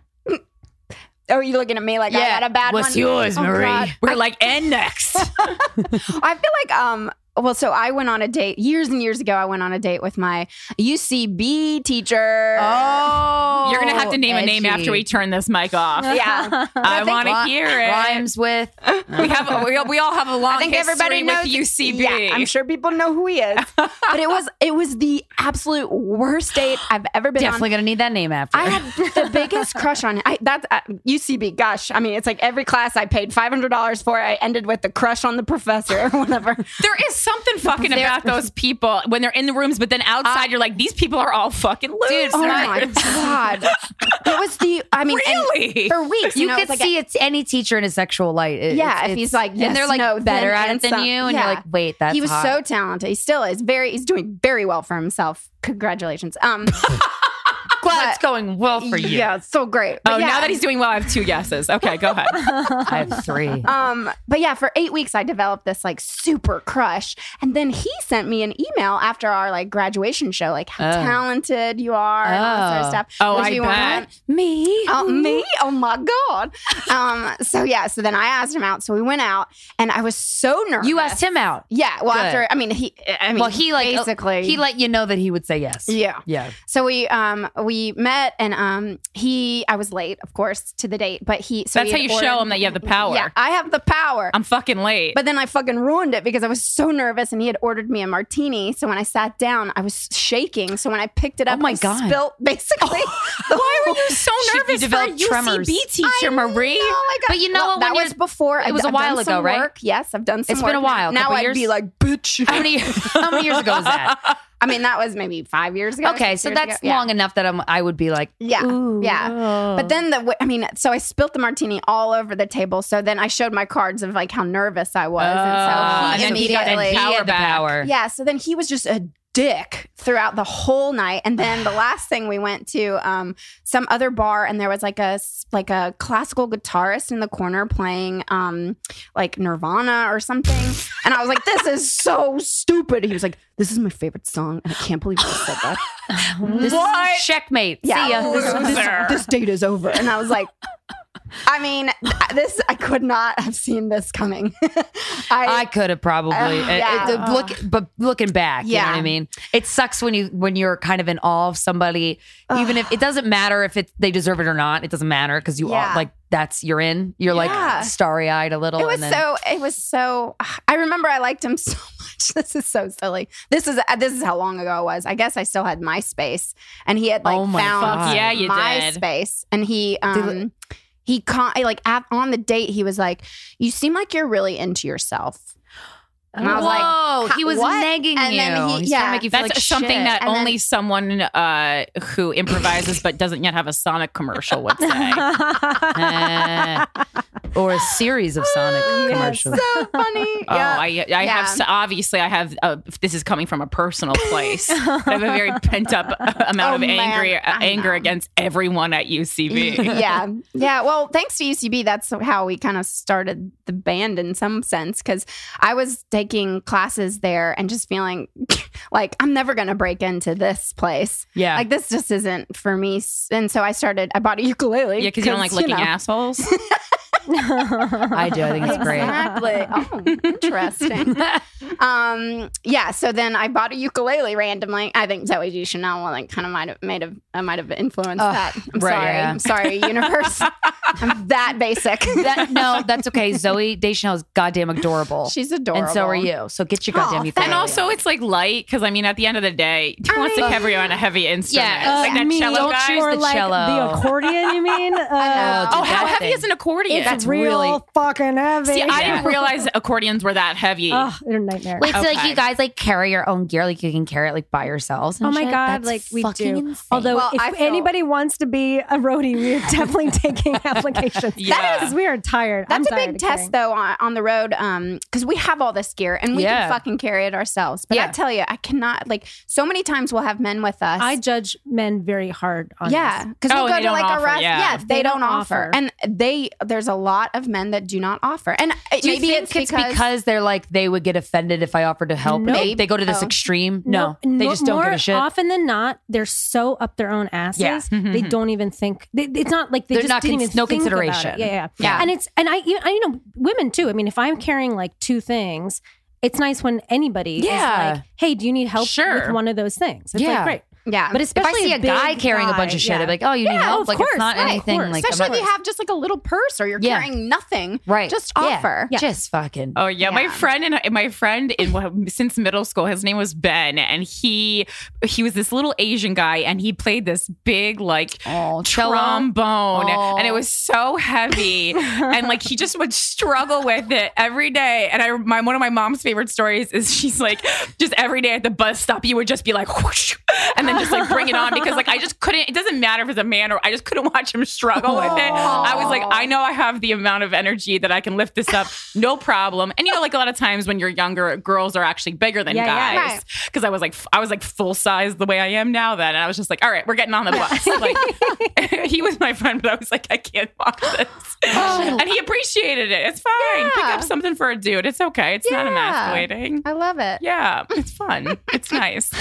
Speaker 4: oh, you're looking at me like I got a bad
Speaker 2: What's
Speaker 4: one.
Speaker 2: yours,
Speaker 4: Oh,
Speaker 2: Marie?
Speaker 4: God.
Speaker 1: We're like, and next.
Speaker 4: I feel like um well so I went on a date years and years ago I went on a date with my UCB teacher.
Speaker 2: Oh,
Speaker 1: You're gonna have to name a name
Speaker 2: edgy.
Speaker 1: after we turn this mic off.
Speaker 4: Yeah.
Speaker 1: I want to
Speaker 2: Ri-
Speaker 1: hear it.
Speaker 2: Rhymes with
Speaker 1: We have we, all- we all have a long
Speaker 4: I think
Speaker 1: history
Speaker 4: everybody knows
Speaker 1: with UCB.
Speaker 4: Yeah, I'm sure people know who he is. but it was it was the absolute worst date I've ever been
Speaker 2: definitely
Speaker 4: on.
Speaker 2: gonna need that name after.
Speaker 4: I had the biggest crush on him. I, that's uh, UCB. Gosh, I mean, it's like every class I paid five hundred dollars for. I ended with the crush on the professor or whatever.
Speaker 1: There is something fucking about those people when they're in the rooms, but then outside you're like, these people are all fucking losers.
Speaker 4: oh my god, it was the. I mean, and
Speaker 1: Really?
Speaker 4: for weeks
Speaker 2: you
Speaker 4: know,
Speaker 2: could
Speaker 4: it's like a-
Speaker 2: see it's any teacher in a sexual light. It-
Speaker 4: Yeah,
Speaker 2: it's-
Speaker 4: if he's
Speaker 2: it's-
Speaker 4: like, yes,
Speaker 2: and they're like
Speaker 4: no, then
Speaker 2: better at
Speaker 4: and
Speaker 2: it than
Speaker 4: some-
Speaker 2: you, and you're
Speaker 4: Yeah.
Speaker 2: like, wait, that's
Speaker 4: he was
Speaker 2: hot.
Speaker 4: so talented. He still is very. He's doing very well for himself. Congratulations. Um,
Speaker 2: glad it's going well for you.
Speaker 4: yeah, it's so great. But
Speaker 1: Oh,
Speaker 4: yeah,
Speaker 1: now that he's doing well, I have two guesses. Okay, go ahead.
Speaker 2: I have three.
Speaker 4: Um, but yeah, for eight weeks I developed this like super crush, and then he sent me an email after our like graduation show, like how
Speaker 2: Oh.
Speaker 4: talented you are and all that sort
Speaker 2: Oh.
Speaker 4: of stuff.
Speaker 1: Oh,
Speaker 4: Would
Speaker 1: I
Speaker 4: you want
Speaker 1: bet.
Speaker 4: one?
Speaker 2: me, Mm-hmm.
Speaker 4: Oh, me? Oh my God. Um, so yeah, so then I asked him out. So we went out and I was so nervous.
Speaker 2: you asked him out.
Speaker 4: Yeah. Well,
Speaker 2: Good.
Speaker 4: after, I mean, he, I mean,
Speaker 2: well, he like
Speaker 4: basically,
Speaker 2: he let you know that he would say yes.
Speaker 4: yeah.
Speaker 2: yeah.
Speaker 4: So we, um, we met and, um, he, I was late, of course, to the date, but he, so
Speaker 1: That's
Speaker 4: he
Speaker 1: how
Speaker 4: had
Speaker 1: you show
Speaker 4: ordered-
Speaker 1: him that you have the power.
Speaker 4: Yeah. I have the power.
Speaker 1: I'm fucking late.
Speaker 4: But then I fucking ruined it because I was so nervous and he had ordered me a martini. So when I sat down, I was shaking. So when I picked it up,
Speaker 2: Oh my
Speaker 4: I
Speaker 2: God. Oh,
Speaker 4: spilt basically. Why were
Speaker 1: You're so
Speaker 2: She
Speaker 1: nervous for a
Speaker 2: developed tremors.
Speaker 1: UCB teacher, Marie.
Speaker 2: But you know
Speaker 4: Oh well,
Speaker 2: what,
Speaker 4: That
Speaker 2: when you're-
Speaker 4: was before.
Speaker 2: it
Speaker 4: I've
Speaker 2: was a
Speaker 4: d- I've
Speaker 2: while
Speaker 4: done
Speaker 2: ago,
Speaker 4: some
Speaker 2: right?
Speaker 4: work. Yes, I've done some.
Speaker 2: It's
Speaker 4: work.
Speaker 2: been a while,
Speaker 4: Now
Speaker 2: couple
Speaker 4: I'd
Speaker 2: years.
Speaker 4: be like, bitch.
Speaker 2: How many how many years ago was that?
Speaker 4: I mean, that was maybe five years ago.
Speaker 2: Okay,
Speaker 4: six
Speaker 2: so
Speaker 4: years ago.
Speaker 2: that's
Speaker 4: Yeah.
Speaker 2: long enough that I'm I would be like,
Speaker 4: Yeah,
Speaker 2: Ooh,
Speaker 4: yeah. But then the, w- I mean, so I spilt the martini all over the table. So then I showed my cards of like how nervous I was,
Speaker 1: Oh,
Speaker 4: and so
Speaker 1: and
Speaker 4: he
Speaker 1: then he got
Speaker 4: immediately.
Speaker 1: power
Speaker 2: he had the
Speaker 1: back.
Speaker 2: power.
Speaker 4: yeah, so then he was just a
Speaker 2: dick throughout the whole night. And then the last thing we went to um, some other bar, and there was like a s- like a classical guitarist in the corner playing um, like Nirvana or something. And I was like, "This is so stupid." He was like, "This is my favorite song, and I can't believe I said that."
Speaker 4: This
Speaker 1: What?
Speaker 4: is checkmate.
Speaker 2: Yeah.
Speaker 4: See ya.
Speaker 2: This- this-
Speaker 1: Loser.
Speaker 2: this date is over, and I was like. I mean, this I could not have seen this coming.
Speaker 4: I could have probably
Speaker 2: Uh,
Speaker 4: it- it-
Speaker 2: yeah.
Speaker 4: the look, but looking back, you know
Speaker 2: Yeah.
Speaker 4: what I mean. It sucks when you when you're kind of in awe of somebody, even if it doesn't matter if it they deserve it or not. It doesn't matter because you
Speaker 2: Yeah.
Speaker 4: all like that's you're in. You're
Speaker 2: Yeah.
Speaker 4: like starry eyed a little.
Speaker 2: It was
Speaker 4: and then,
Speaker 2: so. It was so. I remember I liked him so much. This is so silly. This is this is how long ago it was. I guess I still had MySpace, and he had like
Speaker 4: Oh my
Speaker 2: found
Speaker 4: God.
Speaker 1: Yeah, you did.
Speaker 2: MySpace, and he um he con- like at, on the date he was like, "You seem like you're really into yourself." And I was like,
Speaker 4: Whoa,
Speaker 2: "Huh,
Speaker 4: he was
Speaker 2: what?"
Speaker 4: negging
Speaker 2: And
Speaker 4: you.
Speaker 2: then he-
Speaker 4: He's trying to
Speaker 2: yeah.
Speaker 4: make you feel
Speaker 1: That's
Speaker 4: like
Speaker 1: something
Speaker 4: shit.
Speaker 1: that
Speaker 2: And then-
Speaker 1: only someone uh, who improvises but doesn't yet have a Sonic commercial would say.
Speaker 4: Eh. or a series of Sonic commercials.
Speaker 2: So funny.
Speaker 1: Oh,
Speaker 2: yeah.
Speaker 1: I, I have s- obviously I have. Uh, this is coming from a personal place. I have a very pent up amount
Speaker 2: Oh,
Speaker 1: of
Speaker 2: man,
Speaker 1: anger, uh,
Speaker 2: I
Speaker 1: anger
Speaker 2: know.
Speaker 1: against everyone at UCB.
Speaker 2: yeah. Yeah. Well, thanks to UCB, that's how we kind of started the band in some sense. Cause I was taking classes there and just feeling like I'm never going to break into this place.
Speaker 4: Yeah.
Speaker 2: Like this just isn't for me. S- And so I started, I bought a ukulele.
Speaker 1: Yeah, because you don't like looking
Speaker 2: know.
Speaker 1: assholes.
Speaker 4: I do. I think it's great.
Speaker 2: Exactly. Oh, interesting. um, yeah. So then I bought a ukulele randomly. I think Zoe D. Chanel well, like, kind of might have made a I might have influenced
Speaker 4: Ugh,
Speaker 2: that. I'm
Speaker 4: right,
Speaker 2: sorry.
Speaker 4: yeah.
Speaker 2: I'm sorry, universe. I'm that basic.
Speaker 4: That, no, that's okay. Zoe Deschanel is goddamn adorable.
Speaker 2: She's adorable.
Speaker 4: And so are you. So get your goddamn
Speaker 2: Aw,
Speaker 4: ukulele.
Speaker 1: and also, it's like light because I mean, at the end of the day, who wants to
Speaker 2: mean- Uh,
Speaker 1: carry on a heavy instrument?
Speaker 4: Yeah,
Speaker 1: like that
Speaker 4: me.
Speaker 1: cello
Speaker 4: Don't
Speaker 1: guy.
Speaker 4: choose-
Speaker 5: or
Speaker 4: the
Speaker 5: like
Speaker 4: cello.
Speaker 5: the accordion, you mean? Uh,
Speaker 4: dude,
Speaker 1: Oh, how
Speaker 4: that
Speaker 1: heavy
Speaker 4: thing.
Speaker 1: is an accordion?
Speaker 4: That's
Speaker 5: real
Speaker 4: really
Speaker 5: fucking heavy.
Speaker 1: See, I didn't realize accordions were that
Speaker 2: Uh-huh.
Speaker 1: heavy.
Speaker 5: Ugh, they're a nightmare.
Speaker 4: Wait, so like
Speaker 1: Okay.
Speaker 4: you guys like carry your own gear, like you can carry it like by yourselves. and
Speaker 5: Oh my
Speaker 4: shit?
Speaker 5: god!
Speaker 4: That's
Speaker 5: like we do.
Speaker 4: fucking insane.
Speaker 5: Although,
Speaker 2: Well, I
Speaker 5: if
Speaker 2: feel-
Speaker 5: anybody wants to be a roadie, we are definitely taking applications.
Speaker 1: Yeah.
Speaker 5: because we are tired. I'm
Speaker 2: That's a
Speaker 5: tired
Speaker 2: big
Speaker 5: of
Speaker 2: test,
Speaker 5: carrying.
Speaker 2: though, on, on the road, because we have all this gear and we
Speaker 4: Yeah.
Speaker 2: can fucking carry it ourselves. But I
Speaker 4: Yeah.
Speaker 2: tell you, I cannot. Like, so many times we'll have men with us.
Speaker 5: I judge men very hard on
Speaker 2: yeah,
Speaker 5: this.
Speaker 2: because
Speaker 1: Oh,
Speaker 2: we'll
Speaker 1: and
Speaker 2: go
Speaker 1: they
Speaker 2: to
Speaker 1: don't
Speaker 2: like
Speaker 1: offer,
Speaker 2: a rest.
Speaker 1: yeah.
Speaker 2: Yeah, they, don't, offer. and they there's a lot of men that do not offer. And it-
Speaker 4: Do you
Speaker 2: maybe
Speaker 4: think
Speaker 2: it's because,
Speaker 4: they're like they would get offended if I offered to help?
Speaker 5: Nope.
Speaker 4: They, they go to this
Speaker 2: Oh.
Speaker 4: extreme. No, they
Speaker 5: mo-
Speaker 4: just don't
Speaker 5: more
Speaker 4: give a shit.
Speaker 5: Often than not, they're so up their own asses.
Speaker 4: Yeah. Mm-hmm,
Speaker 5: They don't even think. They, it's not like they
Speaker 4: They're
Speaker 5: just
Speaker 4: not
Speaker 5: didn't
Speaker 4: cons-
Speaker 5: even
Speaker 4: no
Speaker 5: think about it.
Speaker 4: consideration.
Speaker 5: Yeah, yeah,
Speaker 2: Yeah.
Speaker 5: And it's and I, you- I you know women too. I mean, if I'm carrying like two things, it's nice when anybody
Speaker 4: Yeah.
Speaker 5: is like, "Hey, do you need help
Speaker 1: Sure.
Speaker 5: with one of those things?" It's
Speaker 4: Yeah.
Speaker 5: like great.
Speaker 2: yeah,
Speaker 5: But
Speaker 4: if I
Speaker 5: especially
Speaker 4: see a
Speaker 5: big
Speaker 4: guy carrying a bunch of shit,
Speaker 5: yeah.
Speaker 4: I'd be like, "Oh, you need
Speaker 5: Yeah,
Speaker 4: help."
Speaker 5: of
Speaker 4: like
Speaker 5: course,
Speaker 4: it's not
Speaker 5: right, of
Speaker 4: anything.
Speaker 5: course.
Speaker 4: Like I'm
Speaker 2: especially
Speaker 4: not-
Speaker 2: if you have just like a little purse or you're
Speaker 4: Yeah.
Speaker 2: carrying nothing.
Speaker 4: right,
Speaker 2: Just
Speaker 4: Yeah.
Speaker 2: offer.
Speaker 4: Just fucking.
Speaker 1: Oh yeah, my
Speaker 2: Yeah.
Speaker 1: friend and my friend in well, since middle school, his name was Ben, and he he was this little Asian guy, and he played this big like
Speaker 4: Oh, cello.
Speaker 1: trombone,
Speaker 4: Oh.
Speaker 1: and it was so heavy, and like he just would struggle with it every day. And I my one of my mom's favorite stories is she's like just every day at the bus stop, you would just be like whoosh, and then just like bring it on because like I just couldn't. It doesn't matter if it's a man or I just couldn't watch him struggle with it. I was like, I know I have the amount of energy that I can lift this up, no problem. And you know, like a lot of times when you're younger, girls are actually bigger than
Speaker 5: Yeah, yeah.
Speaker 1: guys
Speaker 2: Right.
Speaker 1: because I was like, f- I was like full size the way I am now. Then and I was just like, all right, we're getting on the bus. Like, he was my friend, but I was like, I can't watch this. and he appreciated it. It's fine. Pick
Speaker 2: Oh. Yeah.
Speaker 1: up something for a dude. It's okay. It's not
Speaker 2: Yeah.
Speaker 1: emasculating.
Speaker 2: I love it.
Speaker 1: Yeah, it's fun. it's nice.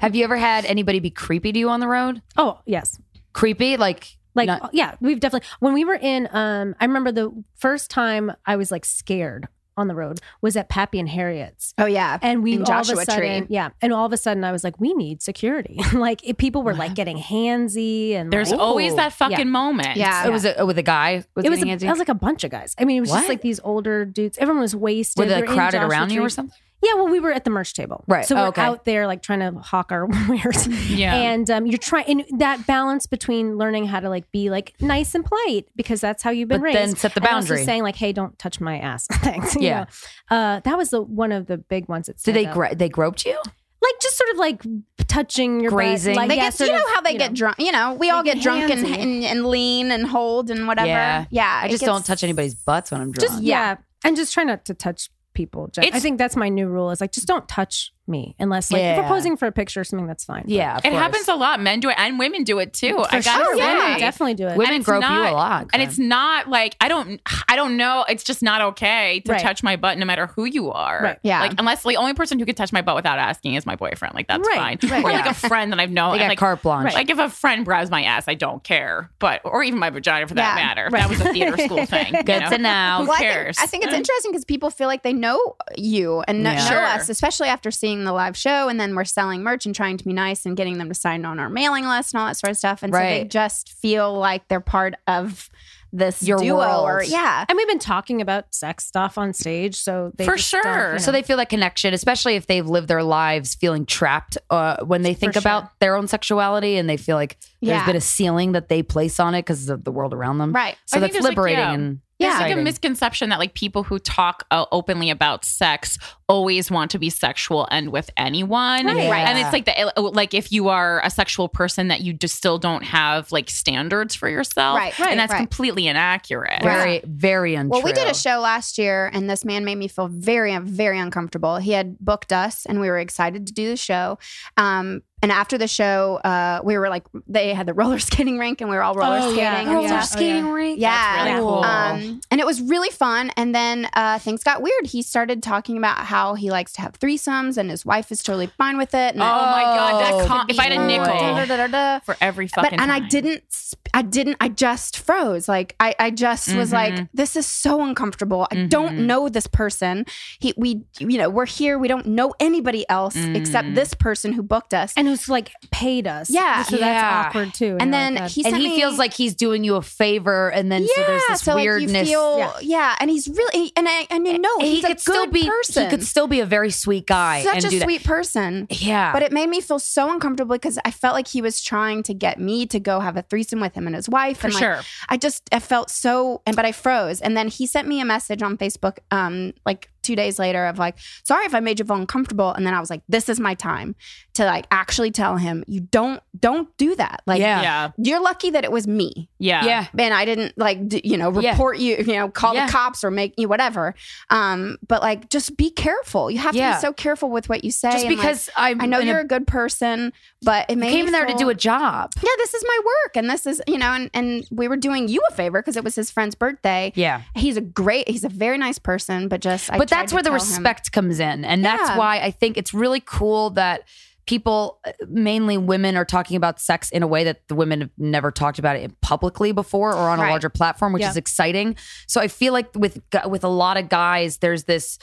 Speaker 4: Have you ever had anybody be creepy to you on the road?
Speaker 5: Oh yes,
Speaker 4: Creepy, like uh,
Speaker 5: like
Speaker 4: Not-
Speaker 5: yeah, we've definitely. When we were in, um, I remember the first time I was like scared on the road was at Pappy and Harriet's.
Speaker 2: Oh yeah.
Speaker 5: And we
Speaker 2: In
Speaker 5: all
Speaker 2: Joshua
Speaker 5: of a
Speaker 2: Tree.
Speaker 5: sudden, yeah, and all of a sudden, I was like, "We need security." like it, people were like getting handsy, and
Speaker 1: There's
Speaker 5: like,
Speaker 1: always that fucking
Speaker 5: Yeah.
Speaker 1: moment.
Speaker 2: Yeah.
Speaker 4: it was a, uh, with a guy. Was
Speaker 5: it was, a,
Speaker 4: getting
Speaker 5: it
Speaker 4: handsy?
Speaker 5: was like a bunch of guys. I mean, it was
Speaker 4: What?
Speaker 5: just like these older dudes. Everyone was wasted.
Speaker 4: were they
Speaker 5: We
Speaker 4: like,
Speaker 5: in
Speaker 4: crowded
Speaker 5: Joshua
Speaker 4: around you or
Speaker 5: Tree.
Speaker 4: something?
Speaker 5: Yeah, well, we were at the merch table,
Speaker 4: Right.
Speaker 5: So
Speaker 4: Oh,
Speaker 5: we're
Speaker 4: okay.
Speaker 5: out there like trying to hawk our wares,
Speaker 1: Yeah.
Speaker 5: And um, you're trying, and that balance between learning how to like be like nice and polite because that's how you've been
Speaker 4: But
Speaker 5: raised.
Speaker 4: then set the
Speaker 5: and also
Speaker 4: boundary.
Speaker 5: saying like, "Hey, don't touch my ass." Thanks. you
Speaker 4: Yeah.
Speaker 5: know. Uh, that was the one of the big ones. That
Speaker 4: Did
Speaker 5: stood
Speaker 4: they
Speaker 5: out.
Speaker 4: gra- they groped you?
Speaker 5: like just sort of like touching your butt,
Speaker 4: Grazing.
Speaker 5: like,
Speaker 2: They
Speaker 5: yeah,
Speaker 2: get,
Speaker 5: sort
Speaker 2: you know
Speaker 5: of,
Speaker 2: how they
Speaker 5: know.
Speaker 2: get drunk. You know, we all
Speaker 5: They
Speaker 2: get,
Speaker 5: get
Speaker 2: drunk and,
Speaker 5: handsy.
Speaker 2: and and lean and hold and whatever.
Speaker 4: Yeah.
Speaker 2: Yeah,
Speaker 4: I
Speaker 2: it
Speaker 4: just don't
Speaker 2: gets-
Speaker 4: touch anybody's butts when I'm drunk.
Speaker 5: Just yeah. and just try not to touch people. Jen. I
Speaker 1: It's-
Speaker 5: think that's my new rule. Is like just don't touch
Speaker 7: me unless like if
Speaker 2: Yeah.
Speaker 7: we're posing for a picture or something that's fine. but-
Speaker 2: Yeah, of
Speaker 1: It
Speaker 2: course.
Speaker 1: happens a lot. Men do it and women do it too. I
Speaker 7: for
Speaker 1: gotta
Speaker 4: Oh,
Speaker 7: sure,
Speaker 1: say.
Speaker 7: women definitely do it.
Speaker 2: Women
Speaker 1: it's
Speaker 2: grope you
Speaker 1: not-
Speaker 2: a lot,
Speaker 1: And it's not like I don't I don't know. It's just not okay to
Speaker 7: Right.
Speaker 1: touch my butt no matter who you are.
Speaker 7: Right.
Speaker 4: Yeah.
Speaker 1: Like unless the only person who could touch my butt without asking is my boyfriend. Like that's
Speaker 7: Right.
Speaker 1: fine.
Speaker 7: Right.
Speaker 1: Or like
Speaker 2: Yeah.
Speaker 1: a friend that I've known.
Speaker 2: They got
Speaker 1: like,
Speaker 2: carte blanche.
Speaker 1: Like if a friend grabs my ass, I don't care. But or even my vagina for that
Speaker 4: Yeah.
Speaker 1: matter. If that was a theater school thing. you
Speaker 2: Good
Speaker 1: know?
Speaker 2: to know.
Speaker 1: Who
Speaker 2: Well,
Speaker 4: I think-
Speaker 1: cares?
Speaker 4: I think, it's interesting because people feel like they know you and kn-
Speaker 2: Yeah.
Speaker 4: know
Speaker 1: Sure.
Speaker 4: us, especially after seeing the live show. And then we're selling merch and trying to be nice and getting them to sign on our mailing list and all that sort of stuff. And so they
Speaker 2: Right.
Speaker 4: just feel like they're part of this
Speaker 2: Your
Speaker 4: duo.
Speaker 2: world.
Speaker 4: Or, yeah.
Speaker 7: and we've been talking about sex stuff on stage, so they
Speaker 1: For
Speaker 7: just don't,
Speaker 1: sure.
Speaker 7: you know.
Speaker 2: So they feel that connection, especially if they've lived their lives feeling trapped uh, when they think
Speaker 7: For sure.
Speaker 2: about their own sexuality and they feel like
Speaker 4: Yeah.
Speaker 2: there's been a ceiling that they place on it because of the world around them.
Speaker 4: Right.
Speaker 2: So
Speaker 1: I think
Speaker 2: that's
Speaker 1: there's, like,
Speaker 2: liberating.
Speaker 1: yeah.
Speaker 2: and
Speaker 1: There's like a
Speaker 2: exciting.
Speaker 1: misconception that like people who talk uh, openly about sex always want to be sexual and with anyone.
Speaker 2: Right. Right.
Speaker 1: And it's like the uh, oh, like if you are a sexual person that you just still don't have like standards for yourself.
Speaker 4: Right, right,
Speaker 1: And that's
Speaker 4: right.
Speaker 1: completely inaccurate.
Speaker 2: very, very untrue.
Speaker 4: Well, we did a show last year, and this man made me feel very, very uncomfortable. He had booked us, and we were excited to do the show. Um, and after the show, uh, we were like, they had the roller skating rink, and we were all roller
Speaker 7: Oh,
Speaker 4: skating.
Speaker 7: yeah.
Speaker 4: and
Speaker 7: Roller
Speaker 4: stuff.
Speaker 7: yeah. skating
Speaker 2: rink.
Speaker 4: Yeah.
Speaker 1: really cool.
Speaker 4: Um, and it was really fun. And then uh, things got weird. He started talking about how he likes to have threesomes and his wife is totally fine with it. And
Speaker 1: Oh, my god,
Speaker 2: Oh,
Speaker 1: that con- if I had a
Speaker 2: could be
Speaker 1: nickel
Speaker 2: more.
Speaker 4: Da, da, da, da, da.
Speaker 1: for every
Speaker 4: But
Speaker 1: fucking
Speaker 4: and I
Speaker 1: time.
Speaker 4: didn't, sp- I didn't, I just froze. Like I, I just was like, this is so uncomfortable. I don't know this person. He, we, you know, we're here. We don't know anybody else except this person who booked us.
Speaker 7: and who's like paid us.
Speaker 4: Yeah.
Speaker 7: so
Speaker 2: Yeah.
Speaker 7: that's awkward too.
Speaker 4: And
Speaker 7: you're like,
Speaker 4: then
Speaker 7: God.
Speaker 4: he
Speaker 2: and
Speaker 4: sent
Speaker 2: he
Speaker 4: me-
Speaker 2: feels like he's doing you a favor, and then so there's this
Speaker 4: so, like, you
Speaker 2: weirdness.
Speaker 4: feel-
Speaker 7: Yeah.
Speaker 4: yeah. and he's really, and I, and you know,
Speaker 2: And he
Speaker 4: he's a
Speaker 2: could
Speaker 4: good
Speaker 2: still be
Speaker 4: person.
Speaker 2: he could still be a very sweet guy.
Speaker 4: such
Speaker 2: and
Speaker 4: a
Speaker 2: do that.
Speaker 4: sweet person.
Speaker 2: Yeah.
Speaker 4: But it made me feel so uncomfortable because I felt like he was trying to get me to go have a threesome with him and his wife.
Speaker 1: For
Speaker 4: and like,
Speaker 1: sure.
Speaker 4: I just I felt so and but I froze. And then he sent me a message on Facebook um like two days later of like, sorry if I made you feel uncomfortable. And then I was like, this is my time to like actually tell him you don't don't do that. Like
Speaker 2: Yeah.
Speaker 1: yeah.
Speaker 4: you're lucky that it was me
Speaker 1: Yeah.
Speaker 2: yeah.
Speaker 4: and I didn't like d- you know
Speaker 2: Yeah.
Speaker 4: report you you know call
Speaker 2: Yeah.
Speaker 4: the cops or make you whatever. Um, but like just be careful. You have to
Speaker 2: Yeah.
Speaker 4: be so careful with what you say.
Speaker 2: Just
Speaker 4: and, like,
Speaker 2: because I'm
Speaker 4: I know
Speaker 2: in a-
Speaker 4: you're a good person, but it
Speaker 2: You
Speaker 4: made
Speaker 2: came
Speaker 4: me
Speaker 2: in there to
Speaker 4: feel-
Speaker 2: do a job.
Speaker 4: Yeah, this is my work, and this is you know, and and we were doing you a favor because it was his friend's birthday.
Speaker 2: Yeah.
Speaker 4: He's a great, he's a very nice person, but just I
Speaker 2: but
Speaker 4: tried
Speaker 2: that's
Speaker 4: to
Speaker 2: where the
Speaker 4: tell him-
Speaker 2: respect comes in and
Speaker 4: Yeah.
Speaker 2: that's why i think it's really cool that people uh, mainly women are talking about sex in a way that the women have never talked about it publicly before or on
Speaker 4: Right.
Speaker 2: a larger platform which
Speaker 7: Yeah.
Speaker 2: is exciting so i feel like with gu- with a lot of guys there's this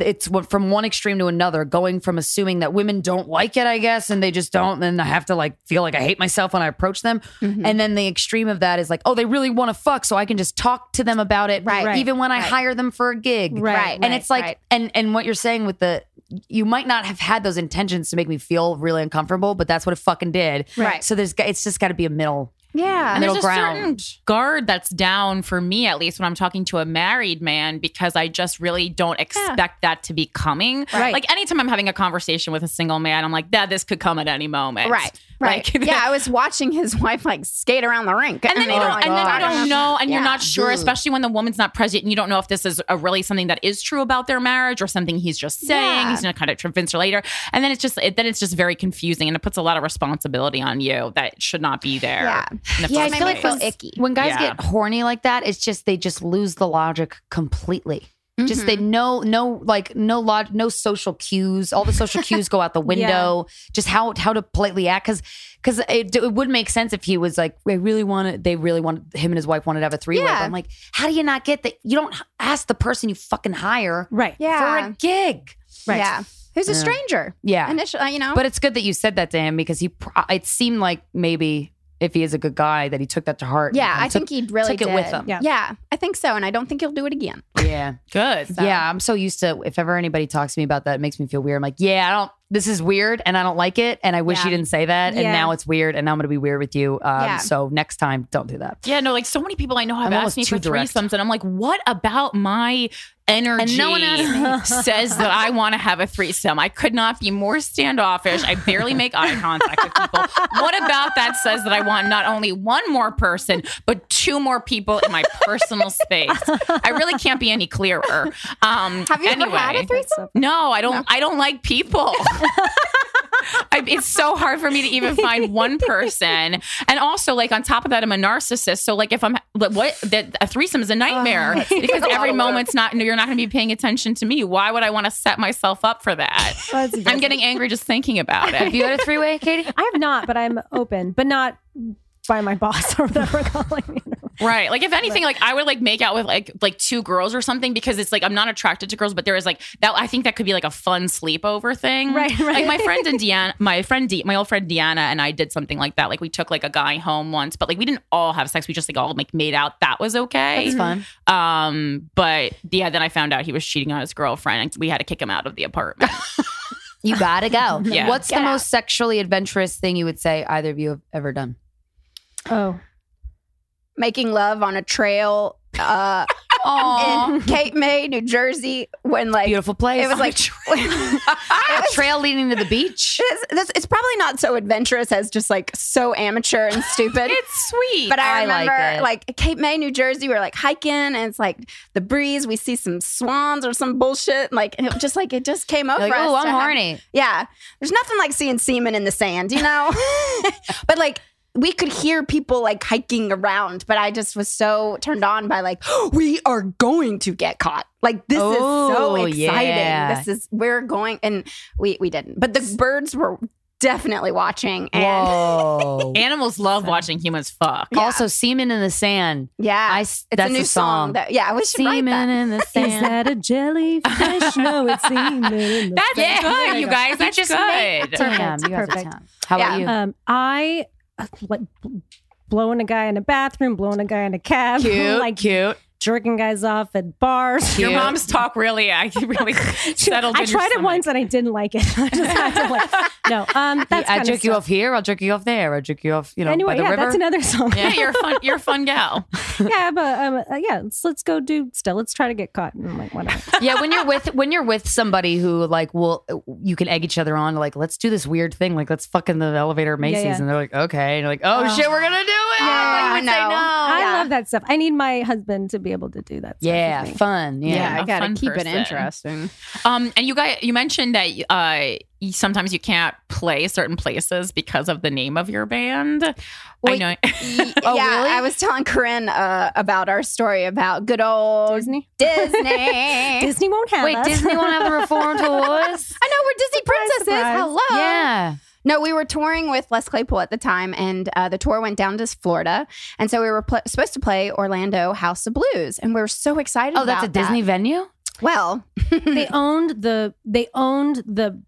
Speaker 2: it's went from one extreme to another going from assuming that women don't like it i guess and they just don't and i have to like feel like i hate myself when i approach them
Speaker 4: Mm-hmm.
Speaker 2: and then the extreme of that is like oh they really want to fuck so i can just talk to them about it
Speaker 4: Right. Right.
Speaker 2: even when i
Speaker 4: Right.
Speaker 2: hire them for a gig
Speaker 7: Right,
Speaker 4: Right,
Speaker 2: and it's like
Speaker 4: right, right.
Speaker 2: and and what you're saying with the you might not have had those intentions to make me feel really uncomfortable but that's what it fucking did
Speaker 4: Right.
Speaker 2: so there's it's just got to be a middle
Speaker 4: Yeah,
Speaker 1: and there's
Speaker 2: middle
Speaker 1: a
Speaker 2: ground.
Speaker 1: certain guard that's down for me at least when I'm talking to a married man because I just really don't expect that to be coming.
Speaker 7: Right.
Speaker 1: Like anytime I'm having a conversation with a single man, I'm like, that this could come at any moment.
Speaker 4: right, right.
Speaker 1: Like,
Speaker 4: yeah, I was watching his wife like skate around the rink,
Speaker 1: And then you don't, and
Speaker 4: "Oh,
Speaker 1: then you don't know, and you're
Speaker 4: Yeah.
Speaker 1: not sure, especially when the woman's not present, and you don't know if this is a, really something that is true about their marriage or something he's just saying.
Speaker 4: Yeah.
Speaker 1: He's gonna kind of convince her later, and then it's just it, then it's just very confusing, and it puts a lot of responsibility on you that should not be there.
Speaker 4: Yeah.
Speaker 1: in the
Speaker 4: Yeah, I
Speaker 1: first
Speaker 4: feel like
Speaker 1: place.
Speaker 4: those- icky.
Speaker 2: when guys
Speaker 1: Yeah.
Speaker 2: get horny like that it's just they just lose the logic completely just they
Speaker 4: Mm-hmm.
Speaker 2: no no like no log no social cues all the social cues go out the window just how how to politely act because because it, it would make sense if he was like they really want to they really want him and his wife wanted to have a three way
Speaker 4: Yeah.
Speaker 2: i'm like how do you not get that you don't ask the person you fucking hire
Speaker 7: right.
Speaker 4: yeah,
Speaker 2: for a gig
Speaker 7: Right.
Speaker 4: yeah. Who's a
Speaker 2: Yeah.
Speaker 4: stranger?
Speaker 2: yeah
Speaker 4: Initially, you know,
Speaker 2: but it's good that you said that to him because he pro- it seemed like maybe if he is a good guy that he took that to heart and
Speaker 4: Yeah,
Speaker 2: kinda
Speaker 4: I think he really
Speaker 2: took
Speaker 4: did.
Speaker 2: it with him.
Speaker 7: Yeah.
Speaker 4: Yeah. I think so, and I don't think he'll do it again.
Speaker 2: took- yeah
Speaker 1: good.
Speaker 2: Yeah, I'm so used to if ever anybody talks to me about that, it makes me feel weird. I'm like, yeah, I don't. This is weird, and I don't like it, and I wish
Speaker 4: Yeah.
Speaker 2: you didn't say that. And
Speaker 7: Yeah.
Speaker 2: now it's weird, and I'm gonna be weird with you. Um,
Speaker 4: Yeah.
Speaker 2: So next time, don't do that.
Speaker 1: Yeah, no, like so many people I know have
Speaker 2: I'm
Speaker 1: asked
Speaker 2: almost
Speaker 1: me for
Speaker 2: too direct.
Speaker 1: threesomes, and I'm like, what about my energy?
Speaker 2: And no one asked
Speaker 1: says that I want to have a threesome. I could not be more standoffish. I barely make eye contact with people. What about that says that I want not only one more person, but two more people in my personal space? I really can't be any clearer. Um,
Speaker 4: Have you
Speaker 1: anyway.
Speaker 4: ever had a threesome?
Speaker 1: No, I don't. I don't like people. I, it's so hard for me to even find one person. And also, like on top of that, I'm a narcissist. So like if I'm like, what that a threesome is a nightmare because every moment's not. no, You're not going to be paying attention to me. Why would I want to set myself up for that? I'm getting angry just thinking about
Speaker 2: Have
Speaker 1: it.
Speaker 2: you had a three way, Katie?
Speaker 5: I have not, but I'm open, but not by my boss or whatever calling me.
Speaker 1: Right. Like if anything, like I would like make out with like like two girls or something because it's like I'm not attracted to girls, but there is like that I think that could be like a fun sleepover thing.
Speaker 5: Right,
Speaker 1: Like
Speaker 5: right.
Speaker 1: my friend and Deanna my friend De- my old friend Deanna and I did something like that. Like we took like a guy home once, but like we didn't all have sex. We just like all like made out. That was okay.
Speaker 2: It's fun.
Speaker 1: Um but yeah, then I found out he was cheating on his girlfriend and we had to kick him out of the apartment.
Speaker 2: You gotta go.
Speaker 1: Yeah.
Speaker 2: What's
Speaker 4: Get
Speaker 2: the
Speaker 4: out.
Speaker 2: most sexually adventurous thing you would say either of you have ever done?
Speaker 5: Oh,
Speaker 4: Making love on a trail uh, in Cape May, New Jersey, when like
Speaker 2: Beautiful place.
Speaker 4: It was like it
Speaker 2: a
Speaker 4: was-
Speaker 2: trail leading to the beach.
Speaker 4: It's, this- it's probably not so adventurous as just like so amateur and stupid.
Speaker 1: it's sweet.
Speaker 4: but I
Speaker 2: I like
Speaker 4: remember
Speaker 2: it.
Speaker 4: like, Cape May, New Jersey, we're like hiking and it's like the breeze. We see some swans or some bullshit. Like and it just like it just came over
Speaker 2: Like,
Speaker 4: us.
Speaker 2: oh,
Speaker 4: to
Speaker 2: I'm
Speaker 4: have-
Speaker 2: horny.
Speaker 4: yeah. There's nothing like seeing semen in the sand, you know? but like we could hear people like hiking around, but I just was so turned on by like, we are going to get caught. Like this is
Speaker 2: Oh,
Speaker 4: so exciting.
Speaker 2: yeah.
Speaker 4: This is we're going and we we didn't. But the birds were definitely watching and
Speaker 2: Whoa.
Speaker 1: Animals love watching humans fuck.
Speaker 2: Also, semen in the sand.
Speaker 4: yeah.
Speaker 2: I s-
Speaker 4: it's
Speaker 2: that's
Speaker 4: a new
Speaker 2: a song.
Speaker 4: that yeah, we should write
Speaker 2: Semen
Speaker 4: that.
Speaker 2: in the
Speaker 5: is
Speaker 2: sand.
Speaker 5: that a jellyfish? No, it's semen.
Speaker 1: That's
Speaker 2: Yeah.
Speaker 1: good, you guys. That's just good.
Speaker 2: Damn, you guys are
Speaker 5: Perfect.
Speaker 2: town. How about
Speaker 4: Yeah.
Speaker 2: you?
Speaker 5: Um, I uh, like blowing a guy in a bathroom, blowing a guy in a cab, like
Speaker 1: cute.
Speaker 5: jerking guys off at bars.
Speaker 1: Your mom's talk really, I really settled.
Speaker 5: I
Speaker 1: in your
Speaker 5: tried it
Speaker 1: stomach.
Speaker 5: once and I didn't like it. I just had to like, no. Um, that's
Speaker 2: I
Speaker 5: kind
Speaker 2: jerk you off here. I'll jerk you off there. I'll jerk you off. You know,
Speaker 5: Anyway,
Speaker 2: by the
Speaker 5: yeah,
Speaker 2: river.
Speaker 5: that's another song.
Speaker 1: Yeah, you're a fun. You're a fun gal.
Speaker 5: yeah, but um, uh, yeah, let's let's go do still. Let's try to get caught. And I'm like, whatever.
Speaker 2: yeah, when you're with when you're with somebody who like will you can egg each other on. Like, let's do this weird thing. Like, let's fuck in the elevator at Macy's,
Speaker 5: yeah.
Speaker 2: and they're like, okay, and you're like, oh, shit, we're gonna do it.
Speaker 4: Yeah,
Speaker 2: Like, you would say
Speaker 4: no.
Speaker 5: I
Speaker 4: yeah.
Speaker 5: love that stuff. I need my husband to be able to do that. Stuff
Speaker 2: Yeah,
Speaker 5: with me.
Speaker 2: fun. Yeah.
Speaker 1: a fun person.
Speaker 4: interesting.
Speaker 1: Um, and you guys, you mentioned that uh, you- sometimes you can't play certain places because of the name of your band. I
Speaker 4: Wait.
Speaker 1: know.
Speaker 4: Y-
Speaker 2: Oh,
Speaker 4: yeah,
Speaker 2: really?
Speaker 4: I was telling Corinne uh, about our story about good old
Speaker 5: Disney.
Speaker 4: Disney.
Speaker 5: Disney won't have
Speaker 2: Wait,
Speaker 5: us.
Speaker 2: Disney won't have the reformed wars.
Speaker 4: I know we're Disney princesses.
Speaker 5: surprise.
Speaker 4: Hello.
Speaker 2: Yeah.
Speaker 4: No, we were touring with Les Claypool at the time, and uh, the tour went down to Florida, and so we were pl- supposed to play Orlando House of Blues, and we were so excited.
Speaker 2: Oh, that's a
Speaker 4: about that.
Speaker 2: Disney venue.
Speaker 4: Well,
Speaker 5: they owned the they owned the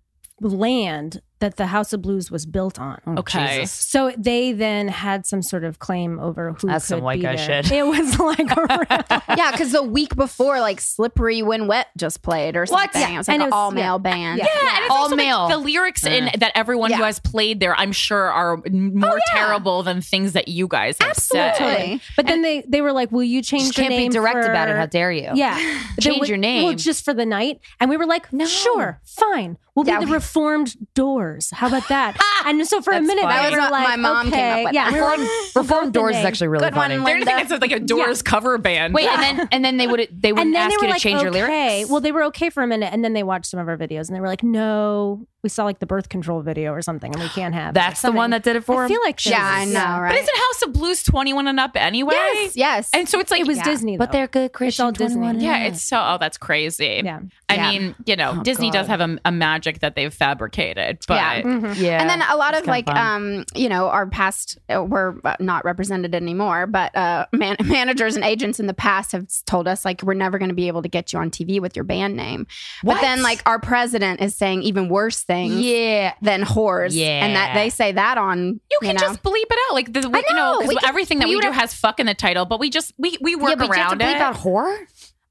Speaker 5: land that the House of Blues was built on.
Speaker 2: Oh,
Speaker 1: Okay.
Speaker 2: Jesus.
Speaker 5: So they then had some sort of claim over who
Speaker 2: That's
Speaker 5: could
Speaker 2: some white
Speaker 5: be
Speaker 2: guy
Speaker 5: there.
Speaker 2: shit.
Speaker 5: It was like a real-
Speaker 4: yeah, because the week before, like Slippery When Wet just played or
Speaker 2: What?
Speaker 4: something. It was like
Speaker 5: And it
Speaker 4: an
Speaker 5: was-
Speaker 4: all male
Speaker 5: yeah.
Speaker 4: band.
Speaker 5: Yeah.
Speaker 1: Yeah, and it's
Speaker 2: All
Speaker 1: also, like,
Speaker 2: male.
Speaker 1: the lyrics in
Speaker 2: Yeah. Oh,
Speaker 1: that everyone who
Speaker 4: Yeah.
Speaker 1: has played there, I'm sure, are m- more terrible than things that you guys have said.
Speaker 4: Totally.
Speaker 5: But then they they were like, "Will you change
Speaker 2: Just
Speaker 5: your
Speaker 2: can't be
Speaker 5: name
Speaker 2: direct
Speaker 5: for-
Speaker 2: about it. How dare you?
Speaker 5: Yeah, But they
Speaker 2: Change
Speaker 5: would-
Speaker 2: your
Speaker 5: Well,
Speaker 2: name.
Speaker 5: just for the night, and we were like,
Speaker 2: No.
Speaker 5: sure, fine. We'll
Speaker 4: Yeah,
Speaker 5: be the
Speaker 4: we-
Speaker 5: Reformed Doors. How about that?" and so for a
Speaker 2: That's
Speaker 5: minute,
Speaker 2: funny. That was
Speaker 5: we were
Speaker 4: what
Speaker 5: like,
Speaker 4: my mom
Speaker 5: okay,
Speaker 4: came up with.
Speaker 5: yeah, we were like,
Speaker 2: Reformed doors is
Speaker 5: name.
Speaker 2: actually really
Speaker 4: Good
Speaker 2: funny.
Speaker 4: one,
Speaker 1: They're anything
Speaker 4: Linda.
Speaker 1: that's like a Doors cover band.
Speaker 2: Wait, and then and then they would they wouldn't
Speaker 5: and then
Speaker 2: ask
Speaker 5: they
Speaker 2: you
Speaker 5: were
Speaker 2: to
Speaker 5: like,
Speaker 1: "Oh,
Speaker 2: change
Speaker 5: okay.
Speaker 2: your lyrics.
Speaker 5: Well, they were okay for a minute, and then they watched some of our videos, and they were like, "No, we saw like the birth control video or something, and we can't have." it," or
Speaker 2: that's the one
Speaker 5: something.
Speaker 2: that did it for
Speaker 5: I
Speaker 2: him.
Speaker 5: feel like
Speaker 4: Yeah, I
Speaker 5: this is-
Speaker 4: know,
Speaker 1: but
Speaker 4: right?
Speaker 1: isn't House of Blues 21 and up anyway?
Speaker 4: yes, yes.
Speaker 1: And so it's like
Speaker 5: It was
Speaker 4: Yeah.
Speaker 5: Disney,
Speaker 2: but
Speaker 5: though.
Speaker 2: they're good Christian.
Speaker 5: all Disney.
Speaker 2: 21 and
Speaker 1: Yeah,
Speaker 2: up.
Speaker 1: it's so. Oh, that's crazy.
Speaker 5: Yeah.
Speaker 1: I
Speaker 4: Yeah.
Speaker 1: mean, you know,
Speaker 2: Oh,
Speaker 1: Disney does
Speaker 2: God.
Speaker 1: have a, a magic that they've fabricated, but
Speaker 4: Yeah.
Speaker 2: yeah.
Speaker 4: Mm-hmm. and then a lot
Speaker 2: It's
Speaker 4: of
Speaker 2: kinda
Speaker 4: like
Speaker 2: fun.
Speaker 4: um you know our past uh, we're uh, not represented anymore but uh man- managers and agents in the past have told us like we're never going to be able to get you on tv with your band name
Speaker 2: What?
Speaker 4: but then like our president is saying even worse things
Speaker 2: yeah.
Speaker 4: than whores
Speaker 2: Yeah.
Speaker 4: and that they say that on
Speaker 1: you can
Speaker 4: know.
Speaker 1: just bleep it out. Like the, we, you know,
Speaker 4: know, we
Speaker 1: because
Speaker 4: can-
Speaker 1: everything that
Speaker 4: we
Speaker 1: we,
Speaker 4: would
Speaker 1: do
Speaker 4: have-
Speaker 1: has fuck in the title, but we just we we work
Speaker 2: yeah, but you have
Speaker 1: around
Speaker 2: to bleep
Speaker 1: it.
Speaker 2: out whore.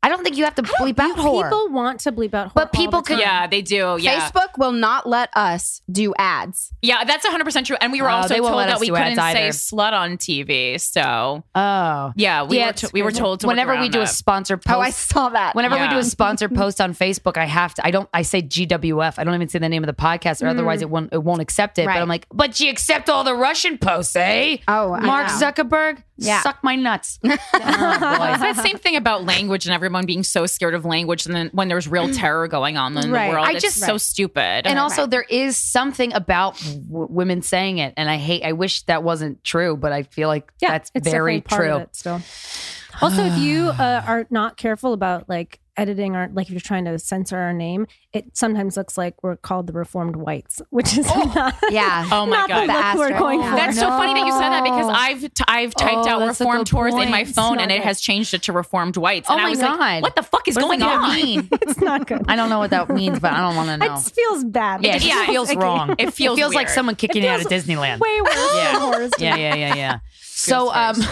Speaker 2: I don't think you have to bleep out whore.
Speaker 5: people want to bleep out, whore
Speaker 2: But
Speaker 5: all
Speaker 2: people
Speaker 5: the
Speaker 2: could-
Speaker 5: time.
Speaker 1: yeah, they do. Yeah,
Speaker 4: facebook will not let us do ads
Speaker 1: yeah, that's 100 percent true. And we were
Speaker 2: Oh,
Speaker 1: also
Speaker 2: they won't
Speaker 1: told
Speaker 2: let
Speaker 1: that
Speaker 2: us
Speaker 1: we
Speaker 2: do ads
Speaker 1: couldn't say
Speaker 2: either.
Speaker 1: slut on TV. So
Speaker 2: oh.
Speaker 1: yeah, we were
Speaker 2: it's
Speaker 1: to, we were
Speaker 2: crazy.
Speaker 1: told to work
Speaker 2: whenever we
Speaker 1: around
Speaker 2: do a
Speaker 1: it.
Speaker 2: sponsor post.
Speaker 4: oh i saw that
Speaker 2: Whenever we do
Speaker 1: Yeah.
Speaker 2: a sponsor post on Facebook, I have to. I don't. I say GWF. I don't even say the name of the podcast, or
Speaker 8: Hmm.
Speaker 2: otherwise it uh, won't. It won't accept it.
Speaker 4: Right.
Speaker 2: But I'm like, but you accept all the Russian posts, eh?
Speaker 4: Oh, I
Speaker 2: Mark
Speaker 4: know.
Speaker 2: Zuckerberg,
Speaker 8: Yeah.
Speaker 2: Suck my nuts.
Speaker 1: It's that same thing about language and everyone being so scared of language, and then when there's real terror going on in
Speaker 9: Mm. Right.
Speaker 1: the world,
Speaker 2: I
Speaker 1: it's
Speaker 2: just-
Speaker 1: so stupid.
Speaker 2: and also there is something about w- women saying it and i hate i wish that wasn't true but i feel like
Speaker 9: Yeah,
Speaker 2: that's
Speaker 9: it's
Speaker 2: very
Speaker 9: definitely part
Speaker 2: true
Speaker 9: Of it still. Also, if you uh, are not careful about like editing or like if you're trying to censor our name, it sometimes looks like we're called the Reformed Whites, which is not.
Speaker 8: Yeah.
Speaker 1: oh my
Speaker 9: not
Speaker 1: god,
Speaker 9: the look we're
Speaker 8: asterisk.
Speaker 9: going
Speaker 2: Oh.
Speaker 9: for.
Speaker 1: That's so funny that you said that because
Speaker 2: No.
Speaker 1: I've t- I've typed
Speaker 2: Oh,
Speaker 1: out
Speaker 2: that's a
Speaker 1: reformed
Speaker 2: good
Speaker 1: tours in my
Speaker 2: point.
Speaker 1: phone
Speaker 9: It's
Speaker 1: and
Speaker 9: not
Speaker 1: it
Speaker 9: good.
Speaker 1: has changed it to reformed whites.
Speaker 2: Oh
Speaker 1: and I
Speaker 2: my
Speaker 1: was
Speaker 2: God.
Speaker 1: like, what the fuck is
Speaker 2: What does
Speaker 1: going
Speaker 2: that
Speaker 1: on?
Speaker 2: mean?
Speaker 9: it's not good.
Speaker 2: i don't know what that means but i don't want to know
Speaker 9: It feels bad.
Speaker 2: yeah,
Speaker 1: It
Speaker 2: it
Speaker 1: yeah,
Speaker 2: feels
Speaker 1: it's-
Speaker 2: wrong
Speaker 1: it feels
Speaker 2: like
Speaker 1: weird.
Speaker 2: someone kicking you out of
Speaker 9: feels
Speaker 2: disneyland
Speaker 9: Way worse. than
Speaker 2: yeah.
Speaker 9: horrors do.
Speaker 2: yeah yeah yeah yeah so um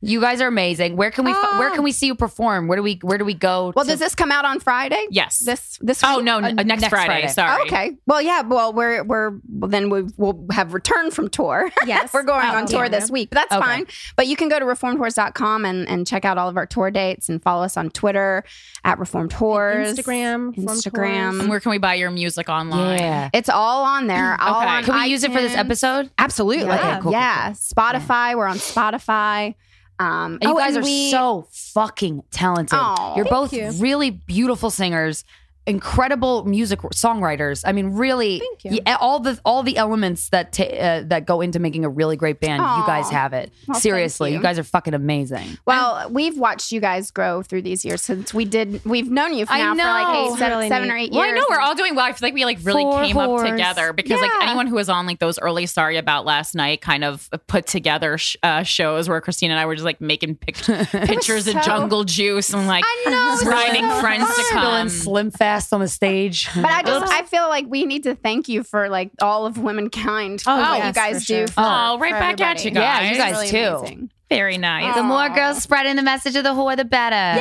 Speaker 2: you guys are amazing where can we fi- where can we see you perform where do we where do we go
Speaker 8: Oh. Well,
Speaker 2: to-
Speaker 8: does this come out on Friday?
Speaker 1: Yes.
Speaker 8: This this.
Speaker 1: Oh
Speaker 8: week?
Speaker 1: no, n- next,
Speaker 2: next
Speaker 1: Friday.
Speaker 2: Friday.
Speaker 1: Sorry.
Speaker 8: Okay. Well, yeah. Well, we're we're well, then we will have returned from tour.
Speaker 9: Yes.
Speaker 8: we're going
Speaker 9: Oh,
Speaker 8: on tour
Speaker 9: yeah.
Speaker 8: this week. But that's
Speaker 2: Okay.
Speaker 8: fine. But you can go to reformedtours.com and and check out all of our tour dates and follow us on Twitter at Reformed Tours,
Speaker 9: Instagram, Reformed
Speaker 8: Instagram.
Speaker 1: And where can we buy your music online?
Speaker 2: yeah
Speaker 8: It's all on there. All
Speaker 1: Okay.
Speaker 8: on
Speaker 2: can we use it for this
Speaker 8: iTunes.
Speaker 2: episode
Speaker 8: Absolutely.
Speaker 2: Yeah. Okay,
Speaker 8: Yeah.
Speaker 2: cool, cool,
Speaker 8: Spotify. We're on Spotify. Um,
Speaker 2: And you
Speaker 8: oh,
Speaker 2: guys
Speaker 8: and
Speaker 2: are
Speaker 8: we-
Speaker 2: so fucking talented.
Speaker 8: Aw.
Speaker 2: You're
Speaker 8: Thank
Speaker 2: both
Speaker 9: you.
Speaker 2: really beautiful singers, incredible music songwriters. I mean, really,
Speaker 9: Thank you.
Speaker 2: y- all the all the elements that ta uh, that go into making a really great band. You
Speaker 8: Aw.
Speaker 2: guys have it.
Speaker 8: Well, thank
Speaker 2: Seriously, you.
Speaker 8: you.
Speaker 2: guys are fucking amazing.
Speaker 8: Well, we've watched you guys grow through these years since we did. We've known you for
Speaker 2: I
Speaker 8: now for
Speaker 2: know.
Speaker 8: like eight, seven,
Speaker 9: Really
Speaker 8: seven
Speaker 9: neat.
Speaker 8: or eight
Speaker 1: Well, I
Speaker 8: years.
Speaker 1: know we're all doing well. I feel like we like really
Speaker 2: Four
Speaker 1: came
Speaker 2: whores.
Speaker 1: up together because like
Speaker 8: Yeah.
Speaker 1: anyone who was on like those early "Sorry About Last Night" kind of put together sh- uh, shows where Christina and I were just like making pic- pictures
Speaker 8: so-
Speaker 1: of Jungle Juice and like
Speaker 8: I know, it was
Speaker 1: bribing
Speaker 8: so
Speaker 1: friends to
Speaker 8: fun.
Speaker 1: come.
Speaker 2: Spilling Slim Fast on the stage.
Speaker 8: But I just I feel like we need to thank you for like all of womankind.
Speaker 9: Oh,
Speaker 8: what you
Speaker 9: yes,
Speaker 8: guys
Speaker 9: for sure.
Speaker 8: do. For,
Speaker 1: Oh, right
Speaker 8: for
Speaker 1: back at
Speaker 8: everybody.
Speaker 1: you guys.
Speaker 2: Yeah, you guys
Speaker 8: Really
Speaker 2: too.
Speaker 8: amazing.
Speaker 1: Very nice.
Speaker 2: the more girls spreading the message of the whore, the better.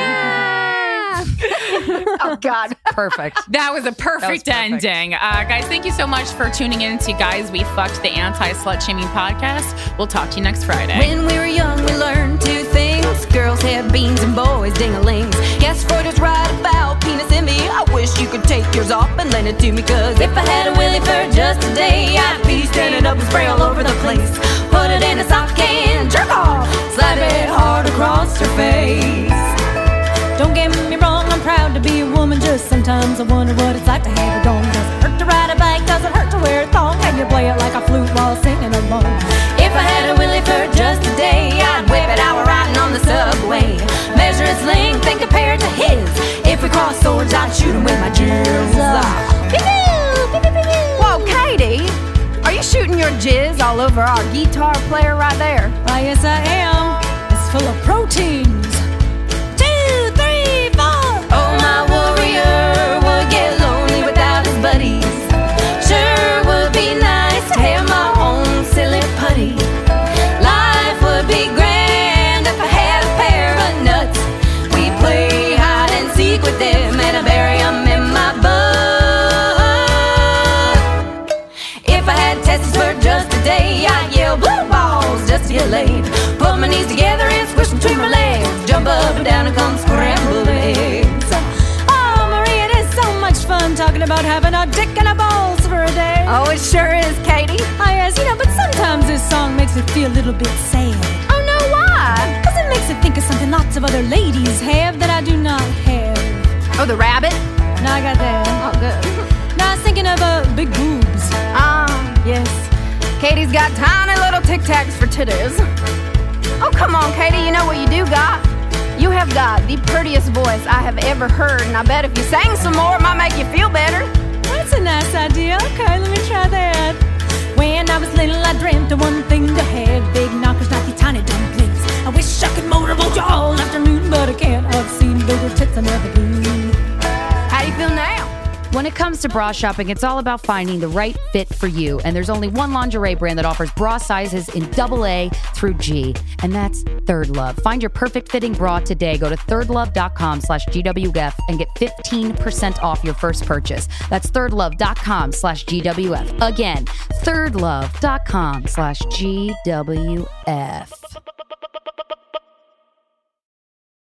Speaker 8: oh God.
Speaker 2: Perfect.
Speaker 1: That was a perfect,
Speaker 2: That was perfect.
Speaker 1: ending. Uh, guys, thank you so much for tuning in to Guys We Fucked the Anti Slut Shaming Podcast. We'll talk to you next Friday.
Speaker 4: When we were young, we learned two things girls had beans and boys ding-a-lings. Yes, Freud was right about penis in me. I wish you could take yours off and lend it to me, cause if I had a willy for just a day, I'd be standing up and spray all over the place. Put it in a sock can, jerk off, slap it hard across your face. Don't get me wrong, I'm proud to be a woman. Just sometimes I wonder what it's like to have a dong. Does it hurt to ride a bike? Does it hurt to wear a thong? Can you play it like a flute while singing along? If I had a willy for just a day, I'd whip it out riding on the subway. Measure its length and compare it to his. If we cross swords, I'd shoot him with my jizz.
Speaker 8: Whoa, Katie, are you shooting your jizz all over our guitar player right there?
Speaker 4: Why, yes, I am. It's full of proteins. Two, three, four. Oh, my warrior would get lonely without his buddies. Sure would be nice to have my own silly putty. Life would be grand if I had a pair of nuts. We play hide and seek with them, and I bury 'em in my butt. If I had tests for just a day, I'd yell blue balls just to get laid. Put my knees together and squish between my legs. Jump up and down and come scrambled eggs.
Speaker 5: Oh, Marie, it is so much fun talking about having a dick and a balls for a day.
Speaker 8: Oh, it sure is, Katie.
Speaker 5: I yes, you know, but sometimes this song makes me feel a little bit sad.
Speaker 8: Oh no, why?
Speaker 5: Because it makes me think of something lots of other ladies have that I do not have.
Speaker 8: Oh, the rabbit.
Speaker 5: Now I got that.
Speaker 8: Oh, good.
Speaker 5: Now I was thinking of uh, big boobs.
Speaker 8: Ah, yes. Katie's got tiny little tic tacs for titties. Oh, come on, Katie. You know what you do got? You have got the prettiest voice I have ever heard, and I bet if you sang some more, it might make you feel better.
Speaker 5: That's a nice idea. Okay, let me try that. When I was little, I dreamt of one thing to have big knockers, not the tiny dumplings. I wish I could motorboat you all afternoon, but I can't. I've seen bigger tits than ever do.
Speaker 8: How do you feel now?
Speaker 2: When it comes to bra shopping, it's all about finding the right fit for you. And there's only one lingerie brand that offers bra sizes in AA through G, and that's Third Love. Find your perfect fitting bra today. Go to thirdlove.com slash GWF and get 15% off your first purchase. That's thirdlove.com slash GWF. Again, thirdlove.com slash GWF.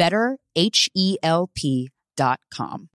Speaker 2: betterhelp.com.